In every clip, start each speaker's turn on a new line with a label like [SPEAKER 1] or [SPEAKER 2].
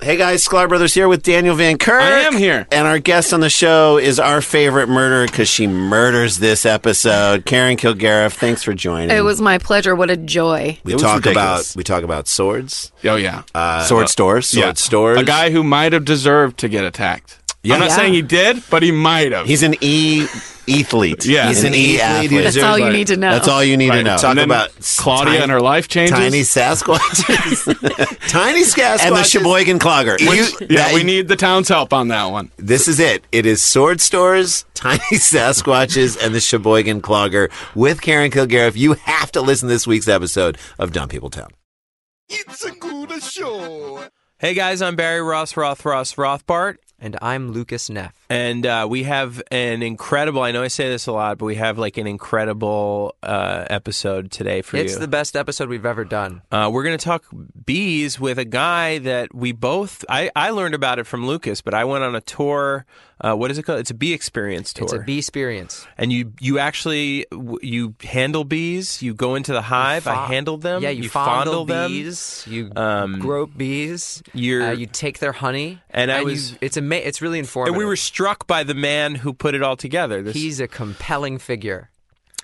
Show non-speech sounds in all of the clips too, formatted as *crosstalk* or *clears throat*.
[SPEAKER 1] Hey guys, Sklar Brothers here with Daniel Van Kirk.
[SPEAKER 2] I am here.
[SPEAKER 1] And our guest on the show is our favorite murderer because she murders this episode. Karen Kilgariff, thanks for joining.
[SPEAKER 3] It was my pleasure. What a joy.
[SPEAKER 1] we
[SPEAKER 2] it was
[SPEAKER 1] talk
[SPEAKER 2] ridiculous.
[SPEAKER 1] about we talk about swords,
[SPEAKER 2] Oh yeah,
[SPEAKER 1] uh, sword stores, sword
[SPEAKER 2] yeah.
[SPEAKER 1] stores.
[SPEAKER 2] A guy who might have deserved to get attacked. I'm not
[SPEAKER 3] Yeah.
[SPEAKER 2] saying he did, but he might have.
[SPEAKER 1] He's an e athlete.
[SPEAKER 2] Yeah.
[SPEAKER 1] he's an,
[SPEAKER 2] An
[SPEAKER 1] e
[SPEAKER 2] athlete.
[SPEAKER 1] athlete.
[SPEAKER 3] That's all you need to know.
[SPEAKER 1] That's all you need to
[SPEAKER 2] Right.
[SPEAKER 1] know.
[SPEAKER 2] Talk And then Claudia
[SPEAKER 1] tiny-
[SPEAKER 2] and her life changes.
[SPEAKER 1] tiny Sasquatches,
[SPEAKER 2] *laughs*
[SPEAKER 1] tiny Sasquatches, and the Sheboygan Clogger. You-
[SPEAKER 2] yeah,
[SPEAKER 1] that-
[SPEAKER 2] we need the town's help on that one.
[SPEAKER 1] This is it. It is sword stores, *laughs* tiny Sasquatches, and the Sheboygan Clogger with Karen Kilgariff. You have to listen to this week's episode of Dumb People Town.
[SPEAKER 4] Hey guys, I'm Barry Ross, Roth, Ross, Rothbart,
[SPEAKER 5] And I'm Lucas Neff.
[SPEAKER 4] and uh, we have an incredible. I know I say this a lot, but we have like an incredible uh, episode today for
[SPEAKER 5] It's
[SPEAKER 4] you.
[SPEAKER 5] the best episode we've ever done.
[SPEAKER 4] uh, we're going to talk bees with a guy that we both. I, I learned about it from Lucas, but I went on a tour. Uh, what is it called? It's a bee experience tour.
[SPEAKER 5] It's a bee experience.
[SPEAKER 4] and you you actually w- you handle bees. You go into the hive. I
[SPEAKER 5] Fo-
[SPEAKER 4] handled them.
[SPEAKER 5] Yeah, you,
[SPEAKER 4] fondle
[SPEAKER 5] fondle,
[SPEAKER 4] them.
[SPEAKER 5] bees. You
[SPEAKER 4] Um,
[SPEAKER 5] grope bees.
[SPEAKER 4] you're-
[SPEAKER 5] uh, you take their honey.
[SPEAKER 4] And I
[SPEAKER 5] you-
[SPEAKER 4] was-
[SPEAKER 5] it's ama- It's really informative.
[SPEAKER 4] And we were struck by the man who put it all together. This,
[SPEAKER 5] He's a compelling figure.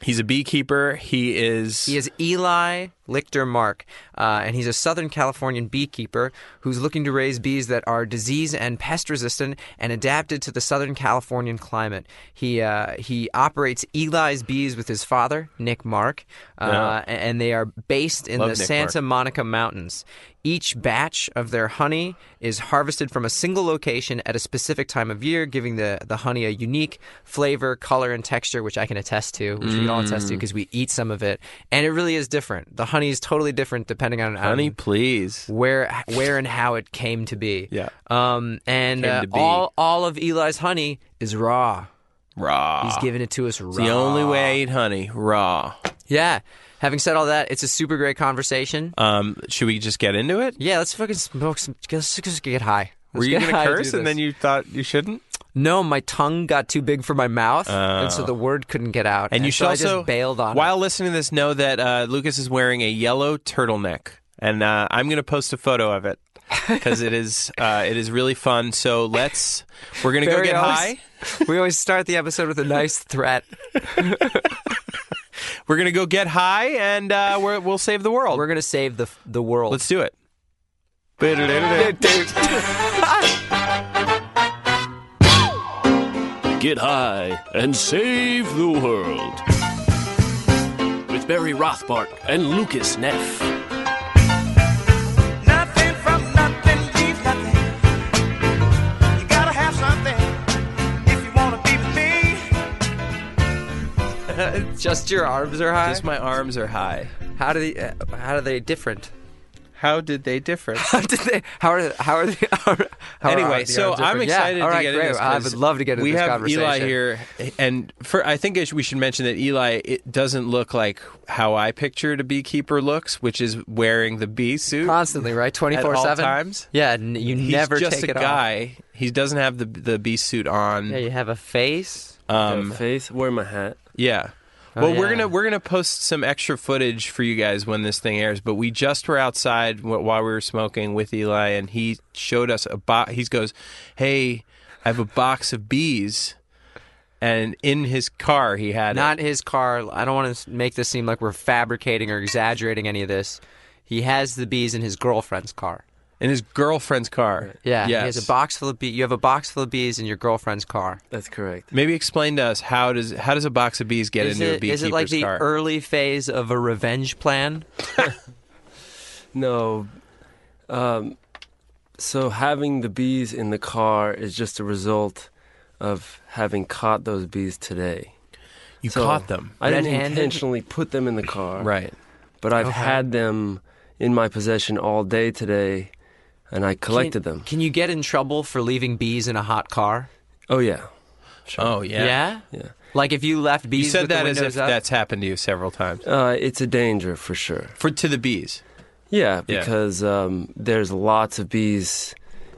[SPEAKER 4] He's a beekeeper. He is.
[SPEAKER 5] He is Eli Lichter Mark, uh, and he's a Southern Californian beekeeper who's looking to raise bees that are disease and pest resistant and adapted to the Southern Californian climate. He uh, he operates Eli's bees with his father Nick Mark, uh, a- and they are based in
[SPEAKER 4] Love
[SPEAKER 5] the
[SPEAKER 4] Nick
[SPEAKER 5] Santa Monica Mountains. Each batch of their honey is harvested from a single location at a specific time of year, giving the, the honey a unique flavor, color, and texture, which I can attest to, which we can all attest to
[SPEAKER 4] Mm.
[SPEAKER 5] because we eat some of it. And it really is different. The honey is totally different depending on, on
[SPEAKER 4] honey, please.
[SPEAKER 5] where where and how it came to be.
[SPEAKER 4] Yeah.
[SPEAKER 5] Um, and
[SPEAKER 4] Came
[SPEAKER 5] uh,
[SPEAKER 4] to be.
[SPEAKER 5] all, all of Eli's honey is raw.
[SPEAKER 4] Raw.
[SPEAKER 5] He's giving it to us raw.
[SPEAKER 4] Ah. the only way I eat honey, raw.
[SPEAKER 5] Yeah. Having said all that, it's a super great conversation.
[SPEAKER 4] Um, should we just get into it?
[SPEAKER 5] Yeah, let's fucking smoke some. Let's just get high.
[SPEAKER 4] Were you
[SPEAKER 5] going
[SPEAKER 4] gonna
[SPEAKER 5] to
[SPEAKER 4] curse and then you thought you shouldn't?
[SPEAKER 5] No, my tongue got too big for my mouth, and so the word couldn't get out.
[SPEAKER 4] Oh. And you should
[SPEAKER 5] so I
[SPEAKER 4] also
[SPEAKER 5] just bailed on.
[SPEAKER 4] while
[SPEAKER 5] it.
[SPEAKER 4] listening to this know that uh, Lucas is wearing a yellow turtleneck, and uh, I'm going to post a photo of *laughs* it because it is uh, it is really fun. So let's we're going to go
[SPEAKER 5] Barry
[SPEAKER 4] get
[SPEAKER 5] always-
[SPEAKER 4] high.
[SPEAKER 5] we always start the episode with a nice threat.
[SPEAKER 4] We're going to go get high, and uh, we're, we'll save the world.
[SPEAKER 5] We're gonna save the the world.
[SPEAKER 4] let's do it.
[SPEAKER 6] Get high and save the world. With Barry Rothbart and Lucas Neff.
[SPEAKER 7] Nothing from nothing leaves nothing. You gotta have something if you wanna be with me.
[SPEAKER 5] *laughs* Just your arms are high.
[SPEAKER 4] Just my arms are high.
[SPEAKER 5] how do they? Uh, how are they different? *laughs*
[SPEAKER 4] How did they differ?
[SPEAKER 5] How did they? How are how are they? *laughs* How are, how are
[SPEAKER 4] anyway,
[SPEAKER 5] the
[SPEAKER 4] so
[SPEAKER 5] arms
[SPEAKER 4] I'm
[SPEAKER 5] different?
[SPEAKER 4] excited
[SPEAKER 5] yeah, all
[SPEAKER 4] to
[SPEAKER 5] right,
[SPEAKER 4] get
[SPEAKER 5] great.
[SPEAKER 4] into this.
[SPEAKER 5] I
[SPEAKER 4] 'cause
[SPEAKER 5] would love to get into
[SPEAKER 4] we
[SPEAKER 5] this
[SPEAKER 4] have
[SPEAKER 5] conversation.
[SPEAKER 4] Eli here, and for I think I sh- we should mention that Eli it doesn't look like how I pictured a beekeeper looks, which is wearing the bee suit.
[SPEAKER 5] constantly, right? Twenty four seven
[SPEAKER 4] times.
[SPEAKER 5] Yeah, n- you
[SPEAKER 4] He's
[SPEAKER 5] never
[SPEAKER 4] just
[SPEAKER 5] take
[SPEAKER 4] a
[SPEAKER 5] it off.
[SPEAKER 4] guy. He doesn't have the the bee suit on.
[SPEAKER 5] Yeah, you have a face.
[SPEAKER 4] um,
[SPEAKER 6] Faith, wear my hat.
[SPEAKER 4] Yeah. Well, we're
[SPEAKER 5] Oh, yeah.
[SPEAKER 4] gonna we're gonna post some extra footage for you guys when this thing airs. But we just were outside wh- while we were smoking with Eli, and he showed us a box. He goes, "Hey, I have a box of bees," and in his car he had it.
[SPEAKER 5] not his car. I don't want to make this seem like we're fabricating or exaggerating any of this. He has the bees in his girlfriend's car.
[SPEAKER 4] in his girlfriend's car.
[SPEAKER 5] Yeah,
[SPEAKER 4] yes.
[SPEAKER 5] he has a box full of bees. You have a box full of bees in your girlfriend's car.
[SPEAKER 6] That's correct.
[SPEAKER 4] Maybe explain to us how does how does a box of bees get
[SPEAKER 5] is
[SPEAKER 4] into a
[SPEAKER 5] it,
[SPEAKER 4] beekeeper's
[SPEAKER 5] is it like the
[SPEAKER 4] car?
[SPEAKER 5] early phase of a revenge plan?
[SPEAKER 6] No. Um, so having the bees in the car is just a result of having caught those bees today.
[SPEAKER 4] you
[SPEAKER 6] So
[SPEAKER 4] caught them,
[SPEAKER 6] I didn't
[SPEAKER 5] Red-handed?
[SPEAKER 6] intentionally put them in the car.
[SPEAKER 4] right?
[SPEAKER 6] But I've had them in my possession all day today, and I collected
[SPEAKER 5] can,
[SPEAKER 6] them.
[SPEAKER 5] Can you get in trouble for leaving bees in a hot car?
[SPEAKER 6] Oh, yeah.
[SPEAKER 4] Oh yeah.
[SPEAKER 5] Yeah.
[SPEAKER 6] Yeah.
[SPEAKER 5] Like if you left
[SPEAKER 4] You
[SPEAKER 5] bees
[SPEAKER 4] said
[SPEAKER 5] with
[SPEAKER 4] that
[SPEAKER 5] the
[SPEAKER 4] as
[SPEAKER 5] windows
[SPEAKER 4] if
[SPEAKER 5] up?
[SPEAKER 4] that's happened to you several times.
[SPEAKER 6] Uh, it's a danger for sure.
[SPEAKER 4] For to the bees.
[SPEAKER 6] Yeah,
[SPEAKER 4] Yeah.
[SPEAKER 6] because Um, there's lots of bees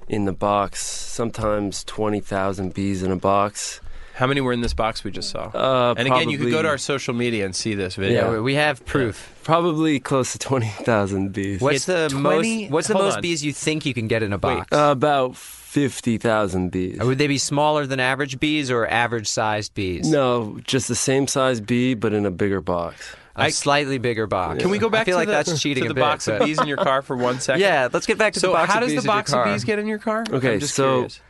[SPEAKER 6] in the box. Sometimes twenty thousand bees in a box.
[SPEAKER 4] How many were in this box we just saw?
[SPEAKER 6] Uh,
[SPEAKER 4] and again, you could go to
[SPEAKER 6] probably-
[SPEAKER 4] our social media and see this
[SPEAKER 5] Yeah,
[SPEAKER 4] video.
[SPEAKER 5] we- we have proof.
[SPEAKER 6] Probably close to 20,000 bees.
[SPEAKER 5] What's the
[SPEAKER 4] It's 20
[SPEAKER 5] most? What's the
[SPEAKER 4] hold
[SPEAKER 5] most
[SPEAKER 4] on.
[SPEAKER 5] bees you think you can get in a box? Uh,
[SPEAKER 6] Uh, about 50,000 bees.
[SPEAKER 5] Would they be smaller than average bees or average sized bees?
[SPEAKER 6] No, just the same size bee, but in a bigger box.
[SPEAKER 5] a
[SPEAKER 4] I-
[SPEAKER 5] slightly bigger box.
[SPEAKER 4] Can we go back
[SPEAKER 5] I feel
[SPEAKER 4] to
[SPEAKER 5] like
[SPEAKER 4] the,
[SPEAKER 5] that's cheating
[SPEAKER 4] to the
[SPEAKER 5] a bit,
[SPEAKER 4] box of
[SPEAKER 5] but-
[SPEAKER 4] bees in your car for one second?
[SPEAKER 5] *laughs* Yeah, let's get back to
[SPEAKER 4] So
[SPEAKER 5] the box
[SPEAKER 4] how
[SPEAKER 5] of
[SPEAKER 4] does
[SPEAKER 5] bees
[SPEAKER 4] the box
[SPEAKER 5] in your
[SPEAKER 4] of
[SPEAKER 5] car.
[SPEAKER 4] bees get in your car?
[SPEAKER 6] Okay,
[SPEAKER 4] I'm just
[SPEAKER 6] so-
[SPEAKER 4] curious.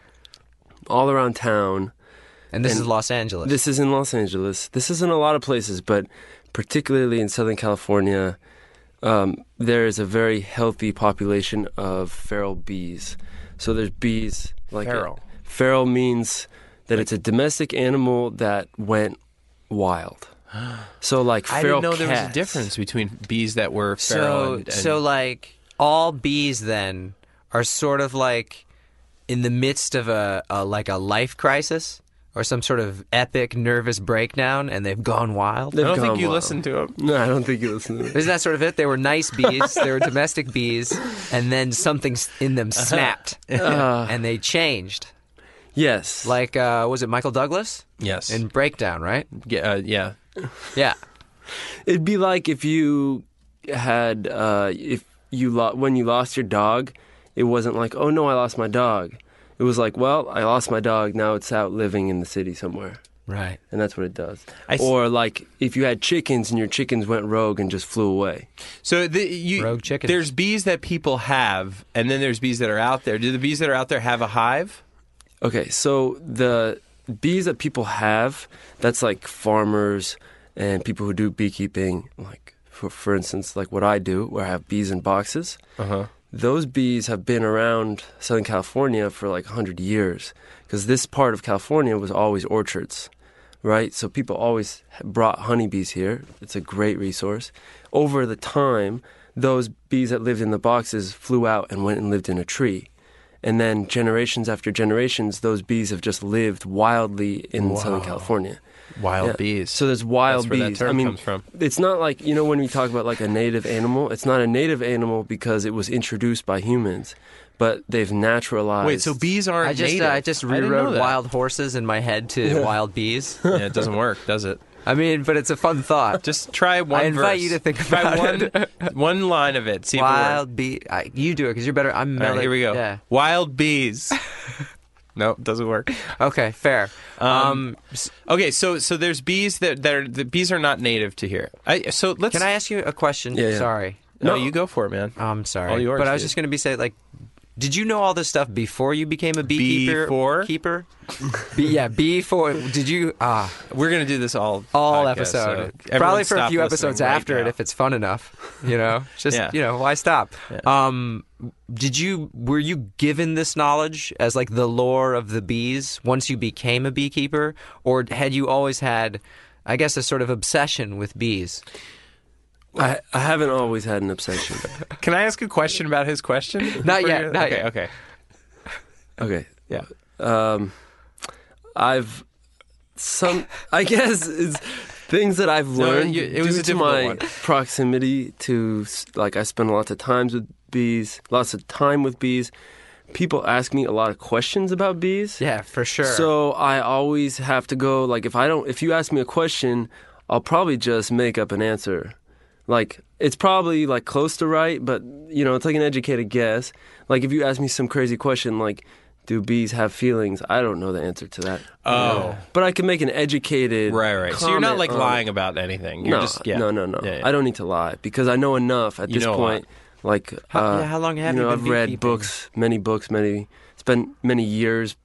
[SPEAKER 6] All around town.
[SPEAKER 5] And this is Los Angeles.
[SPEAKER 6] This is in Los Angeles. This is in a lot of places, but particularly in Southern California, um, there is a very healthy population of feral bees. So there's bees like
[SPEAKER 4] Feral.
[SPEAKER 6] Feral means that it's a domestic animal that went
[SPEAKER 4] *gasps*
[SPEAKER 6] wild. So like
[SPEAKER 4] I
[SPEAKER 6] feral
[SPEAKER 4] didn't know there was a
[SPEAKER 6] cats.
[SPEAKER 4] difference between bees that were feral
[SPEAKER 5] so
[SPEAKER 4] and, and
[SPEAKER 5] so like all bees then are sort of like in the midst of a, a like a life crisis or some sort of epic nervous breakdown and they've gone wild.
[SPEAKER 6] They've
[SPEAKER 4] I don't
[SPEAKER 6] gone
[SPEAKER 4] think you
[SPEAKER 6] wild.
[SPEAKER 4] listened to them.
[SPEAKER 6] *laughs* No, I don't think you listen to
[SPEAKER 4] *laughs*
[SPEAKER 6] it.
[SPEAKER 5] Isn't that sort of it? They were nice bees. they were domestic bees, and then something s- in them
[SPEAKER 4] Uh-huh.
[SPEAKER 5] snapped,
[SPEAKER 4] Uh.
[SPEAKER 5] and they changed.
[SPEAKER 6] Yes.
[SPEAKER 5] Like, uh, was it Michael Douglas
[SPEAKER 4] Yes.
[SPEAKER 5] in Breakdown? Right?
[SPEAKER 4] yeah, uh, yeah.
[SPEAKER 5] Yeah.
[SPEAKER 6] It'd be like if you had uh, if you lo- when you lost your dog, it wasn't like oh no I lost my dog. It was like well I lost my dog now it's out living in the city somewhere,
[SPEAKER 5] Right.
[SPEAKER 6] and that's what it does.
[SPEAKER 4] I s-
[SPEAKER 6] or like if you had chickens and your chickens went rogue and just flew away.
[SPEAKER 4] So the, you,
[SPEAKER 5] Rogue chickens.
[SPEAKER 4] there's bees that people have, and then there's bees that are out there. Do the bees that are out there have a hive?
[SPEAKER 6] Okay, so the bees that people have, that's like farmers and people who do beekeeping, like for, for instance, like what I do, where I have bees in boxes. Those bees have been around Southern California for like 100 years because this part of California was always orchards, right? So people always brought honeybees here. It's a great resource. Over the time, those bees that lived in the boxes flew out and went and lived in a tree. And then generations after generations, those bees have just lived wildly in Southern California.
[SPEAKER 4] Wild
[SPEAKER 6] Yeah.
[SPEAKER 4] bees.
[SPEAKER 6] So there's wild
[SPEAKER 4] That's where that
[SPEAKER 6] bees.
[SPEAKER 4] term
[SPEAKER 6] I mean,
[SPEAKER 4] comes from.
[SPEAKER 6] it's not like you know when we talk about like a native animal. It's not a native animal because it was introduced by humans, but they've naturalized.
[SPEAKER 4] Wait, so bees aren't
[SPEAKER 5] I just
[SPEAKER 4] native.
[SPEAKER 5] uh, I just
[SPEAKER 4] didn't know
[SPEAKER 5] rewrote
[SPEAKER 4] that.
[SPEAKER 5] wild horses in my head to wild bees.
[SPEAKER 4] *laughs* Yeah, it doesn't work, does it?
[SPEAKER 5] I mean, but it's a fun
[SPEAKER 4] *laughs*
[SPEAKER 5] thought.
[SPEAKER 4] Just try one.
[SPEAKER 5] I invite
[SPEAKER 4] verse.
[SPEAKER 5] you to think
[SPEAKER 4] try
[SPEAKER 5] about
[SPEAKER 4] one, *laughs*
[SPEAKER 5] it.
[SPEAKER 4] one line of it. See if it works.
[SPEAKER 5] wild bee. I, you do it because you're better. I'm
[SPEAKER 4] All right,
[SPEAKER 5] mellow.
[SPEAKER 4] here we go.
[SPEAKER 5] Yeah.
[SPEAKER 4] Wild
[SPEAKER 5] *laughs*
[SPEAKER 4] bees. nope, doesn't work.
[SPEAKER 5] Okay. Fair. Um,
[SPEAKER 4] Okay, so so there's bees that that are the bees are not native to here. I so let's.
[SPEAKER 5] can I ask you a question?
[SPEAKER 6] Yeah, yeah.
[SPEAKER 5] Sorry.
[SPEAKER 4] No, you go for it, man.
[SPEAKER 5] Oh, I'm sorry.
[SPEAKER 4] All yours,
[SPEAKER 5] but I was
[SPEAKER 4] dude.
[SPEAKER 5] just going to be saying, like, did you know all this stuff before you became a beekeeper?
[SPEAKER 4] Before? *laughs*
[SPEAKER 5] Keeper? Be, yeah, before. Did you? Ah,
[SPEAKER 4] We're gonna do this all
[SPEAKER 5] all
[SPEAKER 4] podcast, so
[SPEAKER 5] episode.
[SPEAKER 4] everyone
[SPEAKER 5] Probably for a
[SPEAKER 4] stop
[SPEAKER 5] few
[SPEAKER 4] listening
[SPEAKER 5] episodes
[SPEAKER 4] right
[SPEAKER 5] after
[SPEAKER 4] now.
[SPEAKER 5] it if it's fun enough. You
[SPEAKER 4] *laughs*
[SPEAKER 5] know, just,
[SPEAKER 4] Yeah.
[SPEAKER 5] you know, why stop? Um, did you, were you given this knowledge as like the lore of the bees once you became a beekeeper? Or had you always had, I guess, a sort of obsession with bees?
[SPEAKER 6] I, I haven't always had an
[SPEAKER 4] *laughs*
[SPEAKER 6] obsession.
[SPEAKER 4] Can I ask a question about his question?
[SPEAKER 5] *laughs* Not
[SPEAKER 4] Before
[SPEAKER 5] yet,
[SPEAKER 4] you-
[SPEAKER 5] not
[SPEAKER 4] okay,
[SPEAKER 5] yet.
[SPEAKER 4] okay.
[SPEAKER 6] okay,
[SPEAKER 4] Yeah.
[SPEAKER 6] um, I've some. I guess it's things
[SPEAKER 4] *laughs*
[SPEAKER 6] that I've learned
[SPEAKER 4] you- it was
[SPEAKER 6] due
[SPEAKER 4] a
[SPEAKER 6] to
[SPEAKER 4] difficult
[SPEAKER 6] my
[SPEAKER 4] one.
[SPEAKER 6] proximity to s- like I spend lots of times with bees, lots of time with bees. People ask me a lot of questions about bees.
[SPEAKER 5] Yeah, for sure.
[SPEAKER 6] So I always have to go like if I don't if you ask me a question, I'll probably just make up an answer. Like it's probably like close to right, but you know, it's like an educated guess. Like if you ask me some crazy question like do bees have feelings? I don't know the answer to that.
[SPEAKER 4] Oh.
[SPEAKER 6] But I can make an educated
[SPEAKER 4] Right, right. So you're not
[SPEAKER 6] comment
[SPEAKER 4] like
[SPEAKER 6] on-
[SPEAKER 4] lying about anything. You're
[SPEAKER 6] No,
[SPEAKER 4] just yeah.
[SPEAKER 6] no, no, no.
[SPEAKER 4] Yeah, yeah.
[SPEAKER 6] I don't need to lie because I know enough at
[SPEAKER 4] You
[SPEAKER 6] this
[SPEAKER 4] know a
[SPEAKER 6] point. Like,
[SPEAKER 5] How-
[SPEAKER 6] uh,
[SPEAKER 5] yeah, how long have
[SPEAKER 6] you know?
[SPEAKER 5] you been
[SPEAKER 6] I've read
[SPEAKER 5] beekeeping?
[SPEAKER 6] books, many books, many spent many years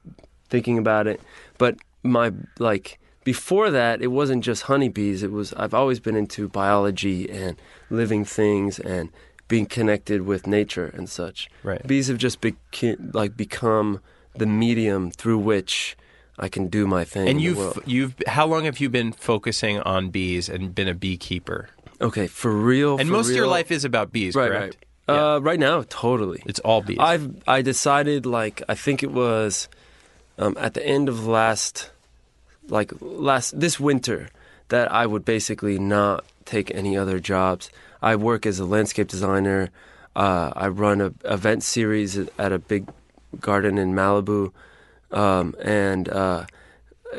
[SPEAKER 6] thinking about it. But my like before that, it wasn't just honeybees. It was I've always been into biology and living things and being connected with nature and such.
[SPEAKER 4] Right.
[SPEAKER 6] Bees have just beca- like become the medium through which I can do my thing. in
[SPEAKER 4] And
[SPEAKER 6] the
[SPEAKER 4] you've
[SPEAKER 6] world.
[SPEAKER 4] you've how long have you been focusing on bees and been a beekeeper?
[SPEAKER 6] okay for real.
[SPEAKER 4] And
[SPEAKER 6] for
[SPEAKER 4] most of your
[SPEAKER 6] real-
[SPEAKER 4] life is about bees,
[SPEAKER 6] right,
[SPEAKER 4] correct?
[SPEAKER 6] Right.
[SPEAKER 4] Yeah.
[SPEAKER 6] Uh, right now, totally.
[SPEAKER 4] It's all bees.
[SPEAKER 6] I've I decided like I think it was um, at the end of last like last this winter that I would basically not take any other jobs. I work as a landscape designer. Uh, I run a event series at a big garden in Malibu, um, and uh,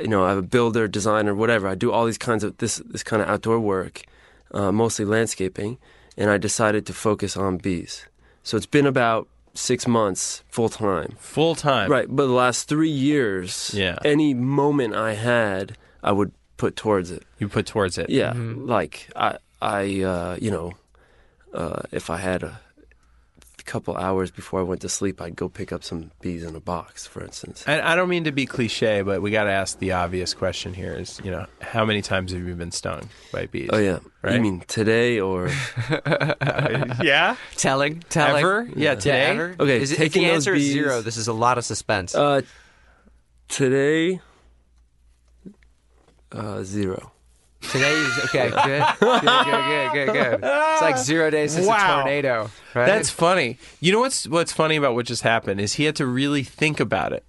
[SPEAKER 6] you know, I'm a builder, designer, whatever. I do all these kinds of this this kind of outdoor work, uh, mostly landscaping, and I decided to focus on bees. So it's been about six months full time.
[SPEAKER 4] full time.
[SPEAKER 6] Right, but the last three years,
[SPEAKER 4] Yeah.
[SPEAKER 6] any moment I had, I would put towards it.
[SPEAKER 4] You put towards it.
[SPEAKER 6] Yeah, like I, I, uh, you know, uh, if I had a couple hours before I went to sleep, I'd go pick up some bees in a box, for instance.
[SPEAKER 4] And I don't mean to be cliche, but we got to ask the obvious question here: is you know how many times have you been stung by bees?
[SPEAKER 6] Oh *laughs* yeah,
[SPEAKER 4] Right?
[SPEAKER 6] you mean
[SPEAKER 4] *laughs*
[SPEAKER 6] today or
[SPEAKER 4] yeah.
[SPEAKER 5] Telling, telling.
[SPEAKER 4] Ever? Yeah, today?
[SPEAKER 5] ever?
[SPEAKER 6] Okay,
[SPEAKER 5] Is it, if
[SPEAKER 6] taking
[SPEAKER 5] the
[SPEAKER 6] those
[SPEAKER 5] answer is
[SPEAKER 6] bees-
[SPEAKER 5] zero, this is a lot of suspense.
[SPEAKER 6] uh, today? Uh, zero.
[SPEAKER 5] Today is
[SPEAKER 4] *laughs*
[SPEAKER 5] okay. Good, good, good, good, good, good. It's like zero days since a
[SPEAKER 2] Wow.
[SPEAKER 5] tornado. Right?
[SPEAKER 4] That's funny. You know what's what's funny about what just happened is he had to really think about it.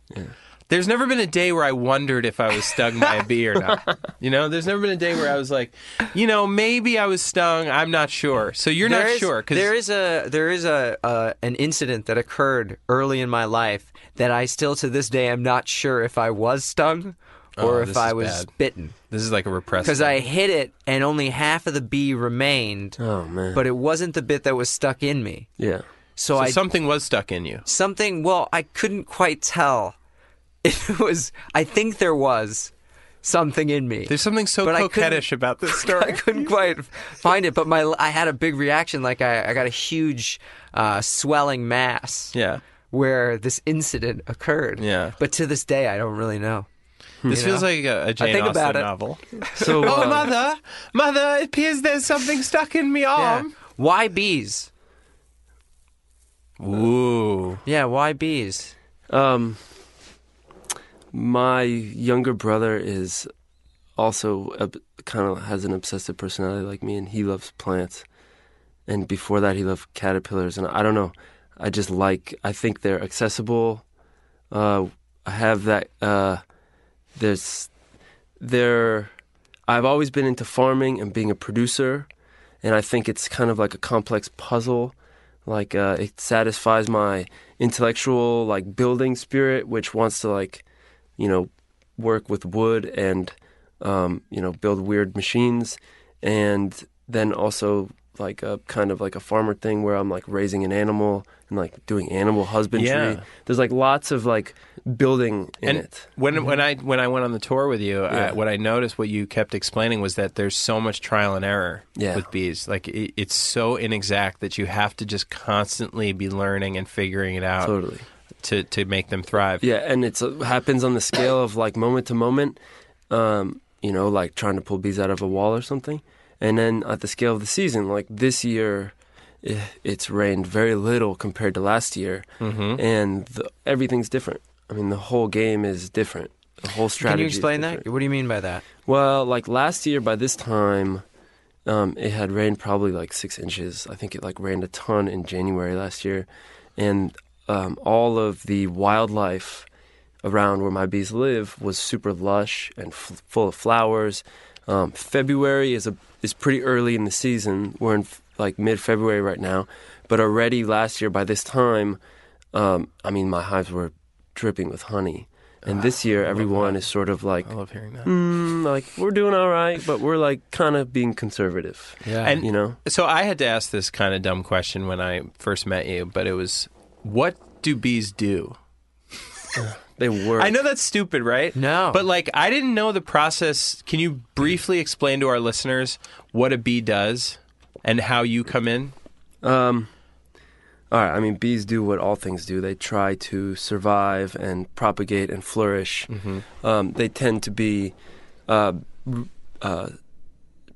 [SPEAKER 4] There's never been a day where I wondered if I was stung by a bee or
[SPEAKER 5] *laughs*
[SPEAKER 4] not. You know, there's never been a day where I was like, you know, maybe I was stung. I'm not sure. So you're
[SPEAKER 5] There
[SPEAKER 4] not
[SPEAKER 5] is-
[SPEAKER 4] sure
[SPEAKER 5] there is a there is a uh, an incident that occurred early in my life that I still to this day am not sure if I was stung or
[SPEAKER 4] Oh,
[SPEAKER 5] if
[SPEAKER 4] this
[SPEAKER 5] I
[SPEAKER 4] is
[SPEAKER 5] was
[SPEAKER 4] bad.
[SPEAKER 5] bitten
[SPEAKER 4] this is like a repressive.
[SPEAKER 5] because I hit it and only half of the bee remained,
[SPEAKER 6] Oh man.
[SPEAKER 5] but it wasn't the bit that was stuck in me.
[SPEAKER 4] *laughs*
[SPEAKER 6] yeah.
[SPEAKER 5] So,
[SPEAKER 4] So
[SPEAKER 5] I
[SPEAKER 4] something was stuck in you.
[SPEAKER 5] something well i couldn't quite tell *laughs* it was i think there was something in me
[SPEAKER 4] There's something so
[SPEAKER 5] But I couldn't-
[SPEAKER 4] coquettish about this
[SPEAKER 5] i *laughs*
[SPEAKER 4] story.
[SPEAKER 5] couldn't quite find it but my i had a big reaction like i, I got a huge uh, swelling mass
[SPEAKER 4] yeah.
[SPEAKER 5] where this incident occurred
[SPEAKER 4] Yeah.
[SPEAKER 5] but to this day i don't really know
[SPEAKER 4] This feels like a, a Jane
[SPEAKER 5] think
[SPEAKER 4] Austen
[SPEAKER 5] about it.
[SPEAKER 4] novel.
[SPEAKER 6] So
[SPEAKER 4] Oh,
[SPEAKER 6] uh,
[SPEAKER 4] mother, mother, it appears there's something stuck in me
[SPEAKER 5] Yeah.
[SPEAKER 4] arm.
[SPEAKER 5] why bees
[SPEAKER 4] Ooh.
[SPEAKER 5] yeah why bees
[SPEAKER 6] Um, my younger brother is also ob- kind of has an obsessive personality like me, and he loves plants. And before that, he loved caterpillars. And I don't know, I just like. I think they're accessible. Uh, I have that. Uh, there's, there. I've always been into farming and being a producer, and I think it's kind of like a complex puzzle like uh, it satisfies my intellectual like building spirit which wants to like you know work with wood and um, you know build weird machines and then also like a kind of like a farmer thing where i'm like raising an animal and like doing animal husbandry
[SPEAKER 4] Yeah.
[SPEAKER 6] there's like lots of like building in
[SPEAKER 4] And
[SPEAKER 6] it Mm-hmm.
[SPEAKER 4] when when I when I went on the tour with you, I, what I noticed, what you kept explaining, was that there's so much trial and error
[SPEAKER 6] Yeah.
[SPEAKER 4] with bees. Like it, it's so inexact that you have to just constantly be learning and figuring it out
[SPEAKER 6] totally
[SPEAKER 4] to to make them thrive.
[SPEAKER 6] Yeah, and it's uh, happens on the scale of like moment to moment, um, you know, like trying to pull bees out of a wall or something, and then at the scale of the season, like this year, eh, it's rained very little compared to last year, and the, everything's different. I mean, the whole game is different. The whole
[SPEAKER 5] can
[SPEAKER 6] strategy.
[SPEAKER 5] you
[SPEAKER 6] is
[SPEAKER 5] explain that
[SPEAKER 6] different.
[SPEAKER 5] what do you mean by that
[SPEAKER 6] Well, like last year by this time, um, it had rained probably like six inches. I think it like rained a ton in January last year, and um, all of the wildlife around where my bees live was super lush and f- full of flowers. Um, February is a is pretty early in the season. We're in f- like mid February right now, but already last year by this time, um, I mean my hives were dripping with honey.
[SPEAKER 4] Ah,
[SPEAKER 6] And this year, everyone is sort of like
[SPEAKER 4] I love hearing that.
[SPEAKER 6] mm, like we're doing all right, but we're like kind of being conservative.
[SPEAKER 5] yeah
[SPEAKER 4] And-
[SPEAKER 6] You know,
[SPEAKER 4] So I had to ask this kind of dumb question when I first met you, but it was, what do bees do?
[SPEAKER 6] they were.
[SPEAKER 4] I know that's stupid, right?
[SPEAKER 5] No.
[SPEAKER 4] But like, I didn't know the process. Can you briefly explain to our listeners what a bee does and how you come in?
[SPEAKER 6] Um, all right. I mean, bees do what all things do. They try to survive and propagate and flourish.
[SPEAKER 5] Mm-hmm.
[SPEAKER 6] Um, they tend to be uh, r- uh,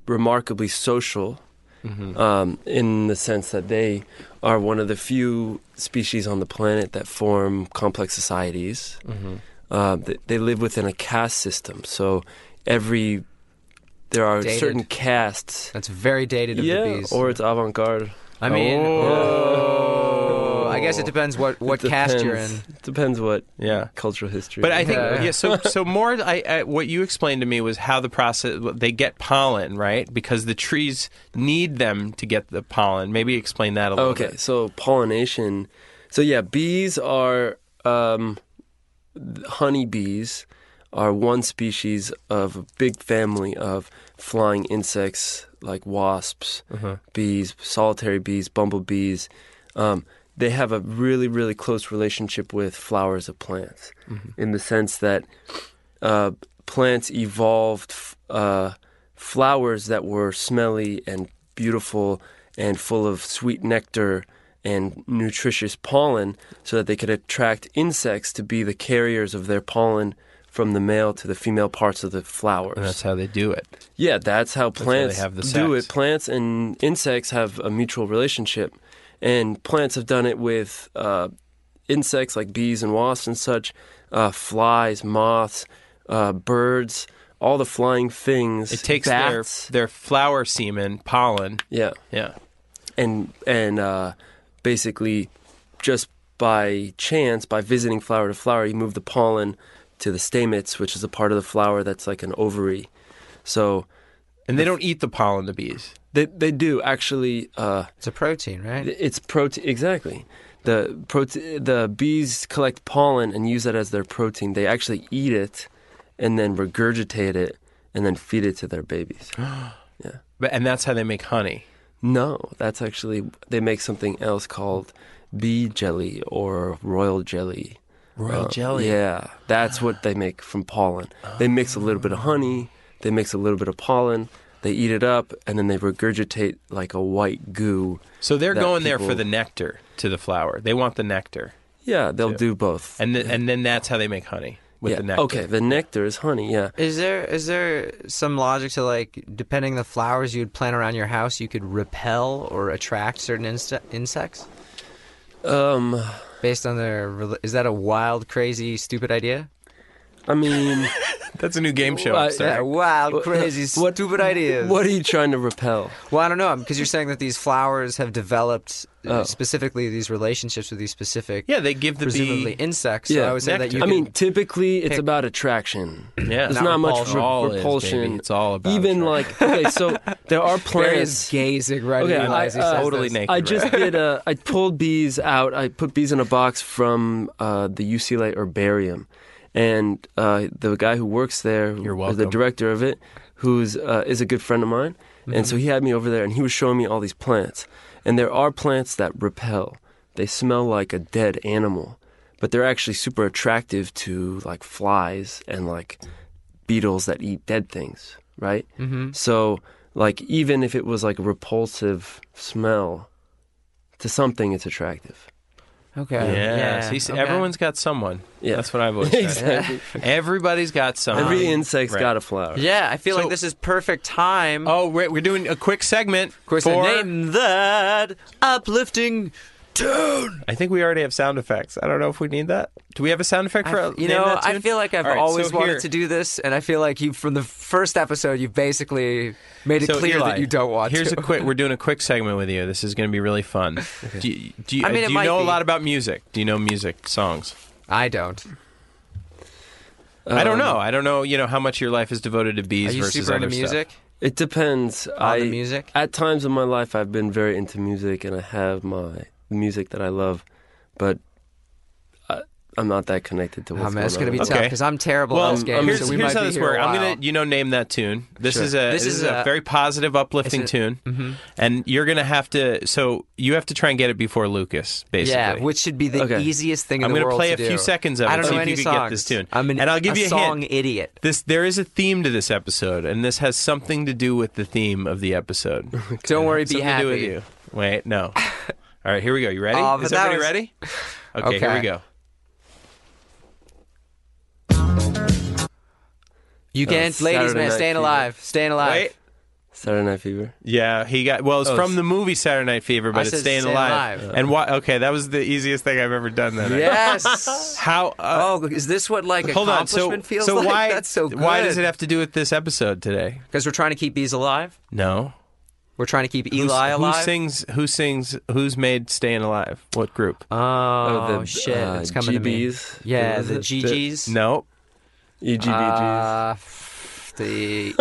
[SPEAKER 6] remarkably social
[SPEAKER 5] Mm-hmm.
[SPEAKER 6] um, in the sense that they are one of the few species on the planet that form complex societies.
[SPEAKER 5] Mm-hmm.
[SPEAKER 6] Uh, they, they live within a caste system, so every there are
[SPEAKER 5] Dated.
[SPEAKER 6] certain castes.
[SPEAKER 5] that's very dated of the
[SPEAKER 6] Yeah,
[SPEAKER 5] bees
[SPEAKER 6] or it's avant-garde.
[SPEAKER 5] i mean Oh, i guess it depends what what cast you're in
[SPEAKER 6] Depends what
[SPEAKER 4] Yeah.
[SPEAKER 6] cultural history.
[SPEAKER 4] But I think
[SPEAKER 5] Yeah.
[SPEAKER 4] yeah. so so more. I, I what you explained to me was how the process they get pollen right because the trees need them to get the pollen. Maybe explain that a little.
[SPEAKER 6] okay,
[SPEAKER 4] bit.
[SPEAKER 6] so pollination. So yeah, bees are um, honey bees are one species of a big family of flying insects like wasps, bees, solitary bees, bumblebees. Um, they have a really, really close relationship with flowers of plants in the sense that uh, plants evolved f- uh, flowers that were smelly and beautiful and full of sweet nectar and nutritious pollen so that they could attract insects to be the carriers of their pollen from the male to the female parts of the flowers.
[SPEAKER 4] And that's how they do it.
[SPEAKER 6] Yeah, that's how
[SPEAKER 4] how they
[SPEAKER 6] plants
[SPEAKER 4] have the
[SPEAKER 6] do
[SPEAKER 4] sex.
[SPEAKER 6] it. Plants and insects have a mutual relationship, and plants have done it with uh, insects like bees and wasps and such, uh, flies, moths, uh, birds, all the flying things.
[SPEAKER 4] It takes
[SPEAKER 6] bats.
[SPEAKER 4] their their flower semen, pollen.
[SPEAKER 6] yeah,
[SPEAKER 4] Yeah.
[SPEAKER 6] and and uh, basically just by chance, by visiting flower to flower, you move the pollen to the stamens, which is a part of the flower that's like an ovary. So
[SPEAKER 4] And they don't eat the pollen, the bees.
[SPEAKER 6] they they do actually. Uh,
[SPEAKER 5] It's a protein, right?
[SPEAKER 6] It's protein exactly. The prote- the bees collect pollen and use that as their protein. They actually eat it and then regurgitate it and then feed it to their babies.
[SPEAKER 4] But, and that's how they make honey.
[SPEAKER 6] No, that's actually they make something else called bee jelly or royal jelly.
[SPEAKER 4] Royal
[SPEAKER 6] Uh, Yeah, that's what they make from pollen. They mix a little bit of honey, they mix a little bit of pollen, they eat it up and then they regurgitate like a white goo.
[SPEAKER 4] So they're
[SPEAKER 6] that
[SPEAKER 4] going there for
[SPEAKER 6] people-
[SPEAKER 4] the nectar to the flower. They want the nectar.
[SPEAKER 6] Yeah, they'll do both.
[SPEAKER 4] And th- and then that's how they make honey with
[SPEAKER 6] yeah.
[SPEAKER 4] the nectar.
[SPEAKER 6] Okay, the nectar is honey, yeah.
[SPEAKER 5] Is there is there some logic to like depending on the flowers you'd plant around your house, you could repel or attract certain inse- insects
[SPEAKER 6] Um,
[SPEAKER 5] based on their? rel- Is that a wild, crazy, stupid idea?
[SPEAKER 4] *laughs*
[SPEAKER 6] I mean,
[SPEAKER 4] *laughs* That's a new game show.
[SPEAKER 6] Well,
[SPEAKER 4] I'm sorry.
[SPEAKER 5] Yeah, wild, crazy,
[SPEAKER 6] *laughs* what-
[SPEAKER 5] stupid ideas.
[SPEAKER 6] what are you trying to repel?
[SPEAKER 5] Well, I don't know because you're saying that these flowers have developed uh,
[SPEAKER 6] Oh.
[SPEAKER 5] specifically these relationships with these specific,
[SPEAKER 4] Yeah, they give the
[SPEAKER 5] presumably
[SPEAKER 4] bee.
[SPEAKER 5] insects. So
[SPEAKER 6] Yeah.
[SPEAKER 5] I would say that
[SPEAKER 4] Nectar.
[SPEAKER 5] you.
[SPEAKER 6] I
[SPEAKER 5] could-
[SPEAKER 6] mean, typically it's
[SPEAKER 5] pick-
[SPEAKER 6] about attraction.
[SPEAKER 4] Yeah,
[SPEAKER 6] It's not, much
[SPEAKER 4] repulsion.
[SPEAKER 6] re-
[SPEAKER 4] All is,
[SPEAKER 6] repulsion.
[SPEAKER 4] baby. It's all about
[SPEAKER 6] even
[SPEAKER 4] attraction.
[SPEAKER 6] like okay. So
[SPEAKER 4] *laughs*
[SPEAKER 6] there are
[SPEAKER 5] Barry is
[SPEAKER 6] plants.
[SPEAKER 5] gazing right
[SPEAKER 6] Okay,
[SPEAKER 5] at you
[SPEAKER 6] I-
[SPEAKER 5] as he
[SPEAKER 6] uh,
[SPEAKER 5] says
[SPEAKER 4] totally
[SPEAKER 5] this.
[SPEAKER 4] naked.
[SPEAKER 6] I just
[SPEAKER 4] right?
[SPEAKER 6] did. A, I pulled bees out. I put bees in a box from uh, the UCLA herbarium, and uh, the guy who works there, who
[SPEAKER 4] You're
[SPEAKER 6] is the
[SPEAKER 4] welcome.
[SPEAKER 6] director of it, who's uh, is a good friend of mine,
[SPEAKER 5] Mm-hmm.
[SPEAKER 6] and so he had me over there, and he was showing me all these plants, and there are plants that repel. They smell like a dead animal, but they're actually super attractive to like flies and like beetles that eat dead things, right? Mm-hmm. So, like, even if it was like a repulsive smell, to something it's attractive.
[SPEAKER 5] Okay.
[SPEAKER 4] Yes,
[SPEAKER 5] Yeah.
[SPEAKER 4] he's,
[SPEAKER 5] Okay.
[SPEAKER 4] everyone's got someone.
[SPEAKER 6] Yeah.
[SPEAKER 4] That's what I've
[SPEAKER 5] *laughs*
[SPEAKER 4] always said.
[SPEAKER 6] Exactly.
[SPEAKER 4] Everybody's got someone.
[SPEAKER 6] *laughs* Every insect's
[SPEAKER 4] right.
[SPEAKER 6] got a flower.
[SPEAKER 5] Um, Yeah, I feel
[SPEAKER 4] So-
[SPEAKER 5] like this is perfect time.
[SPEAKER 4] Oh, we're, we're doing a quick segment.
[SPEAKER 5] of course,
[SPEAKER 4] for,
[SPEAKER 5] name that uplifting tune.
[SPEAKER 4] I think we already have sound effects. I don't know if we need that. Do we have a sound effect for?
[SPEAKER 5] I, you
[SPEAKER 4] name
[SPEAKER 5] know,
[SPEAKER 4] that
[SPEAKER 5] I
[SPEAKER 4] tune?
[SPEAKER 5] feel like I've
[SPEAKER 4] All right,
[SPEAKER 5] always
[SPEAKER 4] so
[SPEAKER 5] wanted
[SPEAKER 4] here-
[SPEAKER 5] to do this, and I feel like you, from the first episode, you've basically made it
[SPEAKER 4] so,
[SPEAKER 5] clear
[SPEAKER 4] Eli,
[SPEAKER 5] that you don't want
[SPEAKER 4] Here's
[SPEAKER 5] to.
[SPEAKER 4] a quick. We're doing a quick segment with you. This is going to be really
[SPEAKER 5] *laughs*
[SPEAKER 4] fun. Do you, do you,
[SPEAKER 5] I mean, it
[SPEAKER 4] do you
[SPEAKER 5] might
[SPEAKER 4] know a
[SPEAKER 5] be.
[SPEAKER 4] lot about music? Do you know music songs?
[SPEAKER 5] I don't.
[SPEAKER 4] I
[SPEAKER 6] Um,
[SPEAKER 4] don't know. I don't know. You know how much your life is devoted to
[SPEAKER 5] Um, Are
[SPEAKER 4] bees
[SPEAKER 5] you
[SPEAKER 4] versus
[SPEAKER 5] super
[SPEAKER 4] other
[SPEAKER 5] into music?
[SPEAKER 6] It depends.
[SPEAKER 5] On
[SPEAKER 6] I
[SPEAKER 5] the music?
[SPEAKER 6] at times in my life I've been very into music and I have my music that I love, but I, I'm not that connected to what's
[SPEAKER 5] Oh, man,
[SPEAKER 6] going
[SPEAKER 5] it's
[SPEAKER 6] on.
[SPEAKER 5] gonna be
[SPEAKER 4] Okay.
[SPEAKER 5] tough because I'm terrible
[SPEAKER 4] Well,
[SPEAKER 5] at this game.
[SPEAKER 6] um,
[SPEAKER 4] here's,
[SPEAKER 5] so we
[SPEAKER 4] here's
[SPEAKER 5] might
[SPEAKER 4] how
[SPEAKER 5] be
[SPEAKER 4] this
[SPEAKER 5] here a
[SPEAKER 4] works. I'm
[SPEAKER 5] while.
[SPEAKER 4] gonna, you know, name that tune. This
[SPEAKER 6] Sure.
[SPEAKER 4] is a this, is, a, very positive, uplifting
[SPEAKER 5] it's mm-hmm.
[SPEAKER 4] tune, and you're gonna have to. So you have to try and get it before Lucas, basically.
[SPEAKER 5] Yeah, which should be the
[SPEAKER 6] Okay.
[SPEAKER 5] easiest thing
[SPEAKER 4] I'm
[SPEAKER 5] in the
[SPEAKER 4] gonna
[SPEAKER 5] world
[SPEAKER 4] play
[SPEAKER 5] to
[SPEAKER 4] a few
[SPEAKER 5] do.
[SPEAKER 4] seconds of
[SPEAKER 5] I
[SPEAKER 4] it,
[SPEAKER 5] don't
[SPEAKER 4] see
[SPEAKER 5] know
[SPEAKER 4] if
[SPEAKER 5] any
[SPEAKER 4] you can
[SPEAKER 5] songs.
[SPEAKER 4] get this tune.
[SPEAKER 5] I'm an,
[SPEAKER 4] And I'll give
[SPEAKER 5] a
[SPEAKER 4] you a hint.
[SPEAKER 5] song idiot.
[SPEAKER 4] This there is a theme to this episode, and this has something to do with the theme of the episode.
[SPEAKER 5] Don't worry, *laughs* be
[SPEAKER 4] something
[SPEAKER 5] happy.
[SPEAKER 4] to do with you. Wait,
[SPEAKER 5] *laughs*
[SPEAKER 4] no. All right, here we go. You ready?
[SPEAKER 5] Oh, but
[SPEAKER 4] is
[SPEAKER 5] that
[SPEAKER 4] everybody
[SPEAKER 5] was-
[SPEAKER 4] ready? Okay, here
[SPEAKER 5] Okay.
[SPEAKER 4] we go.
[SPEAKER 5] You can't, ladies,
[SPEAKER 6] Saturday
[SPEAKER 5] man,
[SPEAKER 6] Night
[SPEAKER 5] staying
[SPEAKER 6] Fever.
[SPEAKER 5] alive, staying alive.
[SPEAKER 4] Wait.
[SPEAKER 6] Saturday Night Fever.
[SPEAKER 4] Yeah, he got well. It's
[SPEAKER 6] Oh,
[SPEAKER 4] from
[SPEAKER 6] it's-
[SPEAKER 4] the movie Saturday Night Fever, but
[SPEAKER 5] I
[SPEAKER 4] it's
[SPEAKER 5] said
[SPEAKER 4] staying
[SPEAKER 5] Staying
[SPEAKER 4] alive.
[SPEAKER 5] Alive.
[SPEAKER 4] And why? Okay, that was the easiest thing I've ever done. Then I- *laughs*
[SPEAKER 5] Yes.
[SPEAKER 4] How? Uh,
[SPEAKER 5] oh, is this what like
[SPEAKER 4] hold on.
[SPEAKER 5] accomplishment
[SPEAKER 4] So,
[SPEAKER 5] feels
[SPEAKER 4] so
[SPEAKER 5] like?
[SPEAKER 4] why?
[SPEAKER 5] *laughs* That's so good.
[SPEAKER 4] Why does it have to do with this episode today?
[SPEAKER 5] Because we're trying to keep bees alive.
[SPEAKER 4] No.
[SPEAKER 5] We're trying to keep
[SPEAKER 4] Who's-
[SPEAKER 5] Eli alive.
[SPEAKER 4] Who sings? Who sings? Who's made "Staying Alive"? What group?
[SPEAKER 5] Oh,
[SPEAKER 6] the,
[SPEAKER 5] shit!
[SPEAKER 6] uh,
[SPEAKER 5] it's coming
[SPEAKER 6] GBs?
[SPEAKER 5] to me. Yeah,
[SPEAKER 6] Was
[SPEAKER 5] the
[SPEAKER 6] it? The- E
[SPEAKER 5] GGs.
[SPEAKER 4] No,
[SPEAKER 6] EGBGs.
[SPEAKER 5] Uh, f- the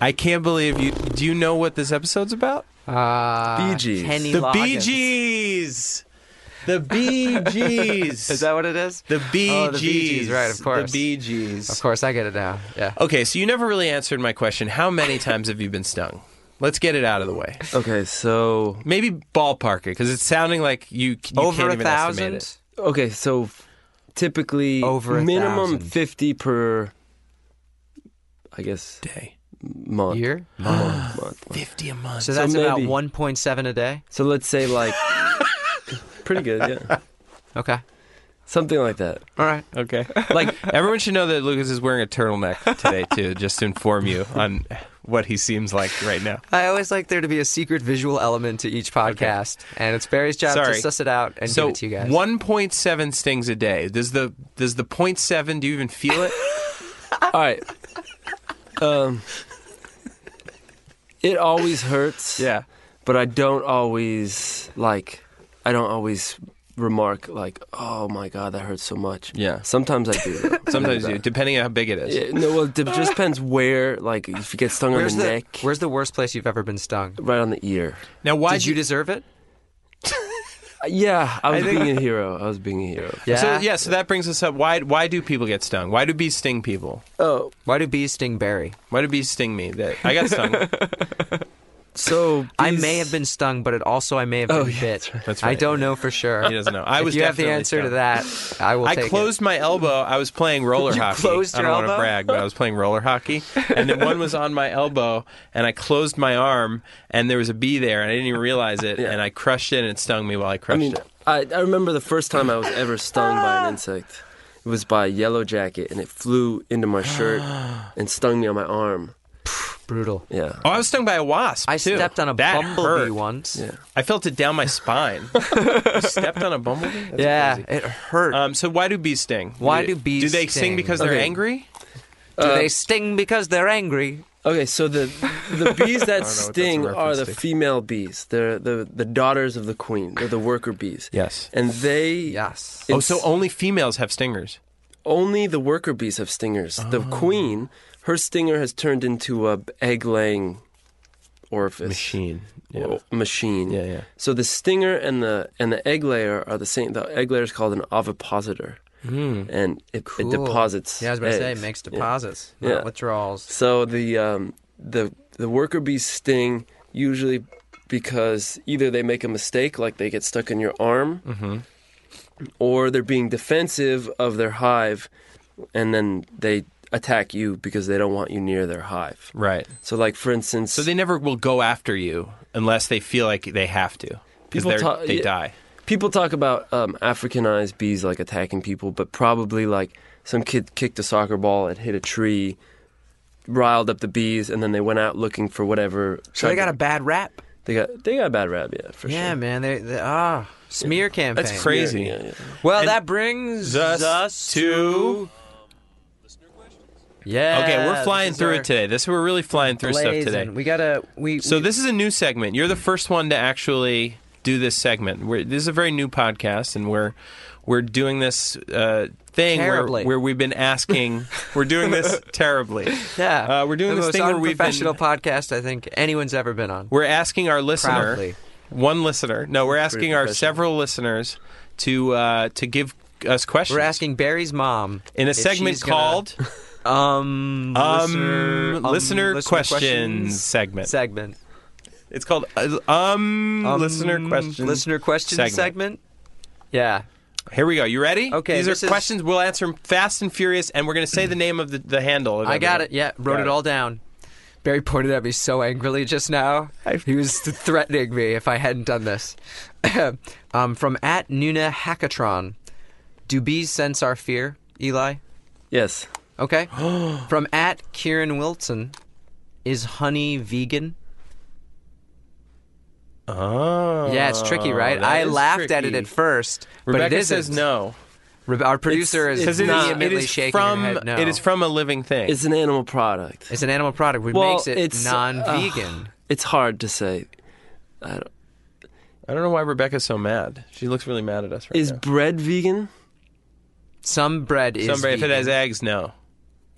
[SPEAKER 4] I can't believe you. Do you know what this episode's about?
[SPEAKER 5] uh,
[SPEAKER 6] Bee Gees.
[SPEAKER 5] Kenny
[SPEAKER 4] The
[SPEAKER 5] Loggins.
[SPEAKER 4] Bee Gees. The
[SPEAKER 5] *laughs*
[SPEAKER 4] Bee Gees.
[SPEAKER 5] Is that what it is?
[SPEAKER 4] The Bee
[SPEAKER 5] Oh, the Bee Gees,
[SPEAKER 4] Gees.
[SPEAKER 5] right, of course.
[SPEAKER 4] The Bee Gees.
[SPEAKER 5] Of course, I get it now. Yeah.
[SPEAKER 4] Okay, so you never really answered my question. How many times have you been stung? Let's get it out of the way.
[SPEAKER 6] Okay, so
[SPEAKER 4] Maybe ballpark it because it's sounding like you, you
[SPEAKER 5] Oh, Over
[SPEAKER 4] can't
[SPEAKER 5] a
[SPEAKER 4] even estimate
[SPEAKER 5] thousand?
[SPEAKER 4] it.
[SPEAKER 6] okay, so typically
[SPEAKER 5] Over a
[SPEAKER 6] minimum
[SPEAKER 5] thousand.
[SPEAKER 6] 50 per I guess
[SPEAKER 4] Day.
[SPEAKER 6] month.
[SPEAKER 5] Year?
[SPEAKER 6] Month, month, month.
[SPEAKER 4] 50 a month.
[SPEAKER 5] So that's about
[SPEAKER 6] maybe.
[SPEAKER 5] 1.7 a day?
[SPEAKER 6] So let's say like *laughs* pretty good, yeah.
[SPEAKER 5] Okay.
[SPEAKER 6] Something like that.
[SPEAKER 5] All right.
[SPEAKER 4] okay. *laughs* like, everyone should know that Lucas is wearing a turtleneck today, too, just to inform you on what he seems like right now.
[SPEAKER 5] I always like there to be a secret visual element to each podcast, and it's Barry's job
[SPEAKER 4] Sorry.
[SPEAKER 5] to suss it out and
[SPEAKER 4] so
[SPEAKER 5] give it to you guys.
[SPEAKER 4] 1.7 stings a day. Does the does the 0.7, do you even feel
[SPEAKER 5] *laughs*
[SPEAKER 4] it?
[SPEAKER 6] All right. Um it always hurts.
[SPEAKER 4] yeah.
[SPEAKER 6] but I don't always like I don't always remark like oh my god that hurts so much.
[SPEAKER 4] Yeah.
[SPEAKER 6] Sometimes I do.
[SPEAKER 5] *laughs*
[SPEAKER 6] though.
[SPEAKER 4] Sometimes
[SPEAKER 6] *laughs*
[SPEAKER 4] you, depending on how big it is.
[SPEAKER 6] Yeah, no, well, it just depends where. Like, if you get stung
[SPEAKER 5] where's
[SPEAKER 6] on the,
[SPEAKER 5] the
[SPEAKER 6] neck,
[SPEAKER 5] where's the worst place you've ever been stung?
[SPEAKER 6] right on the ear.
[SPEAKER 4] Now, why
[SPEAKER 5] Did you deserve it?
[SPEAKER 6] Uh, Yeah, I was being a hero. I was being a hero.
[SPEAKER 5] Yeah.
[SPEAKER 4] So yeah, so that brings us up. Why why do people get stung? Why do bees sting people?
[SPEAKER 6] Oh,
[SPEAKER 5] Why do bees sting Barry?
[SPEAKER 4] Why do bees sting me? That I got stung.
[SPEAKER 6] so
[SPEAKER 5] I
[SPEAKER 6] these-
[SPEAKER 5] may have been stung, but it also I may have been
[SPEAKER 6] Oh, yeah,
[SPEAKER 5] bit.
[SPEAKER 4] That's
[SPEAKER 5] I
[SPEAKER 4] right.
[SPEAKER 5] don't know for sure.
[SPEAKER 4] He doesn't know. I
[SPEAKER 5] if
[SPEAKER 4] was
[SPEAKER 5] you have the
[SPEAKER 4] definitely
[SPEAKER 5] answer to
[SPEAKER 4] stung.
[SPEAKER 5] that, I will.
[SPEAKER 4] I
[SPEAKER 5] take it.
[SPEAKER 4] closed my elbow. I was playing roller
[SPEAKER 5] You
[SPEAKER 4] hockey.
[SPEAKER 5] closed
[SPEAKER 4] I
[SPEAKER 5] your
[SPEAKER 4] don't want
[SPEAKER 5] elbow?
[SPEAKER 4] to brag, but I was playing roller hockey, and then one was on my elbow, and I closed my arm, and there was a bee there, and I didn't even realize it, and I crushed it, and it stung me while I
[SPEAKER 6] I
[SPEAKER 4] crushed
[SPEAKER 6] mean,
[SPEAKER 4] it.
[SPEAKER 6] I, I remember the first time I was ever stung *gasps* by an insect. It was by a yellow jacket, and it flew into my *gasps* shirt and stung me on my arm.
[SPEAKER 5] Brutal.
[SPEAKER 6] Yeah.
[SPEAKER 4] Oh, I was stung by a wasp.
[SPEAKER 5] I
[SPEAKER 4] too.
[SPEAKER 5] stepped on a
[SPEAKER 4] That
[SPEAKER 5] bumblebee
[SPEAKER 4] hurt.
[SPEAKER 5] once.
[SPEAKER 6] Yeah.
[SPEAKER 4] I felt it down my
[SPEAKER 5] *laughs*
[SPEAKER 4] spine. You stepped on a bumblebee. That's
[SPEAKER 5] Yeah,
[SPEAKER 4] crazy.
[SPEAKER 5] it hurt.
[SPEAKER 4] Um, so why do bees sting?
[SPEAKER 5] Why do bees
[SPEAKER 4] Do they
[SPEAKER 5] sting?
[SPEAKER 4] sting because they're
[SPEAKER 6] Okay.
[SPEAKER 4] angry? uh,
[SPEAKER 5] do they sting because they're angry?
[SPEAKER 6] Okay, so the the *laughs* bees that
[SPEAKER 4] that's a
[SPEAKER 6] sting are
[SPEAKER 4] reference
[SPEAKER 6] the
[SPEAKER 4] to.
[SPEAKER 6] female bees. They're the the daughters of the queen. They're the worker bees.
[SPEAKER 4] Yes.
[SPEAKER 6] And they
[SPEAKER 5] Yes.
[SPEAKER 4] Oh,
[SPEAKER 6] It's-
[SPEAKER 4] so only females have stingers.
[SPEAKER 6] only the worker bees have stingers. The
[SPEAKER 5] Oh.
[SPEAKER 6] queen, her stinger has turned into a egg laying orifice
[SPEAKER 4] Yeah.
[SPEAKER 6] Or machine.
[SPEAKER 4] Yeah, yeah.
[SPEAKER 6] So the stinger and the and the egg layer are the same. The egg layer is called an ovipositor, and
[SPEAKER 5] Hmm.
[SPEAKER 6] it,
[SPEAKER 5] Cool.
[SPEAKER 6] it deposits.
[SPEAKER 5] Yeah, I was about to say it
[SPEAKER 6] eggs.
[SPEAKER 5] makes
[SPEAKER 6] Yeah.
[SPEAKER 5] deposits,
[SPEAKER 6] Yeah.
[SPEAKER 5] not withdrawals.
[SPEAKER 6] So the um, the the worker bees sting usually because either they make a mistake, like they get stuck in your arm, or they're being defensive of their hive, and then they attack you because they don't want you near their hive.
[SPEAKER 4] Right.
[SPEAKER 6] So, like for instance,
[SPEAKER 4] So they never will go after you unless they feel like they have to.
[SPEAKER 6] People
[SPEAKER 4] Because
[SPEAKER 6] ta-
[SPEAKER 4] they're they
[SPEAKER 6] yeah.
[SPEAKER 4] die.
[SPEAKER 6] people talk about um, Africanized bees like attacking people, but probably like some kid kicked a soccer ball and hit a tree. Riled up the bees, and then they went out looking for whatever.
[SPEAKER 5] So they
[SPEAKER 6] tried to-
[SPEAKER 5] got a bad rap.
[SPEAKER 6] They got they got a bad rap, yeah, for
[SPEAKER 5] Yeah,
[SPEAKER 6] sure.
[SPEAKER 5] man. They, they ah smear campaign.
[SPEAKER 4] That's crazy.
[SPEAKER 6] Yeah, yeah.
[SPEAKER 5] Well, that brings
[SPEAKER 4] Us to
[SPEAKER 5] yeah.
[SPEAKER 4] okay, we're flying
[SPEAKER 5] this is
[SPEAKER 4] through
[SPEAKER 5] our
[SPEAKER 4] it today. This we're really flying through stuff
[SPEAKER 5] blazing.
[SPEAKER 4] today.
[SPEAKER 5] We gotta we.
[SPEAKER 4] So this is a new segment. You're the first one to actually do this segment. We're, this is a very new podcast, and we're we're doing this uh, thing where,
[SPEAKER 5] Terribly.
[SPEAKER 4] where we've been asking.
[SPEAKER 5] *laughs*
[SPEAKER 4] we're doing this terribly.
[SPEAKER 5] Yeah,
[SPEAKER 4] uh, we're doing
[SPEAKER 5] the
[SPEAKER 4] this
[SPEAKER 5] most
[SPEAKER 4] thing where we've been-
[SPEAKER 5] unprofessional podcast I think anyone's ever been on.
[SPEAKER 4] We're asking our listener,
[SPEAKER 5] Proudly.
[SPEAKER 4] one listener. No, we're asking our
[SPEAKER 6] professional.
[SPEAKER 4] several listeners to uh, to give us questions.
[SPEAKER 5] We're asking Barry's mom
[SPEAKER 4] in a
[SPEAKER 5] if
[SPEAKER 4] segment
[SPEAKER 5] she's gonna-
[SPEAKER 4] called um,
[SPEAKER 5] um, listener, um,
[SPEAKER 4] listener,
[SPEAKER 5] listener
[SPEAKER 4] questions,
[SPEAKER 5] questions
[SPEAKER 4] segment.
[SPEAKER 5] segment.
[SPEAKER 4] it's called uh, um,
[SPEAKER 5] Um,
[SPEAKER 4] listener questions.
[SPEAKER 5] Listener questions segment.
[SPEAKER 4] segment.
[SPEAKER 5] Yeah.
[SPEAKER 4] Here we go. You ready?
[SPEAKER 5] Okay,
[SPEAKER 4] These are
[SPEAKER 5] this is-
[SPEAKER 4] questions. We'll answer them fast and furious, and we're going to say the
[SPEAKER 5] *clears throat*
[SPEAKER 4] name of the, the handle. of
[SPEAKER 5] I got it.
[SPEAKER 4] everything.
[SPEAKER 5] Yeah, wrote
[SPEAKER 4] Got
[SPEAKER 5] it all down. Barry pointed at me so angrily just now. He was th- threatening me if I hadn't done this. *coughs* um, from at Nuna Hackatron. Do bees sense our fear, Eli?
[SPEAKER 6] Yes.
[SPEAKER 4] *gasps*
[SPEAKER 5] Okay. from at Kieran Wilson. Is honey vegan?
[SPEAKER 4] Oh.
[SPEAKER 5] yeah, it's tricky, right?
[SPEAKER 4] that
[SPEAKER 5] I
[SPEAKER 4] is
[SPEAKER 5] laughed at it
[SPEAKER 4] tricky.
[SPEAKER 5] at first,
[SPEAKER 4] Rebecca
[SPEAKER 5] but it isn't.
[SPEAKER 4] says no.
[SPEAKER 5] Re- Our producer
[SPEAKER 6] It's-
[SPEAKER 5] is
[SPEAKER 6] it's
[SPEAKER 4] it
[SPEAKER 6] not-
[SPEAKER 5] vehemently
[SPEAKER 4] is
[SPEAKER 5] shaking
[SPEAKER 4] from
[SPEAKER 5] her head. No,
[SPEAKER 4] it is from a living thing.
[SPEAKER 6] It's an animal product.
[SPEAKER 5] It's an animal product, which
[SPEAKER 6] Well,
[SPEAKER 5] makes it
[SPEAKER 6] it's, uh,
[SPEAKER 5] non-vegan.
[SPEAKER 6] It's hard to say. I don't,
[SPEAKER 4] I don't know why Rebecca's so mad. She looks really mad at us right
[SPEAKER 6] is
[SPEAKER 4] now.
[SPEAKER 6] bread vegan?
[SPEAKER 5] Some bread is.
[SPEAKER 4] Somebody, if it
[SPEAKER 5] vegan.
[SPEAKER 4] has eggs, no.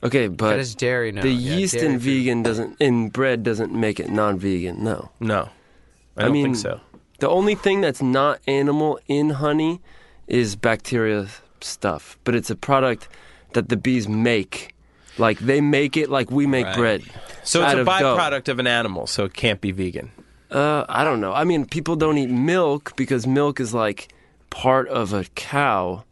[SPEAKER 6] Okay,
[SPEAKER 5] If
[SPEAKER 6] but
[SPEAKER 5] it has dairy, no.
[SPEAKER 6] the
[SPEAKER 5] Yeah,
[SPEAKER 6] yeast
[SPEAKER 5] dairy
[SPEAKER 6] in
[SPEAKER 5] free.
[SPEAKER 6] vegan doesn't in bread doesn't make it non-vegan. No.
[SPEAKER 4] No. I don't
[SPEAKER 6] mean,
[SPEAKER 4] think so.
[SPEAKER 6] The only thing that's not animal in honey is bacteria stuff, but it's a product that the bees make. Like they make it like we make
[SPEAKER 4] Right.
[SPEAKER 6] bread.
[SPEAKER 4] So it's
[SPEAKER 6] out
[SPEAKER 4] a
[SPEAKER 6] of dough.
[SPEAKER 4] byproduct of an animal, so it can't be vegan.
[SPEAKER 6] Uh, I don't know. I mean, people don't eat milk because milk is like part of a cow,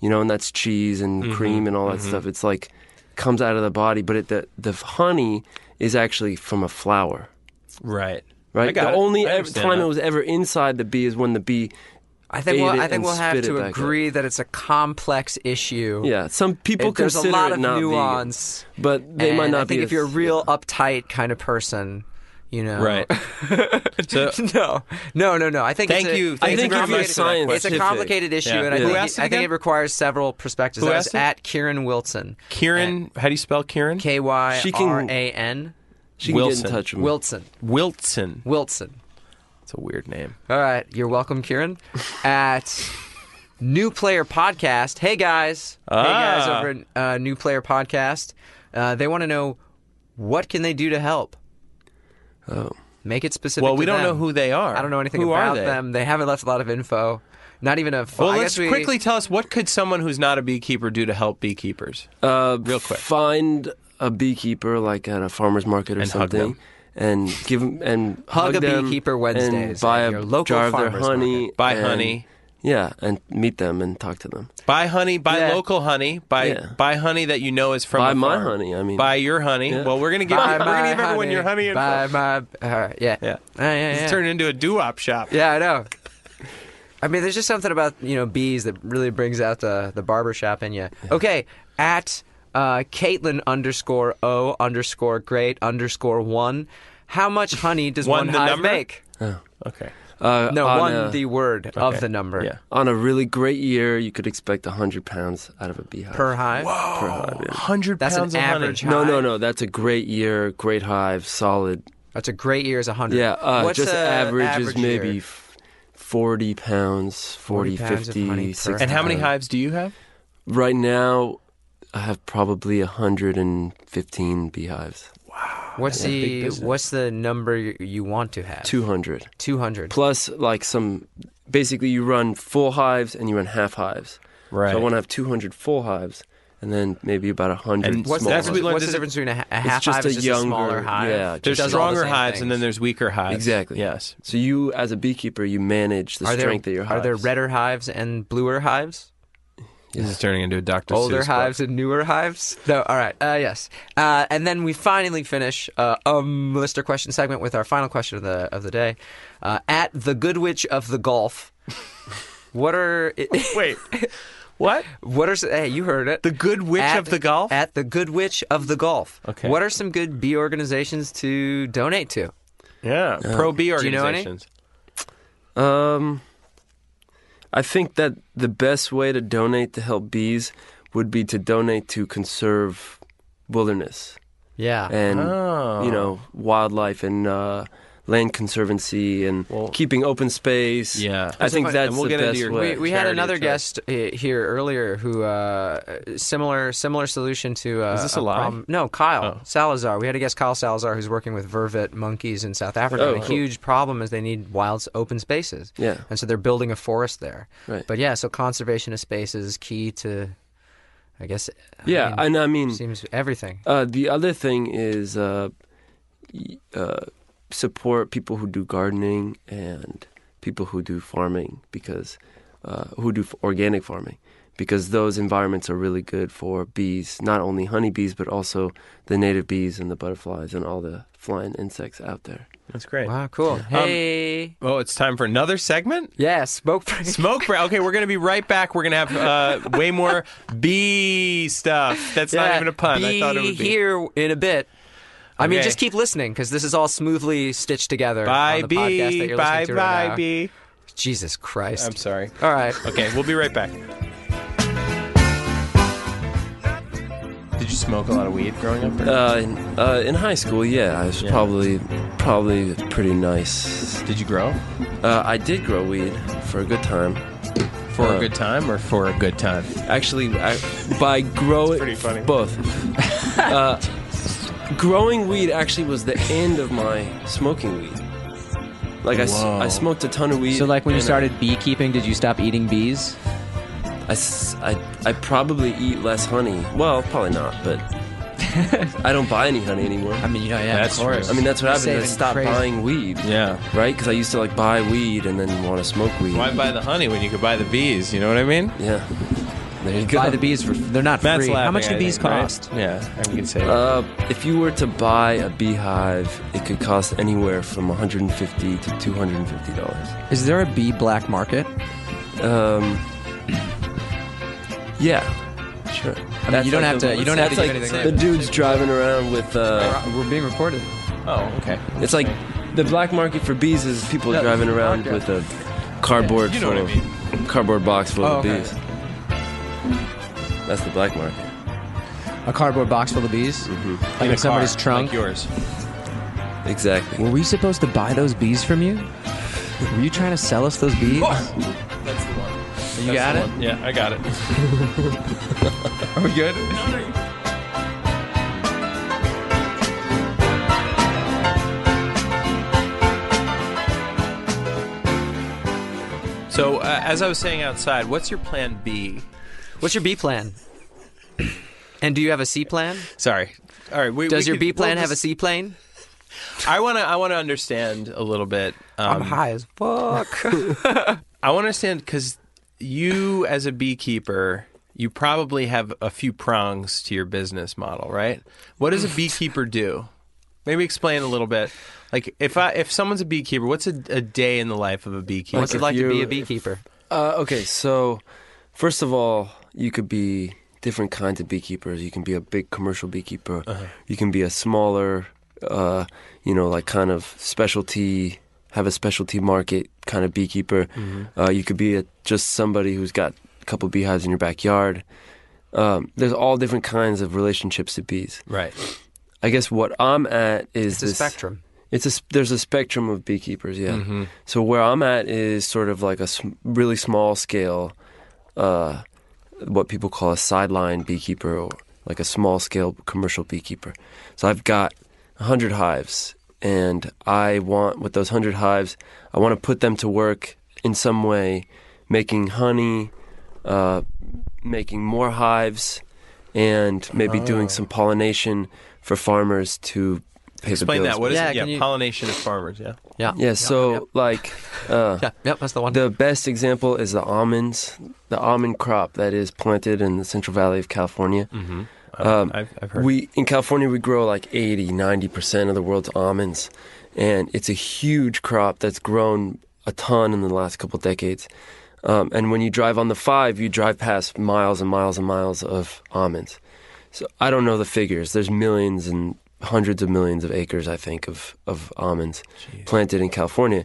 [SPEAKER 6] you know, and that's cheese and
[SPEAKER 4] Mm-hmm.
[SPEAKER 6] cream and all that stuff. It's like comes out of the body, but it, the the honey is actually from a flower,
[SPEAKER 4] Right.
[SPEAKER 6] right?
[SPEAKER 4] I got
[SPEAKER 6] the
[SPEAKER 4] it.
[SPEAKER 6] only
[SPEAKER 4] I
[SPEAKER 6] ev-
[SPEAKER 4] understand
[SPEAKER 6] time
[SPEAKER 4] that.
[SPEAKER 6] it was ever inside the bee is when the bee.
[SPEAKER 5] I think
[SPEAKER 6] ate
[SPEAKER 5] we'll,
[SPEAKER 6] it
[SPEAKER 5] I think
[SPEAKER 6] and
[SPEAKER 5] we'll have
[SPEAKER 6] spit it
[SPEAKER 5] to
[SPEAKER 6] back up.
[SPEAKER 5] agree that it's a complex issue.
[SPEAKER 6] Yeah, some people
[SPEAKER 5] It- there's a
[SPEAKER 6] consider
[SPEAKER 5] lot
[SPEAKER 6] it
[SPEAKER 5] of
[SPEAKER 6] not vegan,
[SPEAKER 5] nuance,
[SPEAKER 6] but they might
[SPEAKER 5] and
[SPEAKER 6] not
[SPEAKER 5] I think
[SPEAKER 6] be.
[SPEAKER 5] if you're a real uptight kind of person, you know, *laughs*
[SPEAKER 4] Right. so
[SPEAKER 5] no, no, no, no. I think
[SPEAKER 4] Thank
[SPEAKER 5] it's a,
[SPEAKER 4] you.
[SPEAKER 5] I
[SPEAKER 4] Thank
[SPEAKER 5] think
[SPEAKER 6] you
[SPEAKER 5] it's
[SPEAKER 6] for your
[SPEAKER 5] a
[SPEAKER 6] science
[SPEAKER 5] It's a
[SPEAKER 6] tipping.
[SPEAKER 5] complicated issue,
[SPEAKER 4] Yeah.
[SPEAKER 5] and I
[SPEAKER 4] Who
[SPEAKER 5] think,
[SPEAKER 4] asked it
[SPEAKER 5] I think
[SPEAKER 4] again?
[SPEAKER 5] it requires several perspectives.
[SPEAKER 4] Who
[SPEAKER 5] That was
[SPEAKER 4] asked it?
[SPEAKER 5] at Kieran Wilson,
[SPEAKER 4] Kieran, how do you spell Kieran?
[SPEAKER 5] K Y
[SPEAKER 6] She can-
[SPEAKER 5] R A N
[SPEAKER 6] she can get
[SPEAKER 4] Wilson.
[SPEAKER 6] in touch with me.
[SPEAKER 5] Wilson,
[SPEAKER 4] Wilson.
[SPEAKER 5] Wilson.
[SPEAKER 4] It's a weird name.
[SPEAKER 5] All right, you're welcome, Kieran. At New Player Podcast, hey guys, hey guys
[SPEAKER 4] Ah.
[SPEAKER 5] over at uh, New Player Podcast, uh, they want to know what can they do to help.
[SPEAKER 6] Oh.
[SPEAKER 5] make it specific.
[SPEAKER 4] Well,
[SPEAKER 5] to
[SPEAKER 4] we don't know
[SPEAKER 5] them.
[SPEAKER 4] who they are.
[SPEAKER 5] I don't know anything
[SPEAKER 4] Who are
[SPEAKER 5] about
[SPEAKER 4] they?
[SPEAKER 5] them. They haven't left a lot of info. Not even a.
[SPEAKER 4] Well,
[SPEAKER 5] I
[SPEAKER 4] let's
[SPEAKER 5] guess we-
[SPEAKER 4] quickly tell us what could someone who's not a beekeeper do to help beekeepers?
[SPEAKER 6] Uh,
[SPEAKER 4] Real quick.
[SPEAKER 6] Find a beekeeper like at a farmer's market or
[SPEAKER 4] And hug
[SPEAKER 6] something.
[SPEAKER 4] them.
[SPEAKER 6] And give 'em- and
[SPEAKER 5] Hug a
[SPEAKER 6] them
[SPEAKER 5] beekeeper Wednesdays
[SPEAKER 6] and buy
[SPEAKER 5] at
[SPEAKER 6] a
[SPEAKER 5] your local
[SPEAKER 6] jar of their
[SPEAKER 5] farmer's
[SPEAKER 6] honey.
[SPEAKER 4] Buy
[SPEAKER 6] and-
[SPEAKER 4] honey.
[SPEAKER 6] Yeah, and meet them and talk to them.
[SPEAKER 4] Buy honey, buy
[SPEAKER 5] Yeah.
[SPEAKER 4] local honey, buy
[SPEAKER 6] Yeah.
[SPEAKER 4] buy honey that you know is from
[SPEAKER 6] Buy
[SPEAKER 4] a
[SPEAKER 6] my
[SPEAKER 4] farm.
[SPEAKER 6] honey, I mean.
[SPEAKER 4] buy your honey.
[SPEAKER 6] Yeah.
[SPEAKER 4] Well, *laughs* we're gonna give we're
[SPEAKER 5] Bye,
[SPEAKER 4] gonna
[SPEAKER 5] bye,
[SPEAKER 4] give everyone your honey. and
[SPEAKER 5] Bye, bye. All right, yeah.
[SPEAKER 4] Yeah.
[SPEAKER 5] Ah, yeah,
[SPEAKER 4] It's
[SPEAKER 5] yeah.
[SPEAKER 4] turned into a doo-wop shop.
[SPEAKER 5] yeah, I know. I mean, there's just something about you know bees that really brings out the the barbershop in you. Okay, at uh, Caitlin underscore O underscore great underscore one. How much honey does
[SPEAKER 4] One
[SPEAKER 5] one,
[SPEAKER 4] the
[SPEAKER 5] hive
[SPEAKER 4] number?
[SPEAKER 5] make?
[SPEAKER 4] Okay.
[SPEAKER 6] Uh,
[SPEAKER 5] No,
[SPEAKER 6] on
[SPEAKER 5] one
[SPEAKER 6] a,
[SPEAKER 5] the word
[SPEAKER 4] Okay.
[SPEAKER 5] of the number
[SPEAKER 4] Yeah.
[SPEAKER 6] on a really great year, you could expect hundred pounds out of a beehive.
[SPEAKER 5] per hive.
[SPEAKER 6] per hive, yeah.
[SPEAKER 4] Hundred
[SPEAKER 5] That's an
[SPEAKER 4] pounds of
[SPEAKER 5] average
[SPEAKER 4] honey.
[SPEAKER 6] No, no,
[SPEAKER 5] hive.
[SPEAKER 6] no. That's a great year, great hive, solid.
[SPEAKER 5] That's a great year is hundred.
[SPEAKER 6] Yeah, uh,
[SPEAKER 5] What's
[SPEAKER 6] just
[SPEAKER 5] a
[SPEAKER 6] average, is
[SPEAKER 5] average year?
[SPEAKER 6] maybe f- 40 pounds, 40,
[SPEAKER 5] 40 pounds of
[SPEAKER 6] 50,
[SPEAKER 5] honey per
[SPEAKER 6] 60.
[SPEAKER 4] And how many
[SPEAKER 6] pounds.
[SPEAKER 4] hives do you have?
[SPEAKER 6] Right now, I have probably 115 beehives.
[SPEAKER 5] What's the
[SPEAKER 4] business.
[SPEAKER 5] what's the number y- you want to have?
[SPEAKER 6] 200.
[SPEAKER 5] two hundred.
[SPEAKER 6] Plus, like some, basically, you run full hives and you run half hives.
[SPEAKER 4] Right.
[SPEAKER 6] So I want to have 200 full hives and then maybe about 100
[SPEAKER 4] And
[SPEAKER 5] What's
[SPEAKER 6] small
[SPEAKER 4] That's
[SPEAKER 5] the,
[SPEAKER 4] what we learned.
[SPEAKER 5] what's,
[SPEAKER 6] hives.
[SPEAKER 5] the
[SPEAKER 4] This is-
[SPEAKER 5] difference between a, ha- a half
[SPEAKER 6] just
[SPEAKER 5] hive
[SPEAKER 6] a
[SPEAKER 5] is just
[SPEAKER 6] younger-
[SPEAKER 5] a smaller hive?
[SPEAKER 6] yeah,
[SPEAKER 5] It
[SPEAKER 4] There's
[SPEAKER 5] does all the
[SPEAKER 4] stronger
[SPEAKER 5] same
[SPEAKER 4] hives and
[SPEAKER 5] things.
[SPEAKER 4] then there's weaker hives.
[SPEAKER 6] Exactly.
[SPEAKER 4] Yes.
[SPEAKER 6] So you, as a beekeeper, you manage the
[SPEAKER 5] are there,
[SPEAKER 6] strength of your hives.
[SPEAKER 5] Are there redder hives and bluer hives?
[SPEAKER 4] This is turning into a Dr.
[SPEAKER 5] Older
[SPEAKER 4] Seuss
[SPEAKER 5] hives and newer hives? No, all right. Uh, yes. Uh, and then we finally finish uh, um lister question segment with our final question of the of the day. Uh, at the Goodwitch of the Gulf. *laughs* What are *laughs*
[SPEAKER 4] book. Wait. What?
[SPEAKER 5] What are s- hey? You heard it.
[SPEAKER 4] The Good Witch
[SPEAKER 5] At-
[SPEAKER 4] of the Gulf?
[SPEAKER 5] At the Good Witch of the Gulf.
[SPEAKER 4] Okay.
[SPEAKER 5] What are some good bee organizations to donate to?
[SPEAKER 4] Yeah. Pro bee
[SPEAKER 5] Do you know any?
[SPEAKER 4] organizations.
[SPEAKER 6] Um, I think that the best way to donate to help bees would be to donate to conserve wilderness
[SPEAKER 5] Yeah.
[SPEAKER 6] and
[SPEAKER 4] Oh.
[SPEAKER 6] you know wildlife and uh, land conservancy and keeping open space.
[SPEAKER 4] Yeah.
[SPEAKER 6] I think that's
[SPEAKER 4] And we'll
[SPEAKER 6] the
[SPEAKER 4] get into
[SPEAKER 6] best
[SPEAKER 4] your-
[SPEAKER 6] way.
[SPEAKER 5] we, we had
[SPEAKER 4] charity
[SPEAKER 5] another
[SPEAKER 4] choice.
[SPEAKER 5] guest uh, here earlier who uh, similar similar solution to uh,
[SPEAKER 4] Is this a lie? Oh.
[SPEAKER 5] problem- No, Kyle Salazar. We had a guest Kyle Salazar who's working with vervet monkeys in South Africa.
[SPEAKER 6] Oh,
[SPEAKER 5] and a
[SPEAKER 6] cool.
[SPEAKER 5] huge problem is they need wild s- open spaces.
[SPEAKER 6] Yeah.
[SPEAKER 5] and so they're building a forest there.
[SPEAKER 6] Right.
[SPEAKER 5] But yeah, so conservation of space is key to, I guess. I
[SPEAKER 6] yeah,
[SPEAKER 5] mean,
[SPEAKER 6] and I
[SPEAKER 4] Mm.
[SPEAKER 6] mean,
[SPEAKER 5] seems everything.
[SPEAKER 6] uh, the other thing is uh, y- uh, support people who do gardening and people who do farming because uh, who do f- organic farming because those environments are really good for bees, not only honeybees but also the native bees and the butterflies and all the flying insects out there.
[SPEAKER 4] That's great.
[SPEAKER 5] Wow, cool.
[SPEAKER 4] Um,
[SPEAKER 5] Hey.
[SPEAKER 4] Oh, it's time for another segment?
[SPEAKER 5] yeah, smoke break.
[SPEAKER 4] Smoke break. Okay, we're going to be right back. We're going to have uh, way more bee stuff. That's not
[SPEAKER 5] Yeah,
[SPEAKER 4] even a pun.
[SPEAKER 5] Be
[SPEAKER 4] I thought it would be.
[SPEAKER 5] here in a bit. I mean,
[SPEAKER 4] Okay.
[SPEAKER 5] just keep listening because this is all smoothly stitched together. on
[SPEAKER 4] Bye,
[SPEAKER 5] the podcast that
[SPEAKER 4] bee.
[SPEAKER 5] you're
[SPEAKER 4] Bye,
[SPEAKER 5] listening to right
[SPEAKER 4] bye,
[SPEAKER 5] now.
[SPEAKER 4] bee.
[SPEAKER 5] Jesus Christ!
[SPEAKER 4] I'm sorry.
[SPEAKER 5] All right.
[SPEAKER 4] Okay, we'll be right back. Did you smoke a lot of weed growing up? or-
[SPEAKER 6] Uh, in, uh, in high school, yeah, I was probably probably pretty nice.
[SPEAKER 4] Did you grow?
[SPEAKER 6] Uh, I did grow weed for a good time.
[SPEAKER 4] For a
[SPEAKER 6] Uh,
[SPEAKER 4] good time or for a good time?
[SPEAKER 6] Actually, I, by grow
[SPEAKER 4] pretty funny. *laughs*
[SPEAKER 6] both. Uh, growing weed actually was the end of my smoking weed. Like I, s- I smoked a ton of weed.
[SPEAKER 8] So, like *laughs* when you
[SPEAKER 6] and I-
[SPEAKER 8] started beekeeping, did you stop eating bees?
[SPEAKER 6] I, s- I- I probably eat less honey. Well, probably not,
[SPEAKER 8] *laughs*
[SPEAKER 6] but I don't buy any honey anymore.
[SPEAKER 8] I mean, you know, yeah,
[SPEAKER 4] That's
[SPEAKER 8] of course.
[SPEAKER 4] true.
[SPEAKER 6] I mean, that's what happened. I
[SPEAKER 8] Saving
[SPEAKER 6] stopped
[SPEAKER 8] crazy.
[SPEAKER 6] buying weed.
[SPEAKER 4] Yeah.
[SPEAKER 6] Right? Because I used to like buy weed and then want to smoke weed.
[SPEAKER 4] Why buy the honey when you could buy the bees? You know what I mean?
[SPEAKER 6] Yeah. There you go.
[SPEAKER 8] Buy the bees for they're not
[SPEAKER 4] Matt's
[SPEAKER 8] free.
[SPEAKER 4] laughing.
[SPEAKER 8] How much do
[SPEAKER 4] I
[SPEAKER 8] bees
[SPEAKER 4] think, right?
[SPEAKER 8] cost?
[SPEAKER 4] Yeah, I can say.
[SPEAKER 6] Uh, if you were to buy a beehive, it could cost anywhere from 150 to 250 dollars.
[SPEAKER 8] Is there a bee black market?
[SPEAKER 6] Um, yeah, sure. I
[SPEAKER 8] you don't have to- you don't have to
[SPEAKER 6] like
[SPEAKER 8] give anything
[SPEAKER 6] The
[SPEAKER 8] away.
[SPEAKER 6] dude's driving around with. Uh,
[SPEAKER 8] We're being recorded.
[SPEAKER 4] oh, okay.
[SPEAKER 6] it's like the black market for bees is people
[SPEAKER 8] No,
[SPEAKER 6] driving
[SPEAKER 8] it's a
[SPEAKER 6] around
[SPEAKER 8] market.
[SPEAKER 6] with a cardboard
[SPEAKER 4] You know
[SPEAKER 6] full
[SPEAKER 4] what I
[SPEAKER 6] of cardboard box full
[SPEAKER 8] Oh,
[SPEAKER 6] of
[SPEAKER 8] okay.
[SPEAKER 6] bees. That's the black market.
[SPEAKER 8] A cardboard box full of bees, like
[SPEAKER 4] Mm-hmm. In
[SPEAKER 8] in,
[SPEAKER 4] a
[SPEAKER 8] somebody's
[SPEAKER 4] car,
[SPEAKER 8] trunk.
[SPEAKER 4] Like yours.
[SPEAKER 6] Exactly.
[SPEAKER 8] Were we supposed to buy those bees from you? Were you trying to sell us those bees?
[SPEAKER 4] You got it? Yeah, I got it. Are we good? So, uh, as I was saying outside, what's your plan B?
[SPEAKER 5] What's your B plan? And do you have a C plan?
[SPEAKER 4] Sorry. All right. We,
[SPEAKER 5] Does
[SPEAKER 4] we
[SPEAKER 5] your
[SPEAKER 4] could-
[SPEAKER 5] B plan
[SPEAKER 4] we'll
[SPEAKER 5] have a
[SPEAKER 4] just-
[SPEAKER 5] C plane?
[SPEAKER 4] I want to. I want to understand a little bit. Um,
[SPEAKER 5] High as *laughs* fuck.
[SPEAKER 4] I want to understand because you, as a beekeeper, you probably have a few prongs to your business model, right? What does a beekeeper do? Maybe explain a little bit. Like if I if someone's a beekeeper, what's a, a day in the life of a beekeeper?
[SPEAKER 5] What's it like to be
[SPEAKER 6] you-
[SPEAKER 5] a beekeeper?
[SPEAKER 6] Uh, okay, so first of all, you could be different kinds of beekeepers. You can be a big commercial beekeeper.
[SPEAKER 5] Uh-huh.
[SPEAKER 6] You can be a smaller, uh, you know, like kind of specialty, have a specialty market kind of beekeeper.
[SPEAKER 5] Mm-hmm.
[SPEAKER 6] Uh, you could be a, just somebody who's got a couple beehives in your backyard. Um, there's all different kinds of relationships to bees.
[SPEAKER 4] right.
[SPEAKER 6] I guess what I'm at is
[SPEAKER 5] It's a
[SPEAKER 6] this,
[SPEAKER 5] spectrum.
[SPEAKER 6] it's a s- there's a spectrum of beekeepers yeah
[SPEAKER 4] Mm-hmm.
[SPEAKER 6] so where i'm at is sort of like a s- really small scale uh, what people call a sideline beekeeper or like a small scale commercial beekeeper so i've got 100 hives and i want with those 100 hives i want to put them to work in some way making honey uh, making more hives and maybe
[SPEAKER 4] Oh.
[SPEAKER 6] doing some pollination for farmers to pay
[SPEAKER 4] Explain
[SPEAKER 6] the bills
[SPEAKER 4] that. What is
[SPEAKER 5] Yeah,
[SPEAKER 4] it? Yeah,
[SPEAKER 5] can you-
[SPEAKER 4] pollination of farmers. Yeah.
[SPEAKER 5] Yeah.
[SPEAKER 6] yeah, so
[SPEAKER 5] Yep. *laughs*
[SPEAKER 6] like uh,
[SPEAKER 5] Yeah. Yep. That's the one.
[SPEAKER 6] the best example is the almonds, the almond crop that is planted in the Central Valley of California.
[SPEAKER 4] Mm-hmm.
[SPEAKER 6] Um,
[SPEAKER 4] I've, I've heard.
[SPEAKER 6] We in California we grow like 80, 90% of the world's almonds and it's a huge crop that's grown a ton in the last couple decades. Um, and when you drive on the 5, you drive past miles and miles and miles of almonds. So I don't know the figures. There's millions and hundreds of millions of acres I think of of almonds planted in California.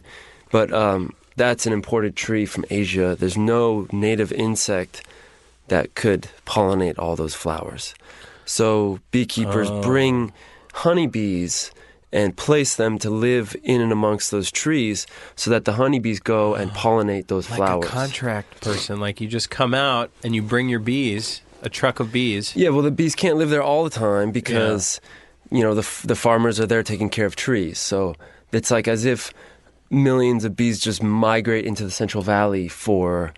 [SPEAKER 6] But um, that's an imported tree from Asia. There's no native insect that could pollinate all those flowers. So beekeepers
[SPEAKER 4] Oh.
[SPEAKER 6] bring honeybees and place them to live in and amongst those trees so that the honeybees go and pollinate those
[SPEAKER 4] like
[SPEAKER 6] flowers.
[SPEAKER 4] a contract person. Like you just come out and you bring your bees, a truck of bees.
[SPEAKER 6] Yeah, well, the bees can't live there all the time because, you know, the f- the farmers are there taking care of trees. So it's like as if millions of bees just migrate into the Central Valley for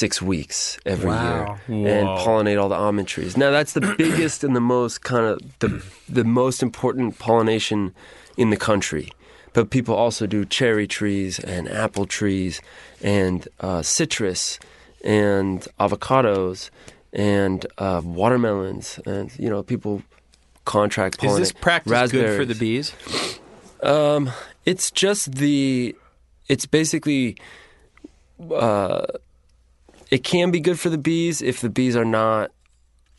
[SPEAKER 6] six weeks every year and
[SPEAKER 4] Whoa.
[SPEAKER 6] pollinate all the almond trees. Now that's
[SPEAKER 4] *clears throat*
[SPEAKER 6] the biggest and the most kind of the the most important pollination in the country. But people also do cherry trees and apple trees and uh, citrus and avocados and uh, watermelons and you know people contract pollinate
[SPEAKER 4] Is this practice good for
[SPEAKER 6] raspberries.
[SPEAKER 4] the bees?
[SPEAKER 6] Um, It's just the. It's basically. Uh, it can be good for the bees if the bees are not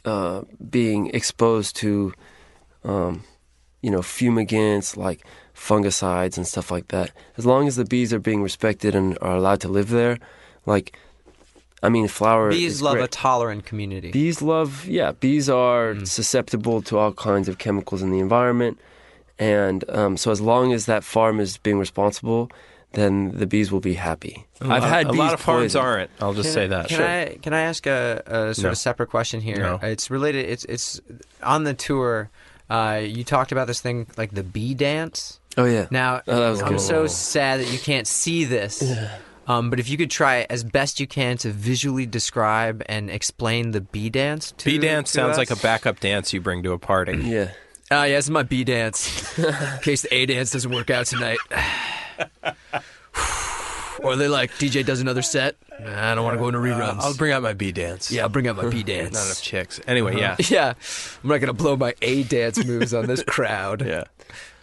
[SPEAKER 6] uh, being exposed to, um, you know, fumigants like fungicides and stuff like that. As long as the bees are being respected and are allowed to live there, like, I mean, flower.
[SPEAKER 5] Bees
[SPEAKER 6] is
[SPEAKER 5] love
[SPEAKER 6] great.
[SPEAKER 5] a tolerant community.
[SPEAKER 6] Bees love, yeah, bees are
[SPEAKER 4] Mm.
[SPEAKER 6] susceptible to all kinds of chemicals in the environment. And um, so, as long as that farm is being responsible, then the bees will be happy. I've had
[SPEAKER 4] a
[SPEAKER 6] bees
[SPEAKER 4] lot of farms
[SPEAKER 6] poisoned.
[SPEAKER 4] aren't. I'll just
[SPEAKER 5] Can
[SPEAKER 4] say
[SPEAKER 5] I-
[SPEAKER 4] that.
[SPEAKER 5] Can I can I ask a, a sort
[SPEAKER 4] No.
[SPEAKER 5] of separate question here?
[SPEAKER 4] No.
[SPEAKER 5] It's related. It's it's on the tour. Uh, you talked about this thing like the bee dance.
[SPEAKER 6] Oh yeah.
[SPEAKER 5] Now,
[SPEAKER 6] Oh, that was
[SPEAKER 5] I'm
[SPEAKER 6] good.
[SPEAKER 5] so sad that you can't see this. Um, but if you could try as best you can to visually describe and explain the bee dance to
[SPEAKER 4] B dance
[SPEAKER 5] to
[SPEAKER 4] sounds
[SPEAKER 5] us.
[SPEAKER 4] like a backup dance you bring to a party.
[SPEAKER 6] yeah.
[SPEAKER 5] Ah, yeah, this is my B dance. In case the A dance doesn't work out tonight. *sighs* or they like, DJ does another set. Nah, I don't want to go into reruns.
[SPEAKER 4] I'll bring out my B dance.
[SPEAKER 5] yeah, I'll bring out my B
[SPEAKER 4] Not enough
[SPEAKER 5] *laughs* dance.
[SPEAKER 4] chicks. Anyway,
[SPEAKER 6] Uh-huh.
[SPEAKER 4] yeah.
[SPEAKER 5] Yeah, I'm not going to blow my A dance moves on this crowd.
[SPEAKER 4] Yeah.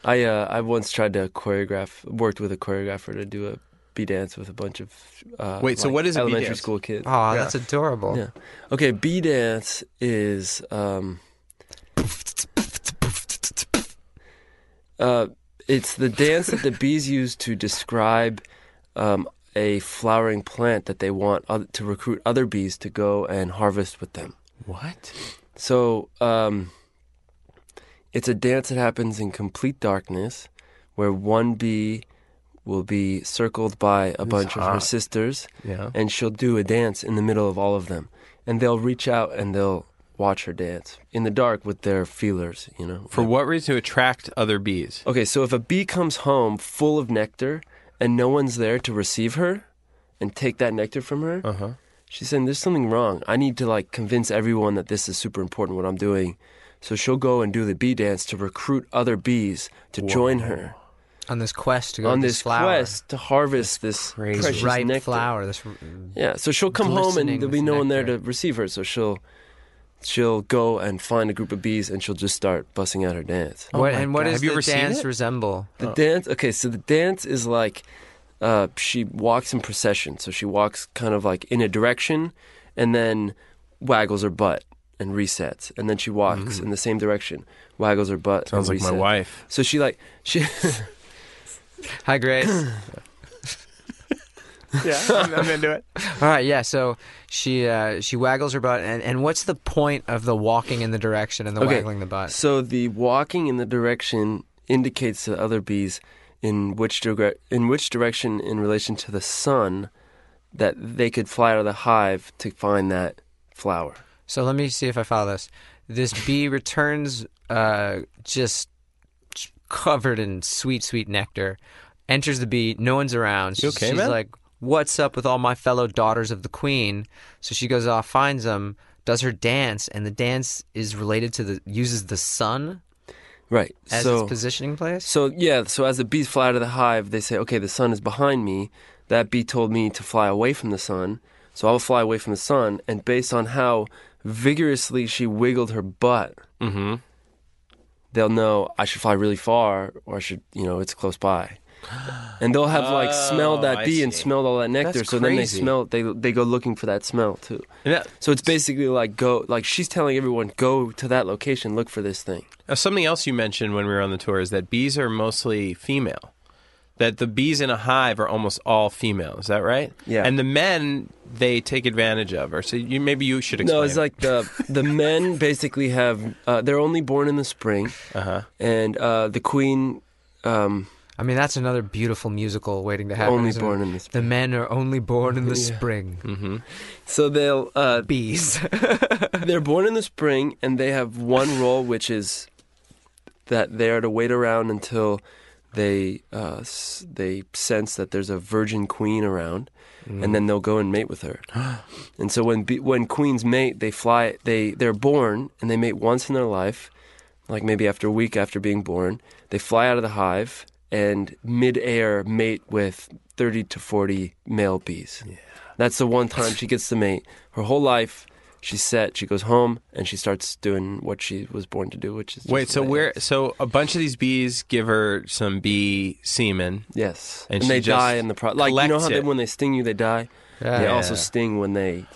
[SPEAKER 6] I uh, I once tried to choreograph, worked with a choreographer to do a B dance with a bunch of uh,
[SPEAKER 4] Wait, so
[SPEAKER 6] like,
[SPEAKER 4] what is a bee
[SPEAKER 6] elementary
[SPEAKER 4] dance?
[SPEAKER 6] school kids?
[SPEAKER 5] Oh, that's adorable.
[SPEAKER 6] Yeah. Okay, B dance is um uh it's the dance that the bees use to describe um a flowering plant that they want oth- to recruit other bees to go and harvest with them.
[SPEAKER 4] What?
[SPEAKER 6] So, um it's a dance that happens in complete darkness where one bee will be circled by a bunch of her sisters
[SPEAKER 4] Ah. Yeah.
[SPEAKER 6] and she'll do a dance in the middle of all of them and they'll reach out and they'll watch her dance in the dark with their feelers you know
[SPEAKER 4] For what reason to attract other bees?
[SPEAKER 6] okay so if a bee comes home full of nectar and no one's there to receive her and take that nectar from her uh-huh. she's saying there's something wrong i need to like convince everyone that this is super important what i'm doing so she'll go and do the bee dance to recruit other bees to join her
[SPEAKER 5] On this quest to go
[SPEAKER 6] on
[SPEAKER 5] to
[SPEAKER 6] this
[SPEAKER 5] flower.
[SPEAKER 6] quest to harvest this precious
[SPEAKER 5] This ripe
[SPEAKER 6] nectar.
[SPEAKER 5] flower. This
[SPEAKER 6] Yeah, so she'll come home and
[SPEAKER 5] Glistening
[SPEAKER 6] there'll be
[SPEAKER 5] with
[SPEAKER 6] no one there to
[SPEAKER 5] nectar.
[SPEAKER 6] receive her. So she'll she'll go and find a group of bees and she'll just start busting out her dance.
[SPEAKER 5] what, and
[SPEAKER 4] Oh God.
[SPEAKER 5] what does
[SPEAKER 4] Have you
[SPEAKER 5] the
[SPEAKER 4] ever seen
[SPEAKER 5] dance
[SPEAKER 4] it? *laughs*
[SPEAKER 5] resemble?
[SPEAKER 6] The
[SPEAKER 4] Oh.
[SPEAKER 6] dance, okay, so the dance is like uh, she walks in procession. So she walks kind of like in a direction and then waggles her butt and resets, and then she walks in the same direction, waggles her butt.
[SPEAKER 4] Mm. Sounds
[SPEAKER 6] and
[SPEAKER 4] like my
[SPEAKER 6] resets.
[SPEAKER 4] wife.
[SPEAKER 6] So she like she. *laughs*
[SPEAKER 5] Hi, Grace. *clears throat*
[SPEAKER 4] Yeah, I'm, I'm into it.
[SPEAKER 5] All right, yeah. So she uh, she waggles her butt, and, and what's the point of the walking in the direction and the
[SPEAKER 6] Okay.
[SPEAKER 5] waggling the butt?
[SPEAKER 6] So the walking in the direction indicates to other bees in which dire- in which direction in relation to the sun that they could fly out of the hive to find that flower.
[SPEAKER 5] So let me see if I follow this. This bee returns uh, just covered in sweet, sweet nectar. Enters the bee. No one's around. She's,
[SPEAKER 4] okay,
[SPEAKER 5] she's
[SPEAKER 4] man?
[SPEAKER 5] like, "What's up with all my fellow daughters of the queen?" So she goes off, finds them, does her dance, and the dance is related to the uses the sun
[SPEAKER 6] Right.
[SPEAKER 5] as
[SPEAKER 6] so
[SPEAKER 5] its positioning place.
[SPEAKER 6] so yeah, so as the bees fly out of the hive, they say, "Okay, the sun is behind me. That bee told me to fly away from the sun, so I'll fly away from the sun." And based on how vigorously she wiggled her butt,
[SPEAKER 4] Mm-hmm.
[SPEAKER 6] they'll know I should fly really far or I should, you know, it's close by. And they'll have like smelled that
[SPEAKER 4] Oh, I
[SPEAKER 6] bee and
[SPEAKER 4] see.
[SPEAKER 6] smelled all that nectar.
[SPEAKER 4] That's
[SPEAKER 6] so then they
[SPEAKER 4] crazy.
[SPEAKER 6] smell they they go looking for that smell too.
[SPEAKER 4] Yeah.
[SPEAKER 6] So it's basically like go like she's telling everyone go to that location look for this thing.
[SPEAKER 4] Uh, Something else you mentioned when we were on the tour is that bees are mostly female. That the bees in a hive are almost all female. Is that right?
[SPEAKER 6] Yeah.
[SPEAKER 4] And the men they take advantage of. Or so you maybe you should explain.
[SPEAKER 6] No, it's
[SPEAKER 4] it.
[SPEAKER 6] like the the men basically have uh, they're only born in the spring,
[SPEAKER 4] Uh-huh.
[SPEAKER 6] and uh, the queen. Um,
[SPEAKER 5] I mean, that's another beautiful musical waiting to happen.
[SPEAKER 6] Only
[SPEAKER 5] isn't
[SPEAKER 6] born
[SPEAKER 5] it?
[SPEAKER 6] in the
[SPEAKER 5] The men are only born in the spring.
[SPEAKER 4] Hmm.
[SPEAKER 6] so they'll uh,
[SPEAKER 5] Bees. *laughs*
[SPEAKER 6] They're born in the spring, and they have one role, which is that they are to wait around until they uh, s- they sense that there's a virgin queen around, and then they'll go and mate
[SPEAKER 4] *gasps*
[SPEAKER 6] with her. and so when be- when queens mate, they fly. They they're born and they mate once in their life, like maybe after a week after being born. They fly out of the hive and midair mate with thirty to forty male bees. That's the one time she gets to mate. Her whole life, she's set. She goes home and she starts doing what she was born to do, which is just
[SPEAKER 4] Wait, so
[SPEAKER 6] lay
[SPEAKER 4] where?
[SPEAKER 6] eggs.
[SPEAKER 4] So a bunch of these bees give her some bee semen.
[SPEAKER 6] Yes,
[SPEAKER 4] And
[SPEAKER 6] and,
[SPEAKER 4] she
[SPEAKER 6] they
[SPEAKER 4] just
[SPEAKER 6] die in the pro. Like you know
[SPEAKER 4] collects
[SPEAKER 6] how they,
[SPEAKER 4] it.
[SPEAKER 6] when they sting you, they die. They also sting when they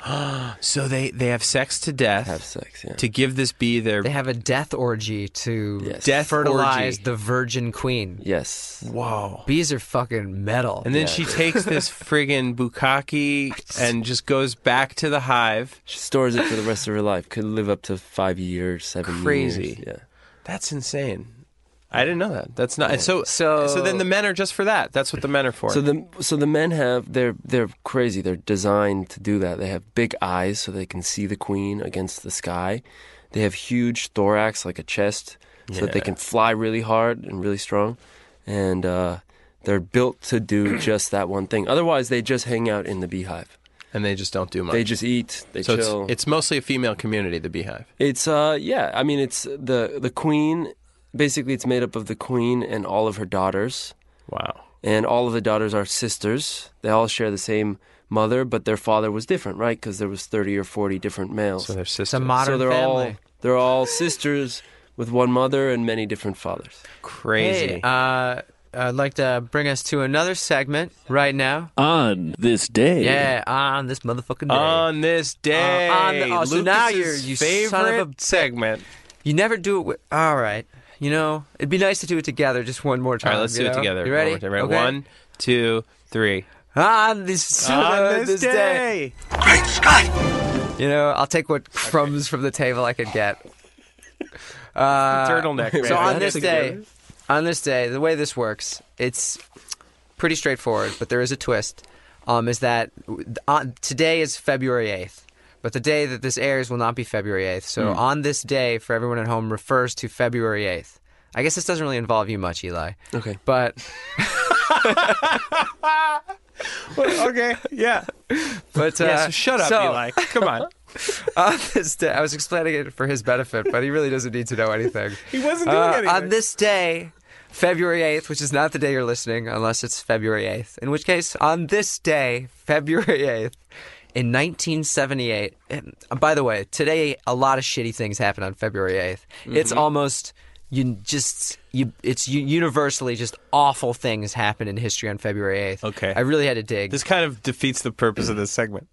[SPEAKER 4] So they they have sex to death
[SPEAKER 6] have sex. Yeah.
[SPEAKER 4] to give this bee their
[SPEAKER 5] They have a death orgy to
[SPEAKER 6] Yes.
[SPEAKER 4] Death
[SPEAKER 5] fertilize
[SPEAKER 4] orgy.
[SPEAKER 5] the virgin queen.
[SPEAKER 6] yes.
[SPEAKER 4] whoa.
[SPEAKER 5] Bees are fucking metal.
[SPEAKER 4] And then she takes
[SPEAKER 6] *laughs*
[SPEAKER 4] this friggin' bukkake and just goes back to the hive.
[SPEAKER 6] She stores it for the rest of her life. Could live up to five years, seven years.
[SPEAKER 4] Crazy.
[SPEAKER 6] Yeah.
[SPEAKER 4] That's insane. I didn't know that. That's not. and So, so
[SPEAKER 5] So-
[SPEAKER 4] then the men are just for that. That's what the men are for.
[SPEAKER 6] So the so the men have they're they're crazy. They're designed to do that. They have big eyes so they can see the queen against the sky. They have huge thorax like a chest so that they can fly really hard and really strong. and uh, they're built to do just that one thing. Otherwise, they just hang out in the beehive.
[SPEAKER 4] and they just don't do much.
[SPEAKER 6] They just eat. They
[SPEAKER 4] so
[SPEAKER 6] chill.
[SPEAKER 4] it's, it's mostly a female community, the Beehive.
[SPEAKER 6] It's uh yeah, I mean it's the the queen basically it's made up of the queen and all of her daughters
[SPEAKER 4] Wow.
[SPEAKER 6] and all of the daughters are sisters. They all share the same mother, but their father was different, right? Cuz there was 30 or 40 different males.
[SPEAKER 4] So they're sisters.
[SPEAKER 5] It's a modern
[SPEAKER 6] so they're all
[SPEAKER 5] family.
[SPEAKER 6] they're all sisters with one mother and many different fathers.
[SPEAKER 4] crazy.
[SPEAKER 5] Hey, uh, I'd like to bring us to another segment right now.
[SPEAKER 9] On this day.
[SPEAKER 5] Yeah, on this motherfucking day.
[SPEAKER 4] on this day,
[SPEAKER 5] Uh, on the- oh, so now you're-
[SPEAKER 4] Lucas's
[SPEAKER 5] you
[SPEAKER 4] favorite
[SPEAKER 5] son of a-
[SPEAKER 4] *laughs* segment.
[SPEAKER 5] you never do it with. All right. You know, it'd be nice to do it together just one more
[SPEAKER 4] All
[SPEAKER 5] time.
[SPEAKER 4] right, let's
[SPEAKER 5] you
[SPEAKER 4] do it
[SPEAKER 5] know?
[SPEAKER 4] together.
[SPEAKER 5] You ready?
[SPEAKER 4] One, more time. Right,
[SPEAKER 5] Okay.
[SPEAKER 4] one, two, three.
[SPEAKER 5] On this,
[SPEAKER 4] on this,
[SPEAKER 5] day.
[SPEAKER 4] day.
[SPEAKER 7] Great Scott!
[SPEAKER 5] You know, I'll take what crumbs from the table I could get.
[SPEAKER 4] turtleneck.
[SPEAKER 5] Uh, *laughs* So
[SPEAKER 4] man.
[SPEAKER 5] on this day, on this day, the way this works, it's pretty straightforward, but there is a twist. Um, is that on, today is February eighth, but the day that this airs will not be February eighth. So on this day, for everyone at home, refers to February eighth. I guess this doesn't really involve you much, Eli.
[SPEAKER 6] Okay.
[SPEAKER 5] But
[SPEAKER 4] okay, yeah.
[SPEAKER 5] but uh,
[SPEAKER 4] yeah so shut up,
[SPEAKER 5] so-
[SPEAKER 4] Eli. Come on.
[SPEAKER 5] *laughs* on this day, I was explaining it for his benefit, but he really doesn't need to know
[SPEAKER 4] *laughs*
[SPEAKER 5] anything. he wasn't doing anything. On this day, February 8th, which is not the day you're listening, unless it's February 8th, in which case, on this day, *laughs* February 8th, in 1978, and uh, by the way, today a lot of shitty things happen on February 8th.
[SPEAKER 4] Mm-hmm.
[SPEAKER 5] It's almost you just you it's u- universally just awful things happen in history on February 8th.
[SPEAKER 4] Okay.
[SPEAKER 5] I really had to dig.
[SPEAKER 4] This kind of defeats the purpose of this segment.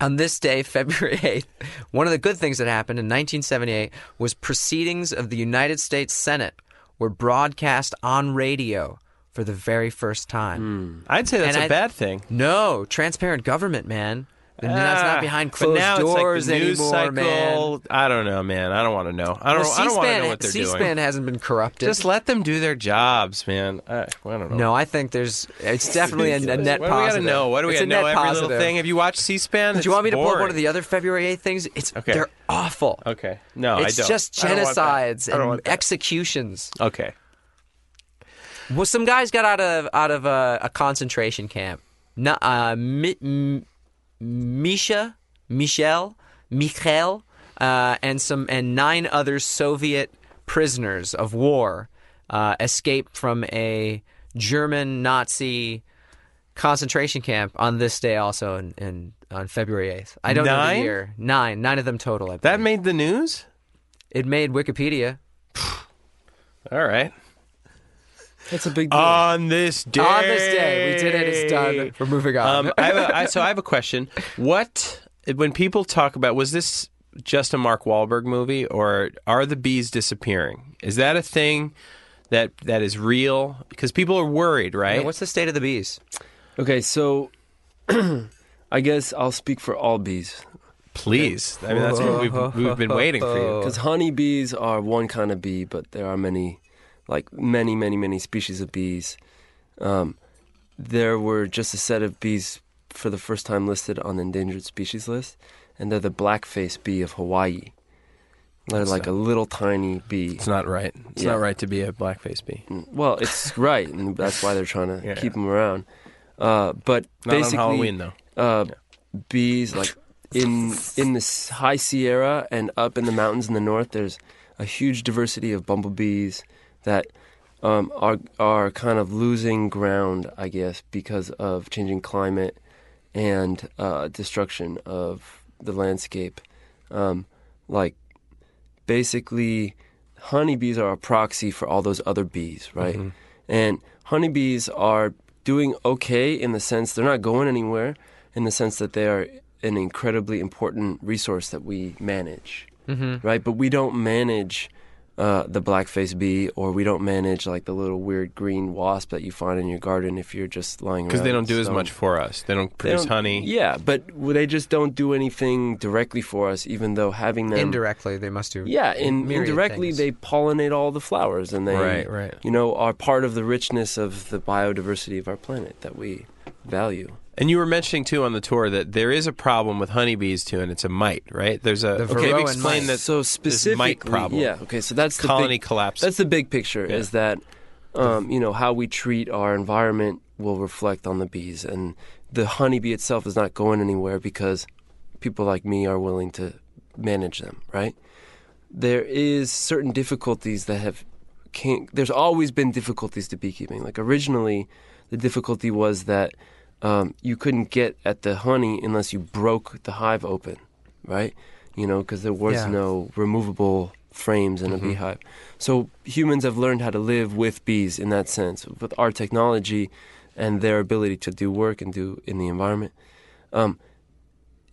[SPEAKER 5] On this day, *laughs* February 8th, one of the good things that happened in 1978 was proceedings of the United States Senate were broadcast on radio for the very first time.
[SPEAKER 4] I'd say that's
[SPEAKER 5] And
[SPEAKER 4] a
[SPEAKER 5] I-
[SPEAKER 4] bad thing.
[SPEAKER 5] No, transparent government, man. And now it's
[SPEAKER 4] Hmm. Ah,
[SPEAKER 5] not behind
[SPEAKER 4] but
[SPEAKER 5] closed
[SPEAKER 4] now it's like
[SPEAKER 5] doors
[SPEAKER 4] the news
[SPEAKER 5] anymore,
[SPEAKER 4] cycle.
[SPEAKER 5] man.
[SPEAKER 4] I don't know, man. I don't want to know. I don't.
[SPEAKER 5] Well,
[SPEAKER 4] I don't want to
[SPEAKER 5] C-SPAN-
[SPEAKER 4] know what they're
[SPEAKER 5] C-SPAN
[SPEAKER 4] doing.
[SPEAKER 5] hasn't been corrupted.
[SPEAKER 4] Just let them do their jobs, man. I, I don't know.
[SPEAKER 5] no, I think there's.
[SPEAKER 4] *laughs*
[SPEAKER 5] It's definitely a, a net
[SPEAKER 4] What do we gotta
[SPEAKER 5] positive.
[SPEAKER 4] know? What do we
[SPEAKER 5] it's
[SPEAKER 4] gotta
[SPEAKER 5] a
[SPEAKER 4] know?
[SPEAKER 5] net
[SPEAKER 4] Every
[SPEAKER 5] positive.
[SPEAKER 4] little thing. Have you watched C-SPAN?
[SPEAKER 5] Do you want me to pull up one of the other February 8th things? It's
[SPEAKER 4] Okay.
[SPEAKER 5] they're awful.
[SPEAKER 4] Okay. No,
[SPEAKER 5] It's
[SPEAKER 4] Oh, I don't.
[SPEAKER 5] just
[SPEAKER 4] I don't want that.
[SPEAKER 5] genocides
[SPEAKER 4] I don't
[SPEAKER 5] and
[SPEAKER 4] want that.
[SPEAKER 5] executions.
[SPEAKER 4] Okay.
[SPEAKER 5] Well, some guys got out of out of a, a concentration camp. No, uh, Mi- M- Misha, Michel, Mikhail, uh, and some and nine other Soviet prisoners of war uh, escaped from a German Nazi concentration camp on this day, also in, in on February eighth. I don't know
[SPEAKER 4] Nine?
[SPEAKER 5] the year. Nine, nine of them total. I believe.
[SPEAKER 4] That made the news.
[SPEAKER 5] it made Wikipedia.
[SPEAKER 4] All right.
[SPEAKER 6] That's a big deal.
[SPEAKER 4] On this day.
[SPEAKER 5] On this day, we did it. It's done. We're moving on.
[SPEAKER 4] Um, I have a, I, so I have a question. What when people talk about was this just a Mark Wahlberg movie, or are the bees disappearing? Is that a thing that that is real? Because people are worried, right?
[SPEAKER 5] Hey, what's the state of the bees?
[SPEAKER 6] okay, so *clears throat* I guess I'll speak for all bees
[SPEAKER 4] Please, I mean that's what we've we've been waiting for
[SPEAKER 6] *laughs*
[SPEAKER 4] you.
[SPEAKER 6] because honeybees are one kind of bee, but there are many, like many, many, many species of bees. Um, there were just a set of bees for the first time listed on the endangered species list, and they're the blackface bee of Hawaii. They're like a little tiny bee.
[SPEAKER 4] It's not right. It's
[SPEAKER 6] Yeah.
[SPEAKER 4] not right to be a blackface bee.
[SPEAKER 6] Well, it's right, and that's why they're trying
[SPEAKER 4] *laughs*
[SPEAKER 6] to
[SPEAKER 4] Yeah.
[SPEAKER 6] keep them around. Uh, but
[SPEAKER 4] Not
[SPEAKER 6] basically,
[SPEAKER 4] on Halloween though.
[SPEAKER 6] uh, bees like in in the s- high Sierra and up in the mountains in the north. There's a huge diversity of bumblebees that um, are are kind of losing ground, I guess, because of changing climate and uh, destruction of the landscape. Um, like basically, honeybees are a proxy for all those other bees, right?
[SPEAKER 4] Mm-hmm.
[SPEAKER 6] And honeybees are doing okay in the sense they're not going anywhere, in the sense that they are an incredibly important resource that we manage,
[SPEAKER 4] Mm-hmm.
[SPEAKER 6] right? But we don't manage uh, the blackface bee, or we don't manage like the little weird green wasp that you find in your garden if you're just lying around.
[SPEAKER 4] Because they don't do as
[SPEAKER 6] So-
[SPEAKER 4] much for us. They don't
[SPEAKER 6] they
[SPEAKER 4] produce
[SPEAKER 6] don't-
[SPEAKER 4] honey.
[SPEAKER 6] Yeah, but they just don't do anything directly for us, even though having
[SPEAKER 5] *laughs*
[SPEAKER 6] them
[SPEAKER 5] indirectly they must do
[SPEAKER 6] Yeah, and
[SPEAKER 5] myriad
[SPEAKER 6] indirectly
[SPEAKER 5] things.
[SPEAKER 6] they pollinate all the flowers, and they
[SPEAKER 4] Right, right.
[SPEAKER 6] you know are part of the richness of the biodiversity of our planet that we value.
[SPEAKER 4] And you were mentioning too on the tour that there is a problem with honeybees too, and it's a mite, right? There's a
[SPEAKER 5] The
[SPEAKER 4] okay.
[SPEAKER 5] Varroa
[SPEAKER 4] Explain
[SPEAKER 5] mite.
[SPEAKER 4] that.
[SPEAKER 6] so
[SPEAKER 4] this
[SPEAKER 6] specifically,
[SPEAKER 4] mite problem.
[SPEAKER 6] yeah. Okay, so that's
[SPEAKER 4] colony
[SPEAKER 6] the big,
[SPEAKER 4] collapse.
[SPEAKER 6] That's the big picture. Is that um, you know, how we treat our environment will reflect on the bees, and the honeybee itself is not going anywhere because people like me are willing to manage them, right? There is certain difficulties that have can There's always been difficulties to beekeeping. Like originally, the difficulty was that um, you couldn't get at the honey unless you broke the hive open, right? You know, because there was
[SPEAKER 5] Yeah.
[SPEAKER 6] no removable frames in a beehive. So humans have learned how to live with bees in that sense, with our technology and their ability to do work and do in the environment. Um,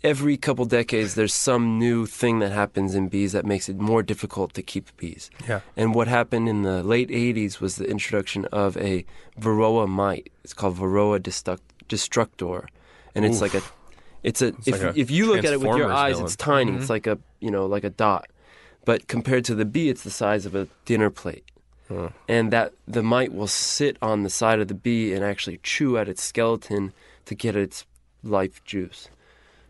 [SPEAKER 6] every couple decades, there's some new thing that happens in bees that makes it more difficult to keep bees.
[SPEAKER 4] Yeah.
[SPEAKER 6] And what happened in the late 80s was the introduction of a Varroa mite. It's called Varroa destruct- destructor, and it's like a, it's a. if,
[SPEAKER 4] like a
[SPEAKER 6] if you look at it with
[SPEAKER 4] Transformers
[SPEAKER 6] your
[SPEAKER 4] Mm-hmm.
[SPEAKER 6] eyes,
[SPEAKER 4] villain.
[SPEAKER 6] it's tiny. It's like a you know like a dot, but compared to the bee, it's the size of a dinner plate. And that the mite will sit on the side of the bee and actually chew at its skeleton to get its life juice.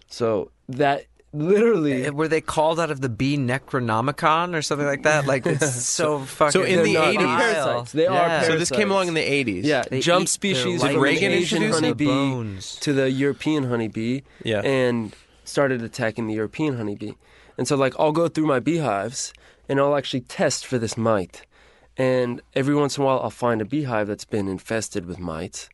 [SPEAKER 6] So that literally
[SPEAKER 5] Uh, Were they called out of the bee Necronomicon or something like that? Like it's *laughs* so fucking.
[SPEAKER 4] so in the
[SPEAKER 5] vile.
[SPEAKER 4] 80s.
[SPEAKER 6] Parasites. They are
[SPEAKER 5] Yeah.
[SPEAKER 4] So this came along in the 80s.
[SPEAKER 6] Yeah,
[SPEAKER 5] They
[SPEAKER 6] jump
[SPEAKER 5] eat
[SPEAKER 6] species
[SPEAKER 5] their
[SPEAKER 6] from the
[SPEAKER 4] life Reagan
[SPEAKER 6] Asian
[SPEAKER 4] introduced it?
[SPEAKER 6] honeybee
[SPEAKER 5] Bones.
[SPEAKER 6] to the European honeybee,
[SPEAKER 4] Yeah.
[SPEAKER 6] and started attacking the European honeybee. And so, like, I'll go through my beehives and I'll actually test for this mite. And every once in a while, I'll find a beehive that's been infested with mites.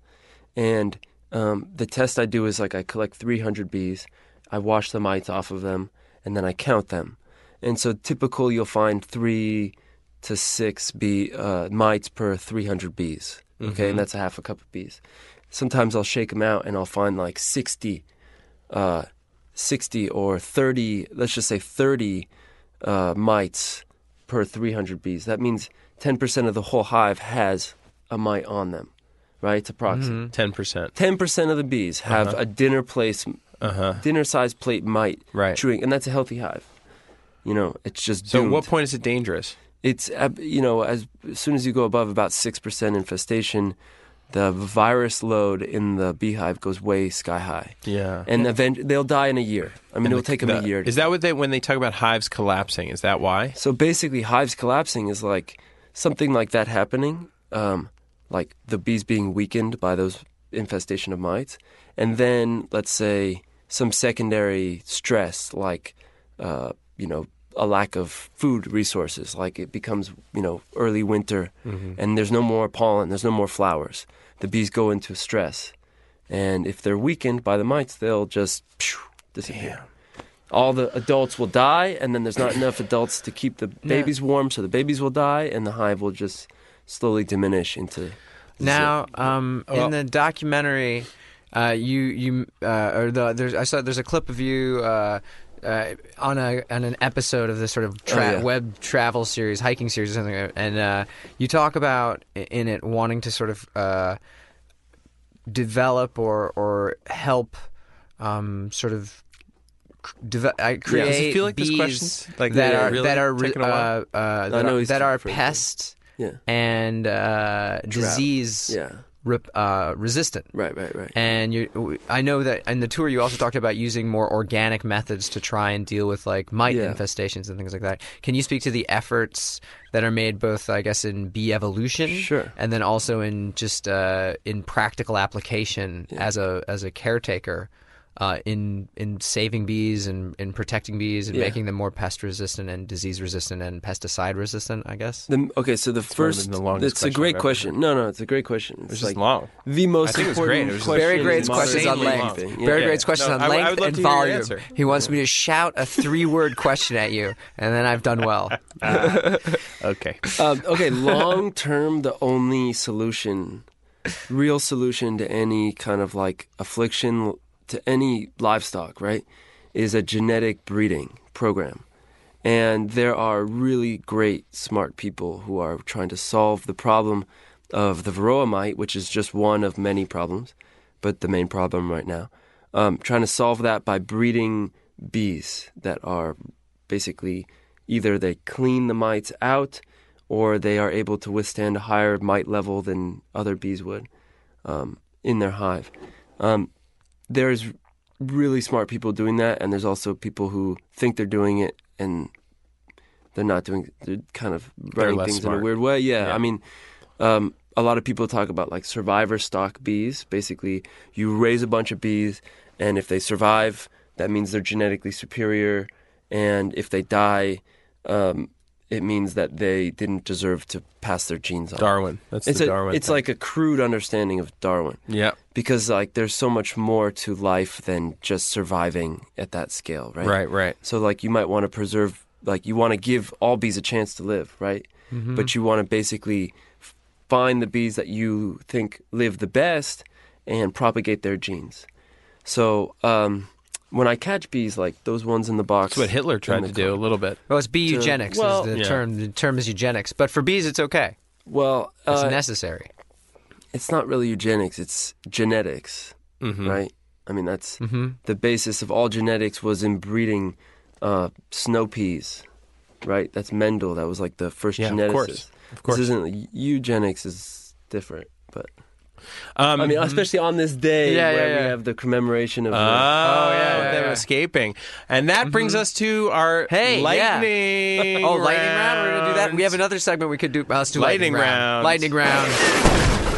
[SPEAKER 6] And um, the test I do is like I collect 300 bees, I wash the mites off of them, and then I count them. And so, typical, you'll find three to six bee uh, mites per 300 bees. Okay, and that's a half a cup of bees. Sometimes I'll shake them out and I'll find like 60, uh, 60 or 30, let's just say 30 uh, mites per 300 bees. That means 10% of the whole hive has a mite on them, right? It's a proxy.
[SPEAKER 4] 10%.
[SPEAKER 6] 10% of the bees have
[SPEAKER 4] Uh-huh.
[SPEAKER 6] a dinner place, dinner sized plate mite
[SPEAKER 4] Right.
[SPEAKER 6] chewing, and that's a healthy hive. You know, it's just
[SPEAKER 4] So at
[SPEAKER 6] doomed
[SPEAKER 4] what point is it dangerous?
[SPEAKER 6] it's ab- you know as, as soon as you go above about 6% infestation the virus load in the beehive goes way sky high
[SPEAKER 4] Yeah.
[SPEAKER 6] and event- they'll die in a year i mean it'll take them a
[SPEAKER 4] The-
[SPEAKER 6] year to
[SPEAKER 4] Is that what they when they talk about hives collapsing? Is that why?
[SPEAKER 6] so basically, hives collapsing is like something like that happening, um, like the bees being weakened by those infestation of mites, and then let's say some secondary stress, like uh, you know a lack of food resources, like it becomes you know early winter, and there's no more pollen, there's no more flowers. The bees go into stress, and if they're weakened by the mites, they'll just phew, disappear all the adults will die, and then there's not enough adults to keep the babies warm, so the babies will die, and the hive will just slowly diminish into.
[SPEAKER 5] Now, um,
[SPEAKER 4] Well-
[SPEAKER 5] in the documentary, uh, you you uh, or the there's I saw there's a clip of you. Uh, uh, on a on an episode of this sort of tra-
[SPEAKER 6] Oh, yeah.
[SPEAKER 5] web travel series, hiking series, or something, and uh, you talk about i- in it wanting to sort of uh, develop or or help um, sort of cr- deve- I create
[SPEAKER 4] Does it feel like this
[SPEAKER 5] bees
[SPEAKER 4] question's, like,
[SPEAKER 5] that are
[SPEAKER 4] really
[SPEAKER 5] that are re-
[SPEAKER 4] taking a while?
[SPEAKER 5] uh, uh, that
[SPEAKER 6] know
[SPEAKER 5] are,
[SPEAKER 6] he's
[SPEAKER 5] that are
[SPEAKER 6] afraid of it.
[SPEAKER 5] pests
[SPEAKER 6] Yeah.
[SPEAKER 5] and uh, disease
[SPEAKER 6] Yeah.
[SPEAKER 5] rep, uh, resistant.
[SPEAKER 6] Right. Right. Right.
[SPEAKER 5] And you, I know that in the tour you also talked about using more organic methods to try and deal with like mite
[SPEAKER 6] Yeah.
[SPEAKER 5] infestations and things like that. Can you speak to the efforts that are made both, I guess, in bee evolution,
[SPEAKER 6] Sure.
[SPEAKER 5] and then also in just uh, in practical application as a as a caretaker uh, in in saving bees and in protecting bees and
[SPEAKER 6] Yeah.
[SPEAKER 5] making them more pest resistant and disease resistant and pesticide resistant? I guess.
[SPEAKER 6] The, okay. So the
[SPEAKER 4] one of
[SPEAKER 6] first.
[SPEAKER 4] the longest
[SPEAKER 6] it's
[SPEAKER 4] questions
[SPEAKER 6] a
[SPEAKER 4] I've
[SPEAKER 6] great
[SPEAKER 4] ever
[SPEAKER 6] question. No, no, it's a great question. It's
[SPEAKER 4] It's
[SPEAKER 6] like
[SPEAKER 4] just long.
[SPEAKER 6] the most
[SPEAKER 4] I think it was great.
[SPEAKER 6] important
[SPEAKER 4] It was just
[SPEAKER 6] question.
[SPEAKER 5] Barry
[SPEAKER 4] It's
[SPEAKER 5] Gray's
[SPEAKER 6] in
[SPEAKER 5] questions on
[SPEAKER 4] insanely
[SPEAKER 5] length.
[SPEAKER 6] modern-
[SPEAKER 4] long.
[SPEAKER 5] Barry
[SPEAKER 4] Yeah.
[SPEAKER 5] Gray's questions
[SPEAKER 4] No,
[SPEAKER 5] on
[SPEAKER 4] I would- I
[SPEAKER 5] length
[SPEAKER 4] would love
[SPEAKER 5] and
[SPEAKER 4] to hear your
[SPEAKER 5] volume.
[SPEAKER 4] answer.
[SPEAKER 5] He wants me to shout a three-word question at you, and then I've done well.
[SPEAKER 4] Okay.
[SPEAKER 6] *laughs* um, okay, long term, the only solution, real solution to any kind of like affliction to any livestock, right, is a genetic breeding program. And there are really great, smart people who are trying to solve the problem of the varroa mite, which is just one of many problems, but the main problem right now. Um, trying to solve that by breeding bees that are basically either they clean the mites out or they are able to withstand a higher mite level than other bees would um, in their hive. Um, there's really smart people doing that, and there's also people who think they're doing it and they're not doing. They're kind of running
[SPEAKER 4] less
[SPEAKER 6] things in
[SPEAKER 4] smart.
[SPEAKER 6] a weird way. Yeah, I mean, um, a lot of people talk about like survivor stock bees. Basically, you raise a bunch of bees, and if they survive, that means they're genetically superior. And if they die, um, it means that they didn't deserve to pass their genes on.
[SPEAKER 4] Darwin. That's
[SPEAKER 6] It's
[SPEAKER 4] the
[SPEAKER 6] a,
[SPEAKER 4] Darwin.
[SPEAKER 6] it's like a crude understanding of Darwin
[SPEAKER 4] yeah.
[SPEAKER 6] because like there's so much more to life than just surviving at that scale, right?
[SPEAKER 4] Right. Right.
[SPEAKER 6] So like you might want to preserve, like you want to give all bees a chance to live, right?
[SPEAKER 4] Mm-hmm.
[SPEAKER 6] But you want to basically f- find the bees that you think live the best and propagate their genes. So um, when I catch bees, like those ones in the box,
[SPEAKER 4] That's what Hitler tried
[SPEAKER 6] the
[SPEAKER 4] to do a
[SPEAKER 6] car.
[SPEAKER 4] little bit.
[SPEAKER 5] Well, *laughs* it's bee eugenics.
[SPEAKER 6] well-
[SPEAKER 5] is the
[SPEAKER 4] Yeah.
[SPEAKER 5] term the term is eugenics, but for bees, it's okay.
[SPEAKER 6] well,
[SPEAKER 5] It's
[SPEAKER 6] uh,
[SPEAKER 5] necessary.
[SPEAKER 6] it's not really eugenics; it's genetics,
[SPEAKER 4] Mm-hmm.
[SPEAKER 6] right? I mean, that's the basis of all genetics was in breeding uh, snow peas, right? That's Mendel. That was like the first
[SPEAKER 4] Yeah, of
[SPEAKER 6] geneticist.
[SPEAKER 4] course. Of course.
[SPEAKER 6] This isn't eugenics is different, but
[SPEAKER 4] Um,
[SPEAKER 6] I mean, especially on this day
[SPEAKER 5] Yeah,
[SPEAKER 6] where
[SPEAKER 5] yeah,
[SPEAKER 6] we
[SPEAKER 5] yeah.
[SPEAKER 6] have the commemoration of.
[SPEAKER 4] Oh,
[SPEAKER 6] the,
[SPEAKER 5] yeah, yeah,
[SPEAKER 4] them
[SPEAKER 5] yeah.
[SPEAKER 4] escaping, and that brings us to our
[SPEAKER 5] Hey, yeah.
[SPEAKER 4] lightning.
[SPEAKER 5] *laughs* Oh, lightning round. We're gonna do that. We have another segment we could do. Well, let's do lightning,
[SPEAKER 4] Lightning
[SPEAKER 5] round.
[SPEAKER 4] round.
[SPEAKER 5] Lightning round.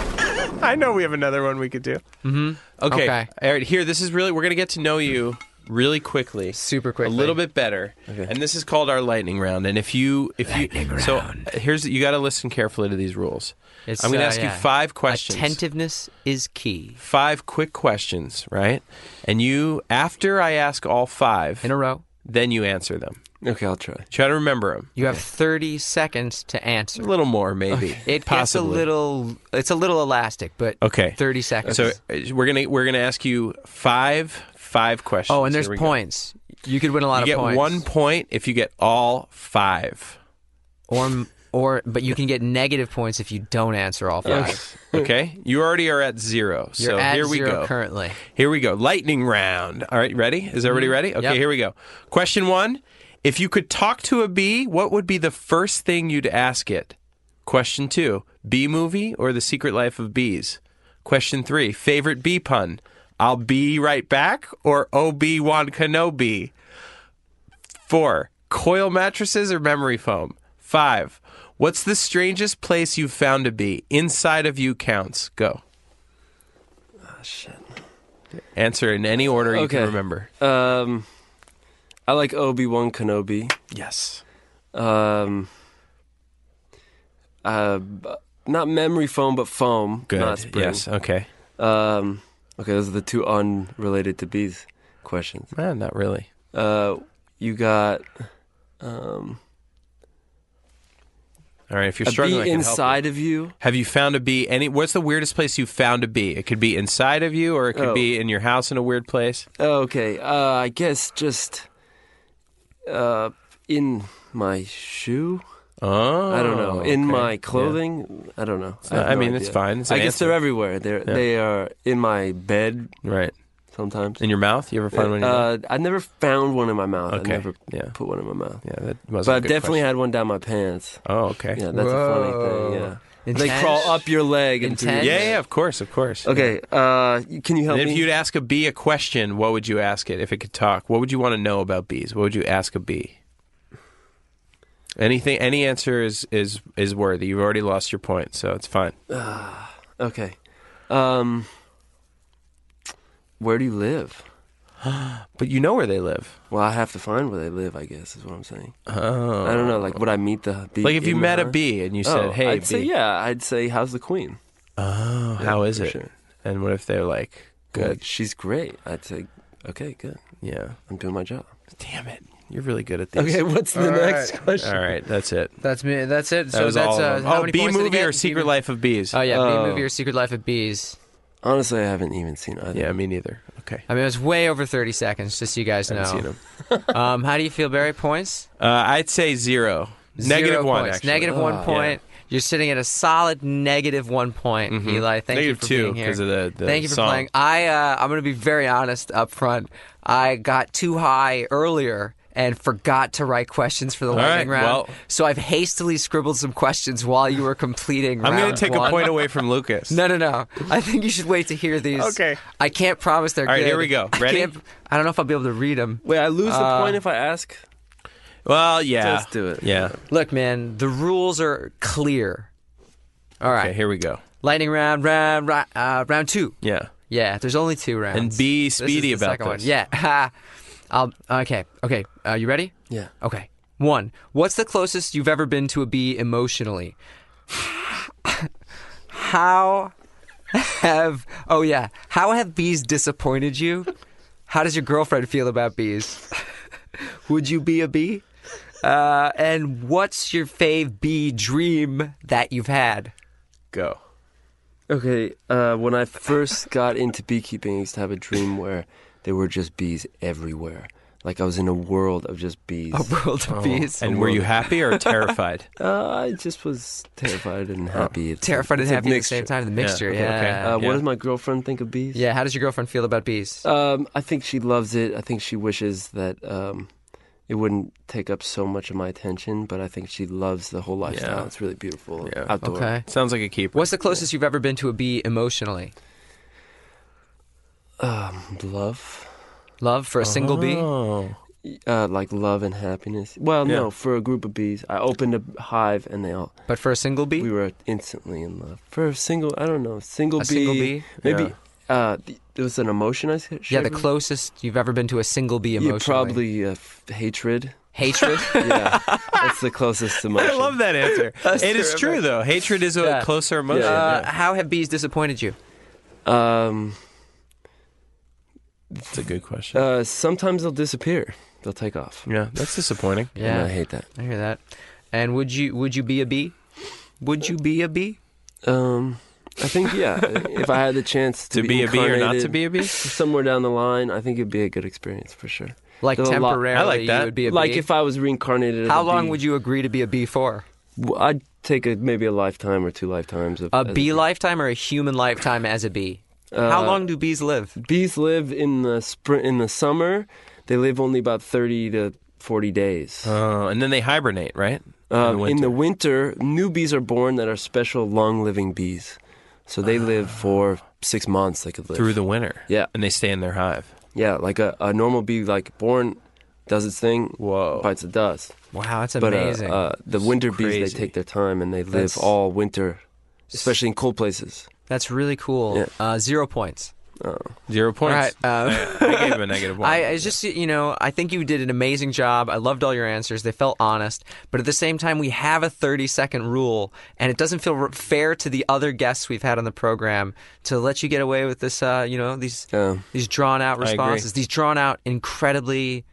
[SPEAKER 4] I know we have another one we could do. Mm-hmm. Okay.
[SPEAKER 5] Okay.
[SPEAKER 4] All right. Here, this is really. We're gonna get to know you really quickly,
[SPEAKER 5] Super
[SPEAKER 4] a
[SPEAKER 5] quickly.
[SPEAKER 4] little bit better. And this is called our lightning round. And if you, if you, so uh, here's you got to listen carefully to these rules.
[SPEAKER 5] *laughs* It's,
[SPEAKER 4] I'm gonna
[SPEAKER 5] uh,
[SPEAKER 4] ask
[SPEAKER 5] yeah.
[SPEAKER 4] you five questions.
[SPEAKER 5] Attentiveness is key.
[SPEAKER 4] Five quick questions, right? And you, after I ask all five,
[SPEAKER 5] In a row,
[SPEAKER 4] then you answer them.
[SPEAKER 6] okay, I'll try.
[SPEAKER 4] Try to remember them.
[SPEAKER 5] you have 30 seconds to answer.
[SPEAKER 4] A little more, maybe.
[SPEAKER 5] It gets a
[SPEAKER 4] Possibly.
[SPEAKER 5] little. It's a little elastic, but
[SPEAKER 4] Okay.
[SPEAKER 5] 30 seconds.
[SPEAKER 4] So uh, we're gonna we're gonna ask you five five questions.
[SPEAKER 5] oh, and there's
[SPEAKER 4] Here we go.
[SPEAKER 5] points. You could win a lot
[SPEAKER 4] You
[SPEAKER 5] of
[SPEAKER 4] get
[SPEAKER 5] points.
[SPEAKER 4] one point if you get all
[SPEAKER 5] *laughs*
[SPEAKER 4] five.
[SPEAKER 5] or or but you can get negative points if you don't answer all five.
[SPEAKER 4] Okay, you already are at 0
[SPEAKER 5] Hmm. You're
[SPEAKER 4] so
[SPEAKER 5] at
[SPEAKER 4] here we
[SPEAKER 5] zero
[SPEAKER 4] go.
[SPEAKER 5] currently.
[SPEAKER 4] Here we go. Lightning round. All right, ready? Is everybody ready? Okay,
[SPEAKER 5] Mm-hmm. Yep.
[SPEAKER 4] here we go. Question one: If you could talk to a bee, what would be the first thing you'd ask it? Question two: Bee movie or The Secret Life of Bees? Question three: Favorite bee pun? I'll be right back or Obi Wan Kenobi. Four, coil mattresses or memory foam. Five, what's the strangest place you've found to be? Inside of you counts. Go. shit. Answer in any order you
[SPEAKER 6] Ah, Okay.
[SPEAKER 4] can remember.
[SPEAKER 6] Um, I like Obi Wan Kenobi.
[SPEAKER 4] Yes.
[SPEAKER 6] Um, uh, b- not memory foam, but foam.
[SPEAKER 4] Good.
[SPEAKER 6] Not spring.
[SPEAKER 4] yes. Okay.
[SPEAKER 6] Um, okay, those are the two unrelated to bees questions.
[SPEAKER 4] Eh, not really.
[SPEAKER 6] Uh, you got um,
[SPEAKER 4] All right. If you're
[SPEAKER 6] a
[SPEAKER 4] struggling, I
[SPEAKER 6] bee
[SPEAKER 4] can help you.
[SPEAKER 6] inside of you.
[SPEAKER 4] Have you found a bee? Any? What's the weirdest place you found a bee? It could be inside of you, or it could
[SPEAKER 6] Oh.
[SPEAKER 4] be in your house in a weird place.
[SPEAKER 6] Okay, uh, I guess just uh, in my shoe.
[SPEAKER 4] Oh,
[SPEAKER 6] I don't know. In
[SPEAKER 4] okay.
[SPEAKER 6] my clothing. I don't know. I, have
[SPEAKER 4] I
[SPEAKER 6] no
[SPEAKER 4] mean, it's
[SPEAKER 6] idea.
[SPEAKER 4] fine. It's
[SPEAKER 6] I
[SPEAKER 4] an
[SPEAKER 6] guess
[SPEAKER 4] answer.
[SPEAKER 6] they're everywhere. They're they are in my bed
[SPEAKER 4] right
[SPEAKER 6] sometimes.
[SPEAKER 4] in your mouth. You ever find one? In your mouth?
[SPEAKER 6] Uh, I never found one in my mouth.
[SPEAKER 4] Okay,
[SPEAKER 6] I never
[SPEAKER 4] yeah.
[SPEAKER 6] put one in my mouth.
[SPEAKER 4] Yeah, that was.
[SPEAKER 6] But I definitely had one down my pants.
[SPEAKER 4] Oh, okay.
[SPEAKER 6] Yeah, that's a funny thing. Yeah. They
[SPEAKER 5] Intense?
[SPEAKER 6] crawl up your leg and
[SPEAKER 5] Intense?
[SPEAKER 4] Yeah, yeah, of course, of course.
[SPEAKER 6] Okay, uh, you- can you help
[SPEAKER 4] And if
[SPEAKER 6] me?
[SPEAKER 4] you'd ask a bee a question, what would you ask it if it could talk? What would you want to know about bees? What would you ask a bee? Anything, any answer is is is worthy. You've already lost your point, so it's fine.
[SPEAKER 6] okay. Um, where do you live?
[SPEAKER 4] But you know where they live.
[SPEAKER 6] Well, I have to find where they live, I guess, is what I'm saying.
[SPEAKER 4] Oh,
[SPEAKER 6] I don't know, like, would I meet the bee?
[SPEAKER 4] like if you
[SPEAKER 6] in
[SPEAKER 4] met
[SPEAKER 6] my
[SPEAKER 4] a
[SPEAKER 6] house?
[SPEAKER 4] bee and you
[SPEAKER 6] Oh,
[SPEAKER 4] said, "Hey,
[SPEAKER 6] I'd
[SPEAKER 4] bee,
[SPEAKER 6] say, yeah, I'd say, how's the queen?
[SPEAKER 4] oh, how is it?"
[SPEAKER 6] sure.
[SPEAKER 4] And what if they're like, "Good,
[SPEAKER 6] Like, She's great. I'd say, okay, good.
[SPEAKER 4] yeah,
[SPEAKER 6] I'm doing my job.
[SPEAKER 4] damn it, you're really good at these."
[SPEAKER 6] what's the next question?
[SPEAKER 4] all right, that's it.
[SPEAKER 5] That's me. That's it.
[SPEAKER 4] That
[SPEAKER 5] so
[SPEAKER 4] was
[SPEAKER 5] that's
[SPEAKER 4] all.
[SPEAKER 5] uh,
[SPEAKER 4] of them.
[SPEAKER 5] how
[SPEAKER 4] oh,
[SPEAKER 5] many
[SPEAKER 4] bee
[SPEAKER 5] points did it
[SPEAKER 4] movie
[SPEAKER 5] get?
[SPEAKER 4] or Secret
[SPEAKER 5] Bee-
[SPEAKER 4] Life of Bees?
[SPEAKER 5] Oh yeah,
[SPEAKER 6] Oh.
[SPEAKER 5] bee movie or secret life of bees.
[SPEAKER 6] Honestly, I haven't even seen either.
[SPEAKER 4] yeah, me neither. Okay.
[SPEAKER 5] I mean, it was way over 30 seconds. Just so you guys know.
[SPEAKER 4] Haven't seen 'em.
[SPEAKER 5] Um, how do you feel, Barry? Points?
[SPEAKER 4] Uh, I'd say zero. Negative
[SPEAKER 5] Zero
[SPEAKER 4] one.
[SPEAKER 5] Points.
[SPEAKER 4] Actually.
[SPEAKER 5] Negative one
[SPEAKER 6] Ah.
[SPEAKER 5] point. You're sitting at a solid negative one point, Eli. Thank
[SPEAKER 4] Mm-hmm. Negative
[SPEAKER 5] you for
[SPEAKER 4] two,
[SPEAKER 5] being here.
[SPEAKER 4] 'cause of the- the
[SPEAKER 5] Thank you for
[SPEAKER 4] song.
[SPEAKER 5] playing. I uh, I'm going to be very honest up front. I got too high earlier and forgot to write questions for the lightning
[SPEAKER 4] right,
[SPEAKER 5] round.
[SPEAKER 4] well-
[SPEAKER 5] so I've hastily scribbled some questions while you were completing.
[SPEAKER 4] I'm
[SPEAKER 5] going
[SPEAKER 4] going
[SPEAKER 5] to
[SPEAKER 4] to take a point away from Lucas.
[SPEAKER 5] *laughs* No, no, no. I think you should wait to hear these.
[SPEAKER 4] Okay.
[SPEAKER 5] I can't promise they're
[SPEAKER 4] All right,
[SPEAKER 5] good.
[SPEAKER 4] here we go.
[SPEAKER 5] I
[SPEAKER 4] Ready?
[SPEAKER 5] can't- I don't know if I'll be able to read them.
[SPEAKER 6] Wait, I lose
[SPEAKER 5] Uh,
[SPEAKER 6] the point if I ask?
[SPEAKER 4] Well, yeah.
[SPEAKER 6] Let's do it.
[SPEAKER 4] Yeah.
[SPEAKER 5] Look, man, the rules are clear. All right.
[SPEAKER 4] Okay, here we go.
[SPEAKER 5] Lightning round, round, round, uh, round two.
[SPEAKER 4] Yeah.
[SPEAKER 5] Yeah, there's only two rounds.
[SPEAKER 4] And be
[SPEAKER 5] This is
[SPEAKER 4] speedy
[SPEAKER 5] the
[SPEAKER 4] about
[SPEAKER 5] second one.
[SPEAKER 4] this.
[SPEAKER 5] Yeah. *laughs* Ha. I'll, okay. Okay. Uh, you ready?
[SPEAKER 6] Yeah.
[SPEAKER 5] Okay. One. What's the closest you've ever been to a bee emotionally? *sighs* How have oh yeah? How have bees disappointed you? How does your girlfriend feel about bees? *laughs* Would you be a bee? Uh, and what's your fave bee dream that you've had? *laughs*
[SPEAKER 4] Go.
[SPEAKER 6] Okay, uh, when I first got into beekeeping, I used to have a dream where there were just bees everywhere. Like I was in a world of just bees.
[SPEAKER 4] Oh,
[SPEAKER 5] A world of bees.
[SPEAKER 4] And were you happy or terrified?
[SPEAKER 6] Uh, I just was terrified and happy. It's-
[SPEAKER 5] terrified and
[SPEAKER 6] it's a
[SPEAKER 5] happy at the
[SPEAKER 6] mixture.
[SPEAKER 5] same time. The mixture, yeah.
[SPEAKER 4] okay,
[SPEAKER 5] Yeah.
[SPEAKER 4] okay.
[SPEAKER 6] Uh,
[SPEAKER 4] Oh, Yeah.
[SPEAKER 6] What does my girlfriend think of bees?
[SPEAKER 5] How does your girlfriend feel about bees?
[SPEAKER 6] Um, I think she loves it. I think she wishes that um, it wouldn't take up so much of my attention, but I think she loves the whole lifestyle.
[SPEAKER 4] Yeah.
[SPEAKER 6] It's really beautiful.
[SPEAKER 4] Yeah.
[SPEAKER 6] Outdoor.
[SPEAKER 5] Okay.
[SPEAKER 4] Sounds like a keeper.
[SPEAKER 5] What's the closest you've ever been to a bee emotionally?
[SPEAKER 6] Um, love.
[SPEAKER 5] Love for a single bee?
[SPEAKER 4] Oh.
[SPEAKER 6] Uh, like love and happiness. Well,
[SPEAKER 4] Yeah.
[SPEAKER 6] no, for a group of bees. I opened a hive and they all.
[SPEAKER 5] But for a single bee?
[SPEAKER 6] we were instantly in love for a single i don't know single
[SPEAKER 5] A
[SPEAKER 6] bee
[SPEAKER 5] single bee?
[SPEAKER 6] maybe uh th- there was an emotion i said
[SPEAKER 5] yeah, the closest you've ever been to a single bee
[SPEAKER 6] yeah
[SPEAKER 5] emotionally.
[SPEAKER 6] probably uh, f- hatred *laughs*
[SPEAKER 5] Hatred?
[SPEAKER 6] yeah that's the closest emotion
[SPEAKER 4] I love that answer. it is
[SPEAKER 5] terrific.
[SPEAKER 4] true though. Hatred is a
[SPEAKER 5] Yeah.
[SPEAKER 4] closer emotion.
[SPEAKER 5] uh,
[SPEAKER 4] Yeah.
[SPEAKER 5] How have bees disappointed you?
[SPEAKER 6] um
[SPEAKER 4] That's a good question.
[SPEAKER 6] uh sometimes they'll disappear they'll take off
[SPEAKER 4] yeah, that's disappointing.
[SPEAKER 6] and i hate that
[SPEAKER 5] I hear that. And would you would you be a bee? Would you be a bee?
[SPEAKER 6] um i think yeah if i had the chance to,
[SPEAKER 4] To be a bee or not to
[SPEAKER 6] incarnated
[SPEAKER 4] be a bee?
[SPEAKER 6] somewhere down the line i think it'd be a good experience for sure
[SPEAKER 5] Like
[SPEAKER 6] There's a lot-
[SPEAKER 5] temporarily,
[SPEAKER 4] that.
[SPEAKER 5] you would be a
[SPEAKER 6] like
[SPEAKER 5] bee.
[SPEAKER 6] if i was reincarnated as
[SPEAKER 5] how
[SPEAKER 6] a
[SPEAKER 5] long
[SPEAKER 6] bee,
[SPEAKER 5] would you agree to be a bee for?
[SPEAKER 6] w- i'd take a, maybe a lifetime or two lifetimes of
[SPEAKER 5] A
[SPEAKER 6] as
[SPEAKER 5] bee lifetime or a human lifetime as a bee? how
[SPEAKER 6] Uh,
[SPEAKER 5] long do bees live?
[SPEAKER 6] bees live in the spring in the summer they live only about 30 to 40 days
[SPEAKER 4] Oh, and then they hibernate, right?
[SPEAKER 6] Um, in the winter new bees are born that are special long living bees so they live for six months they could live
[SPEAKER 4] through the winter.
[SPEAKER 6] Yeah.
[SPEAKER 4] and they stay in their hive.
[SPEAKER 6] yeah like a, a normal bee like born does its thing
[SPEAKER 4] Whoa.
[SPEAKER 6] bites the dust
[SPEAKER 5] Wow, that's
[SPEAKER 6] but uh,
[SPEAKER 5] amazing.
[SPEAKER 6] uh, the winter bees
[SPEAKER 4] crazy.
[SPEAKER 6] they take their time and they live
[SPEAKER 5] That's-
[SPEAKER 6] all winter especially in cold places
[SPEAKER 5] That's really cool.
[SPEAKER 6] Yeah.
[SPEAKER 5] Uh, zero points.
[SPEAKER 4] Zero points.
[SPEAKER 5] All right, um,
[SPEAKER 4] I, I gave him a negative one.
[SPEAKER 5] *laughs* I, I just, you know, I think you did an amazing job. I loved all your answers. They felt honest. But at the same time, we have a 30 second rule, and it doesn't feel r- fair to the other guests we've had on the program to let you get away with this, uh, you know, these,
[SPEAKER 6] Yeah.
[SPEAKER 5] these drawn out
[SPEAKER 4] agree.
[SPEAKER 5] responses, these drawn out, incredibly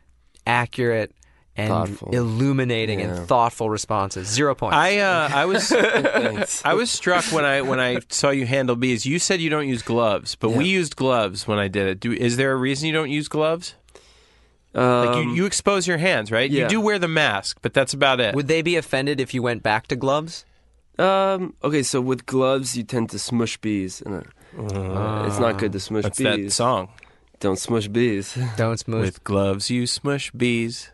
[SPEAKER 5] accurate and
[SPEAKER 6] Thoughtful.
[SPEAKER 5] illuminating and thoughtful responses. Zero points.
[SPEAKER 4] I uh, I was
[SPEAKER 6] thanks
[SPEAKER 4] I was struck when I when
[SPEAKER 6] *laughs*
[SPEAKER 4] I saw you handle bees. You said you don't use gloves, but we used gloves when I did it. Do is there a reason you don't use gloves? Like you, you expose your hands, right?
[SPEAKER 6] Um, yeah.
[SPEAKER 4] You do wear the mask, but that's about it.
[SPEAKER 5] Would they be offended if you went back to gloves?
[SPEAKER 6] Um. Okay. So with gloves, you tend to smush bees, and uh, it's not good to smush
[SPEAKER 4] that's that
[SPEAKER 6] bees.
[SPEAKER 4] song.
[SPEAKER 6] Don't smush bees. *laughs*
[SPEAKER 5] Don't smooth.
[SPEAKER 4] With gloves, you smush bees.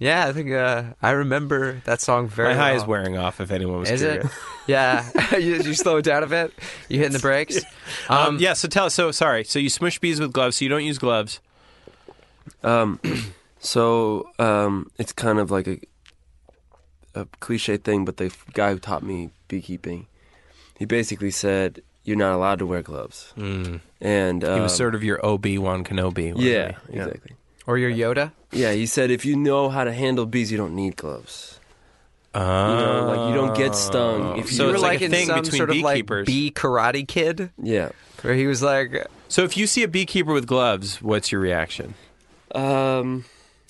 [SPEAKER 5] Yeah, I think uh, I remember that song very
[SPEAKER 4] My high
[SPEAKER 5] well.
[SPEAKER 4] is wearing off. If anyone was
[SPEAKER 5] Is it?
[SPEAKER 4] curious.
[SPEAKER 5] *laughs* Yeah. *laughs* you, you slowed down a bit. You hitting the brakes.
[SPEAKER 4] Um, *laughs* yeah. So tell us. So sorry. So you smush bees with gloves. So you don't use gloves.
[SPEAKER 6] Um, *clears throat* So um, it's kind of like a a cliche thing, but the f- guy who taught me beekeeping, he basically said you're not allowed to wear gloves, and um,
[SPEAKER 4] Mm. He was sort of your Obi Wan Kenobi. wasn't
[SPEAKER 6] yeah,
[SPEAKER 4] he?
[SPEAKER 6] exactly.
[SPEAKER 5] Or your Yoda.
[SPEAKER 6] Yeah, he said if you know how to handle bees, you don't need gloves.
[SPEAKER 4] Oh.
[SPEAKER 6] You know, like you don't get stung if you.
[SPEAKER 4] So
[SPEAKER 5] you
[SPEAKER 4] it's
[SPEAKER 5] were
[SPEAKER 4] like
[SPEAKER 5] like,
[SPEAKER 4] a
[SPEAKER 5] in
[SPEAKER 4] thing
[SPEAKER 5] some
[SPEAKER 4] between
[SPEAKER 5] sort of like
[SPEAKER 4] beekeepers.
[SPEAKER 5] bee karate kid,
[SPEAKER 6] yeah.
[SPEAKER 5] where he was like
[SPEAKER 4] So if you see a beekeeper with gloves, what's your reaction?
[SPEAKER 6] Um.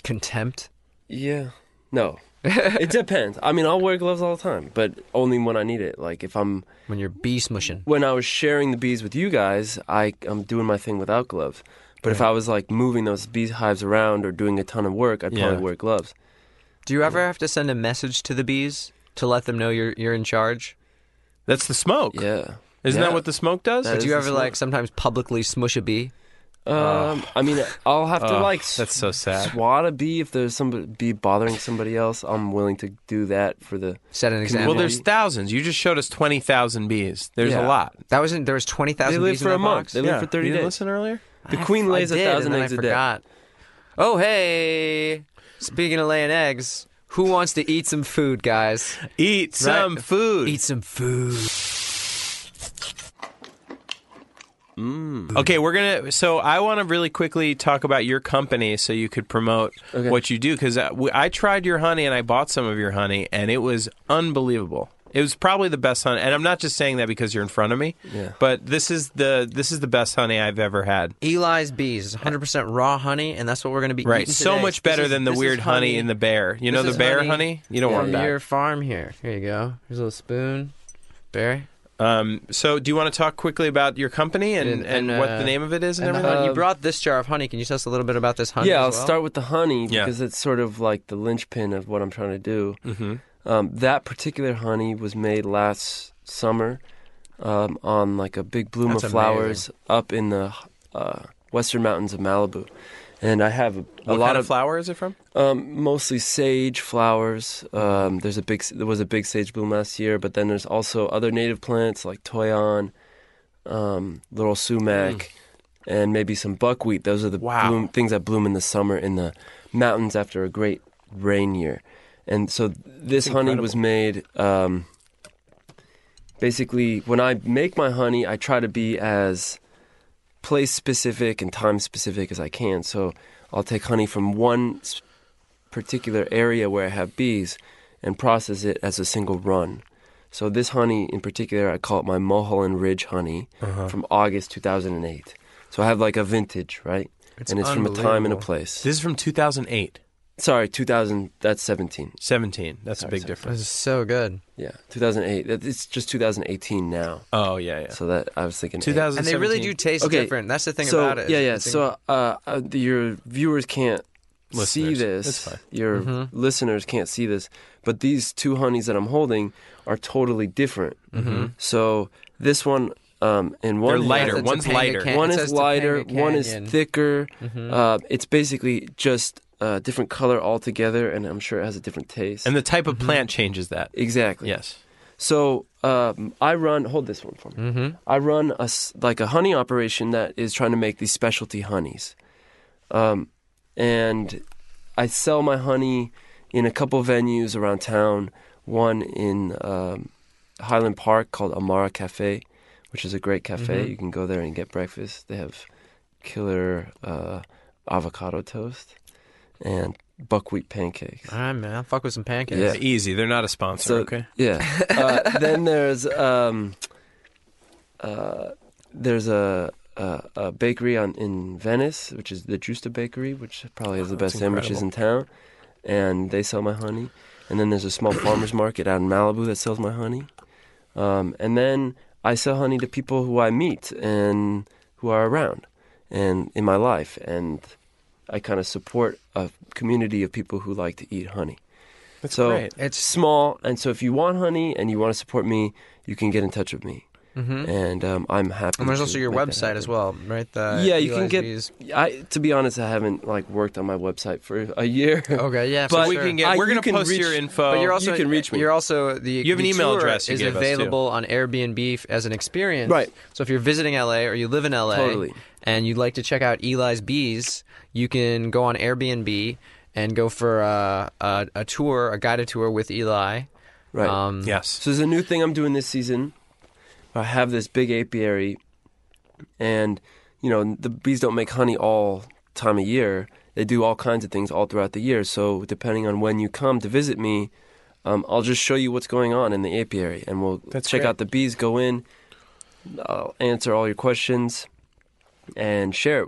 [SPEAKER 5] contempt.
[SPEAKER 6] Yeah. No. it depends. I mean, I'll wear gloves all the time, but only when I need it. Like if I'm
[SPEAKER 5] When you're bee smushing,
[SPEAKER 6] when I was sharing the bees with you guys, I I'm doing my thing without gloves. But if I was like moving those beehives around or doing a ton of work, I'd
[SPEAKER 4] Yeah.
[SPEAKER 6] probably wear gloves.
[SPEAKER 5] do you ever have to send a message to the bees to let them know you're you're in charge?
[SPEAKER 4] That's the smoke.
[SPEAKER 6] Yeah.
[SPEAKER 4] Isn't
[SPEAKER 6] Yeah.
[SPEAKER 4] that what the smoke does?
[SPEAKER 6] That
[SPEAKER 5] Or
[SPEAKER 6] is-
[SPEAKER 5] do you
[SPEAKER 6] the
[SPEAKER 5] ever
[SPEAKER 6] smoke.
[SPEAKER 5] like sometimes publicly smush a bee?
[SPEAKER 6] Um, I mean, I'll have to
[SPEAKER 4] Oh,
[SPEAKER 6] like
[SPEAKER 4] that's so sad.
[SPEAKER 6] swat a bee if there's somebody bee bothering somebody else. I'm willing to do that for the
[SPEAKER 5] Set an example.
[SPEAKER 4] well, there's thousands. You just showed us twenty thousand bees. There's
[SPEAKER 6] Yeah.
[SPEAKER 4] a lot.
[SPEAKER 5] that wasn't there was twenty
[SPEAKER 6] They
[SPEAKER 5] thousand
[SPEAKER 6] live
[SPEAKER 5] bees
[SPEAKER 6] for
[SPEAKER 5] in
[SPEAKER 6] a
[SPEAKER 5] that
[SPEAKER 6] month.
[SPEAKER 5] box.
[SPEAKER 6] They live for thirty
[SPEAKER 4] you
[SPEAKER 6] days.
[SPEAKER 4] didn't listen earlier.
[SPEAKER 6] The *laughs* queen lays
[SPEAKER 5] I
[SPEAKER 6] a
[SPEAKER 5] did,
[SPEAKER 6] thousand
[SPEAKER 5] and then
[SPEAKER 6] eggs
[SPEAKER 5] I
[SPEAKER 6] a day.
[SPEAKER 5] forgot. Oh hey, speaking of laying eggs, Who wants to eat some food, guys?
[SPEAKER 4] Eat some food.
[SPEAKER 5] Eat some food.
[SPEAKER 4] Okay, we're gonna. So I want to really quickly talk about your company, so you could promote
[SPEAKER 6] Okay.
[SPEAKER 4] what you do. Because I, we- I tried your honey, and I bought some of your honey, and it was unbelievable. It was probably the best honey, and I'm not just saying that because you're in front of me.
[SPEAKER 6] Yeah.
[SPEAKER 4] But this is the this is the best honey I've ever had.
[SPEAKER 5] Eli's Bees is 100% raw honey, and that's what we're going to be
[SPEAKER 4] Right,
[SPEAKER 5] eating
[SPEAKER 4] so
[SPEAKER 5] today.
[SPEAKER 4] much
[SPEAKER 5] This
[SPEAKER 4] better
[SPEAKER 5] is-
[SPEAKER 4] than the
[SPEAKER 5] this is
[SPEAKER 4] weird honey, in the bear. You know the
[SPEAKER 5] This is
[SPEAKER 4] bear
[SPEAKER 5] honey
[SPEAKER 4] honey? You don't
[SPEAKER 5] from
[SPEAKER 4] want that.
[SPEAKER 5] your farm here. Here you go. Here's a little spoon. Barry.
[SPEAKER 4] Um, so, do you want to talk quickly about your company and, and,
[SPEAKER 5] And- and,
[SPEAKER 4] what
[SPEAKER 5] uh,
[SPEAKER 4] the name of it is and,
[SPEAKER 5] And the
[SPEAKER 4] everything?
[SPEAKER 5] honey- you
[SPEAKER 6] Uh,
[SPEAKER 5] brought this jar of honey. Can you tell us a little bit about this honey?
[SPEAKER 6] yeah, I'll
[SPEAKER 5] as well?
[SPEAKER 6] start with the honey
[SPEAKER 4] Yeah.
[SPEAKER 6] because it's sort of like the linchpin of what I'm trying to do.
[SPEAKER 4] mm-hmm.
[SPEAKER 6] Um, that particular honey was made last summer um, on like a big bloom
[SPEAKER 4] That's
[SPEAKER 6] of flowers up in the uh, western mountains of Malibu, and I have a, a
[SPEAKER 4] What
[SPEAKER 6] lot
[SPEAKER 4] kind of flower is it from?
[SPEAKER 6] um, mostly sage flowers. Um, there's a big there was a big sage bloom last year, but then there's also other native plants like toyon, um, little sumac, and maybe some buckwheat. Those are the
[SPEAKER 4] Wow.
[SPEAKER 6] bloom, things that bloom in the summer in the mountains after a great rain year. And so this honey was made. Um, basically, when I make my honey, I try to be as place specific and time specific as I can. So I'll take honey from one s- particular area where I have bees and process it as a single run. So this honey in particular, I call it my Mulholland Ridge honey from August 2008. So I have like a vintage, right? and it's from a time and a
[SPEAKER 5] unbelievable.
[SPEAKER 6] place.
[SPEAKER 4] This is from 2008,
[SPEAKER 6] Sorry, 2000. That's 17.
[SPEAKER 4] 17. That's a big
[SPEAKER 5] This
[SPEAKER 4] difference.
[SPEAKER 5] is so good.
[SPEAKER 6] Yeah, 2008. That- It's just 2018 now.
[SPEAKER 4] Oh yeah, yeah.
[SPEAKER 6] So that I was thinking. eight.
[SPEAKER 4] 2017.
[SPEAKER 5] And they really do taste
[SPEAKER 6] Okay,
[SPEAKER 5] different. That's the thing
[SPEAKER 6] so,
[SPEAKER 5] about it.
[SPEAKER 6] Yeah,
[SPEAKER 5] is
[SPEAKER 6] yeah.
[SPEAKER 5] it's
[SPEAKER 6] So uh, uh, your viewers can't see
[SPEAKER 4] Listeners. That's
[SPEAKER 6] this.
[SPEAKER 4] fine.
[SPEAKER 6] Your
[SPEAKER 5] Mm-hmm.
[SPEAKER 6] listeners can't see this. But these two honeys that I'm holding are totally different. Mm-hmm. So this one um, in one
[SPEAKER 4] They're
[SPEAKER 6] hand-
[SPEAKER 4] lighter.
[SPEAKER 5] It's a
[SPEAKER 4] One's
[SPEAKER 5] Topanga
[SPEAKER 4] lighter.
[SPEAKER 5] can-
[SPEAKER 6] one
[SPEAKER 5] it
[SPEAKER 6] is
[SPEAKER 5] says
[SPEAKER 6] lighter,
[SPEAKER 5] Topanga
[SPEAKER 6] one is
[SPEAKER 5] Canyon.
[SPEAKER 6] thicker.
[SPEAKER 5] Mm-hmm.
[SPEAKER 6] Uh, it's basically just uh, different color altogether, and I'm sure it has a different taste.
[SPEAKER 4] And the type of plant changes that.
[SPEAKER 6] exactly.
[SPEAKER 4] Yes.
[SPEAKER 6] So um, I run. Hold this one for me. I run a s- like a honey operation that is trying to make these specialty honeys, um, and I sell my honey in a couple venues around town. One in um, Highland Park called Amara Cafe, which is a great cafe. You can go there and get breakfast. They have killer uh, avocado toast and buckwheat pancakes.
[SPEAKER 5] All right, man. I'll fuck with some pancakes.
[SPEAKER 6] Yeah. Mm-hmm.
[SPEAKER 4] Easy. They're not a sponsor. okay.
[SPEAKER 6] Yeah.
[SPEAKER 4] *laughs*
[SPEAKER 6] Uh, then there's um, uh, there's a, a a bakery on in Venice, which is the Giusta Bakery, which probably
[SPEAKER 4] Oh,
[SPEAKER 6] has the best sandwiches in town, and they sell my honey. And then there's
[SPEAKER 4] *coughs*
[SPEAKER 6] a small farmers market out in Malibu that sells my honey. Um, and then I sell honey to people who I meet and who are around and in my life. And I kind of support a community of people who like to eat honey. That's so
[SPEAKER 4] great.
[SPEAKER 6] it's small. And so if you want honey and you want to support me, you can get in touch with me. And um, I'm happy.
[SPEAKER 5] Mm-hmm. And there's
[SPEAKER 6] to
[SPEAKER 5] also your
[SPEAKER 6] make that
[SPEAKER 5] website as
[SPEAKER 6] happen.
[SPEAKER 5] well, uh, right? The
[SPEAKER 6] yeah, you
[SPEAKER 5] Eli's
[SPEAKER 6] can
[SPEAKER 5] Bees.
[SPEAKER 6] get. I to be honest, I haven't like worked on my website for a year. *laughs*
[SPEAKER 5] Okay, yeah.
[SPEAKER 4] But
[SPEAKER 5] for
[SPEAKER 4] we
[SPEAKER 5] sure.
[SPEAKER 4] can get.
[SPEAKER 6] I-
[SPEAKER 4] we're
[SPEAKER 6] you
[SPEAKER 4] gonna
[SPEAKER 6] can
[SPEAKER 4] post
[SPEAKER 6] reach-
[SPEAKER 4] your info.
[SPEAKER 5] But you're also
[SPEAKER 6] you can reach me.
[SPEAKER 5] You're also the you
[SPEAKER 4] have an email address you
[SPEAKER 5] is
[SPEAKER 4] gave us, too.
[SPEAKER 5] available on Airbnb f- as an experience.
[SPEAKER 6] Right.
[SPEAKER 5] So if you're visiting LA or you live in LA
[SPEAKER 6] Totally.
[SPEAKER 5] and you'd like to check out Eli's Bees, you can go on Airbnb and go for uh, a, a tour, a guided tour with Eli.
[SPEAKER 6] right.
[SPEAKER 5] Um,
[SPEAKER 4] yes.
[SPEAKER 6] So there's a new thing I'm doing this season. I have this big apiary, and you know the bees don't make honey all time of year. They do all kinds of things all throughout the year. So depending on when you come to visit me, um, I'll just show you what's going on in the apiary, and we'll check out the bees. Go in, I'll answer all your questions, and share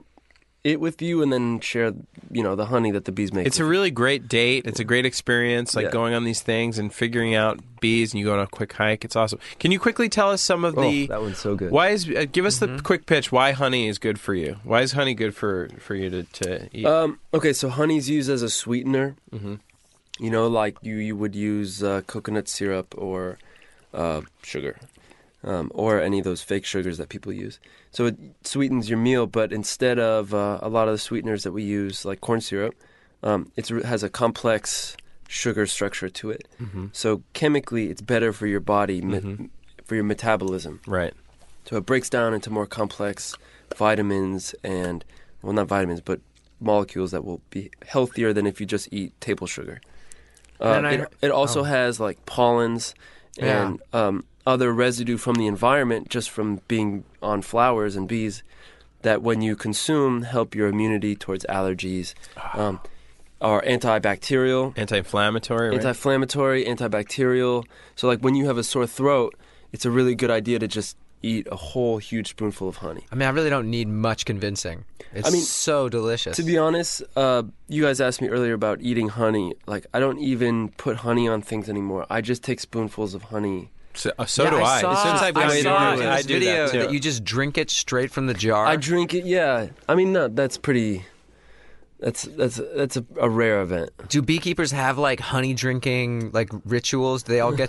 [SPEAKER 6] it with you, and then share you know the honey that the bees make.
[SPEAKER 4] It's a really great date. It's a great experience, like
[SPEAKER 6] Yeah.
[SPEAKER 4] going on these things and figuring out bees, and you go on a quick hike. It's awesome. Can you quickly tell us some of
[SPEAKER 6] Oh,
[SPEAKER 4] the?
[SPEAKER 6] that one's so good.
[SPEAKER 4] Why is? Uh, give us the quick pitch. Why honey is good for you? Why is honey good for for you to to eat?
[SPEAKER 6] Um, okay, so honey's used as a sweetener. You know, like you, you would use uh, coconut syrup or uh, sugar, um, or any of those fake sugars that people use. So it sweetens your meal, but instead of uh, a lot of the sweeteners that we use, like corn syrup, um, it's- it has a complex sugar structure to it. So chemically, it's better for your body, me- for your metabolism.
[SPEAKER 4] right.
[SPEAKER 6] So it breaks down into more complex vitamins and, well, not vitamins, but molecules that will be healthier than if you just eat table sugar. Uh,
[SPEAKER 5] And I- oh.
[SPEAKER 6] it, it also has like pollens and um, other residue from the environment, just from being on flowers and bees, that when you consume, help your immunity towards allergies.
[SPEAKER 5] Ah.
[SPEAKER 6] Um, are antibacterial,
[SPEAKER 4] Anti-inflammatory. Right?
[SPEAKER 6] anti-inflammatory, antibacterial. So like when you have a sore throat, it's a really good idea to just eat a whole huge spoonful of honey.
[SPEAKER 5] I mean, I really don't need much convincing. It's
[SPEAKER 6] I mean,
[SPEAKER 5] so delicious.
[SPEAKER 6] To be honest, uh, you guys asked me earlier about eating honey. Like I don't even put honey on things anymore. I just take spoonfuls of honey.
[SPEAKER 4] so uh, so
[SPEAKER 5] Yeah,
[SPEAKER 4] do I.
[SPEAKER 5] I saw,
[SPEAKER 4] Since I've been
[SPEAKER 5] I
[SPEAKER 4] doing
[SPEAKER 5] saw
[SPEAKER 4] it,
[SPEAKER 5] in
[SPEAKER 4] I
[SPEAKER 5] this
[SPEAKER 4] do
[SPEAKER 5] video
[SPEAKER 4] that, too.
[SPEAKER 5] you just drink it straight from the jar.
[SPEAKER 6] I drink it. Yeah. I mean, no, that's pretty. That's that's that's a, a rare event. Uh,
[SPEAKER 5] Do beekeepers have like honey drinking like rituals? Do they all get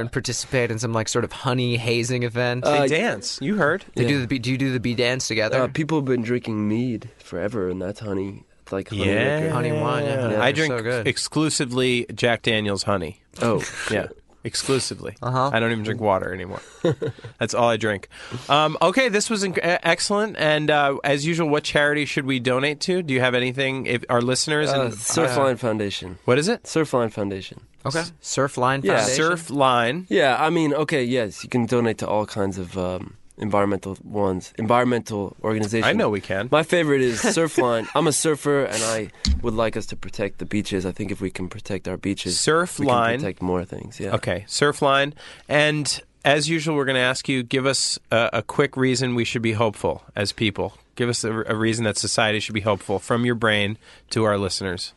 [SPEAKER 4] *laughs*
[SPEAKER 5] and participate in some like sort of honey hazing event?
[SPEAKER 4] they
[SPEAKER 6] Uh,
[SPEAKER 4] dance. You heard.
[SPEAKER 5] they do the bee, do you do the bee dance together?
[SPEAKER 6] Uh, people have been drinking mead forever, and that's honey. It's like honey liquor.
[SPEAKER 5] Honey wine, yeah. Yeah,
[SPEAKER 4] I
[SPEAKER 5] they're
[SPEAKER 4] drink
[SPEAKER 5] so good.
[SPEAKER 4] exclusively Jack Daniel's honey.
[SPEAKER 6] Oh,
[SPEAKER 4] Yeah. Exclusively. Uh-huh. I don't even drink water anymore. *laughs* That's all I drink. Um, okay, this was inc- e- excellent. And uh, as usual, what charity should we donate to? Do you have anything? If our listeners,
[SPEAKER 6] uh,
[SPEAKER 4] and,
[SPEAKER 6] Surfline Foundation.
[SPEAKER 4] what is it?
[SPEAKER 6] Surfline Foundation.
[SPEAKER 5] okay. Surf line
[SPEAKER 6] Yeah.
[SPEAKER 5] foundation.
[SPEAKER 4] Surf Line.
[SPEAKER 6] Yeah, I mean, okay, yes, you can donate to all kinds of um, environmental ones, environmental organizations.
[SPEAKER 4] I know we can.
[SPEAKER 6] My favorite
[SPEAKER 4] *laughs*
[SPEAKER 6] is Surfline. I'm a surfer, and I would like us to protect the beaches. I think if we can protect our beaches,
[SPEAKER 4] Surf
[SPEAKER 6] we
[SPEAKER 4] Line.
[SPEAKER 6] can protect more things. Yeah.
[SPEAKER 4] Okay, Surfline. And as usual, we're going to ask you give us a, a quick reason we should be hopeful as people. Give us a, a reason that society should be hopeful from your brain to our listeners.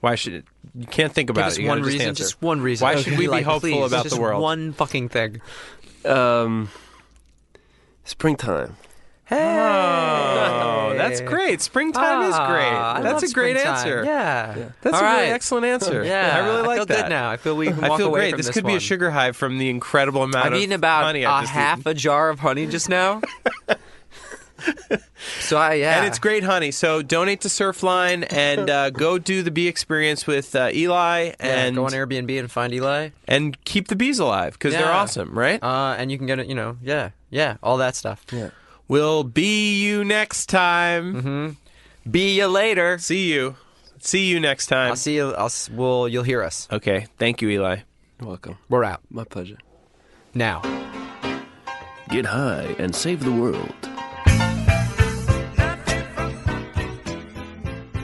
[SPEAKER 4] Why should it? You can't think
[SPEAKER 5] Give
[SPEAKER 4] about
[SPEAKER 5] us
[SPEAKER 4] it. You gotta
[SPEAKER 5] one
[SPEAKER 4] just
[SPEAKER 5] reason,
[SPEAKER 4] answer.
[SPEAKER 5] just one reason.
[SPEAKER 4] Why should
[SPEAKER 5] Okay.
[SPEAKER 4] we be
[SPEAKER 5] Like,
[SPEAKER 4] hopeful
[SPEAKER 5] please,
[SPEAKER 4] about
[SPEAKER 5] just
[SPEAKER 4] the world?
[SPEAKER 5] One fucking thing.
[SPEAKER 6] Um, springtime.
[SPEAKER 4] Oh, that's great. Springtime is great.
[SPEAKER 5] Ah, I
[SPEAKER 4] that's
[SPEAKER 5] love
[SPEAKER 4] a great
[SPEAKER 5] springtime.
[SPEAKER 4] answer.
[SPEAKER 5] Yeah.
[SPEAKER 4] That's
[SPEAKER 5] All
[SPEAKER 4] a really
[SPEAKER 5] right.
[SPEAKER 4] excellent answer.
[SPEAKER 5] Yeah.
[SPEAKER 4] I really like
[SPEAKER 5] feel
[SPEAKER 4] that.
[SPEAKER 5] good now. I feel we can
[SPEAKER 4] I
[SPEAKER 5] walk
[SPEAKER 4] feel
[SPEAKER 5] away
[SPEAKER 4] great.
[SPEAKER 5] from
[SPEAKER 4] This
[SPEAKER 5] this,
[SPEAKER 4] could be a
[SPEAKER 5] one.
[SPEAKER 4] sugar high from the incredible amount
[SPEAKER 5] I've
[SPEAKER 4] of
[SPEAKER 5] eaten about
[SPEAKER 4] honey I've
[SPEAKER 5] a
[SPEAKER 4] just
[SPEAKER 5] half
[SPEAKER 4] eaten.
[SPEAKER 5] a jar of honey
[SPEAKER 4] *laughs*
[SPEAKER 5] just now. so I yeah.
[SPEAKER 4] And it's great honey. So donate to Surfline and uh, go do the bee experience with uh, Eli
[SPEAKER 5] Yeah,
[SPEAKER 4] and
[SPEAKER 5] go on Airbnb and find Eli.
[SPEAKER 4] and keep the bees alive because they're
[SPEAKER 5] Yeah.
[SPEAKER 4] awesome, right?
[SPEAKER 5] Uh, and you can get it, you know, yeah, yeah, all that stuff.
[SPEAKER 4] we'll be you next time.
[SPEAKER 5] Mm-hmm. Be you later.
[SPEAKER 4] See you. See you next time.
[SPEAKER 5] I'll see you. I'll, s- well, you'll hear us.
[SPEAKER 4] okay. Thank you, Eli.
[SPEAKER 6] You're welcome.
[SPEAKER 5] We're out
[SPEAKER 6] My pleasure.
[SPEAKER 5] now.
[SPEAKER 9] Get high and save the world.
[SPEAKER 7] Nothing from nothing.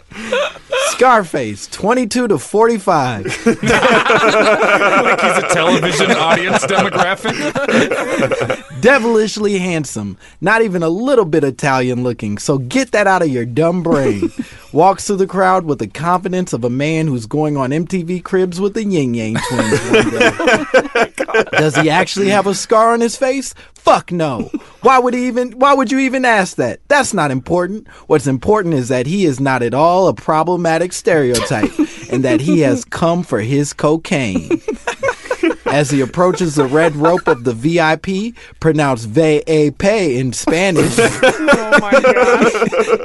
[SPEAKER 10] Scarface, 22 to 45.
[SPEAKER 11] He's a
[SPEAKER 1] *laughs*
[SPEAKER 11] television audience demographic.
[SPEAKER 10] Devilishly handsome. Not even a little bit Italian looking, so get that out of your dumb brain. Walks through the crowd with the confidence of a man who's going on MTV Cribs with the Yin Yang twins one day. Does he actually have a scar on his face? Fuck no. Why would he even why would you even ask that? That's not important. What's important is that he is not at all a problematic stereotype and that he has come for his cocaine. As he approaches the red rope of the VIP, pronounced VAP in Spanish,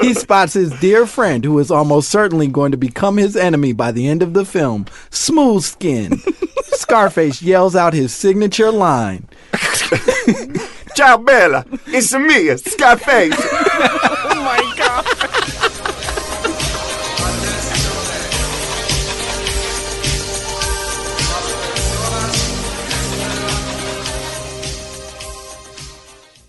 [SPEAKER 10] he spots his dear friend who is almost certainly going to become his enemy by the end of the film, Smooth Skin. Scarface yells out his signature line.
[SPEAKER 1] Ciao, Bella. It's me, Scarface.
[SPEAKER 10] Oh my god.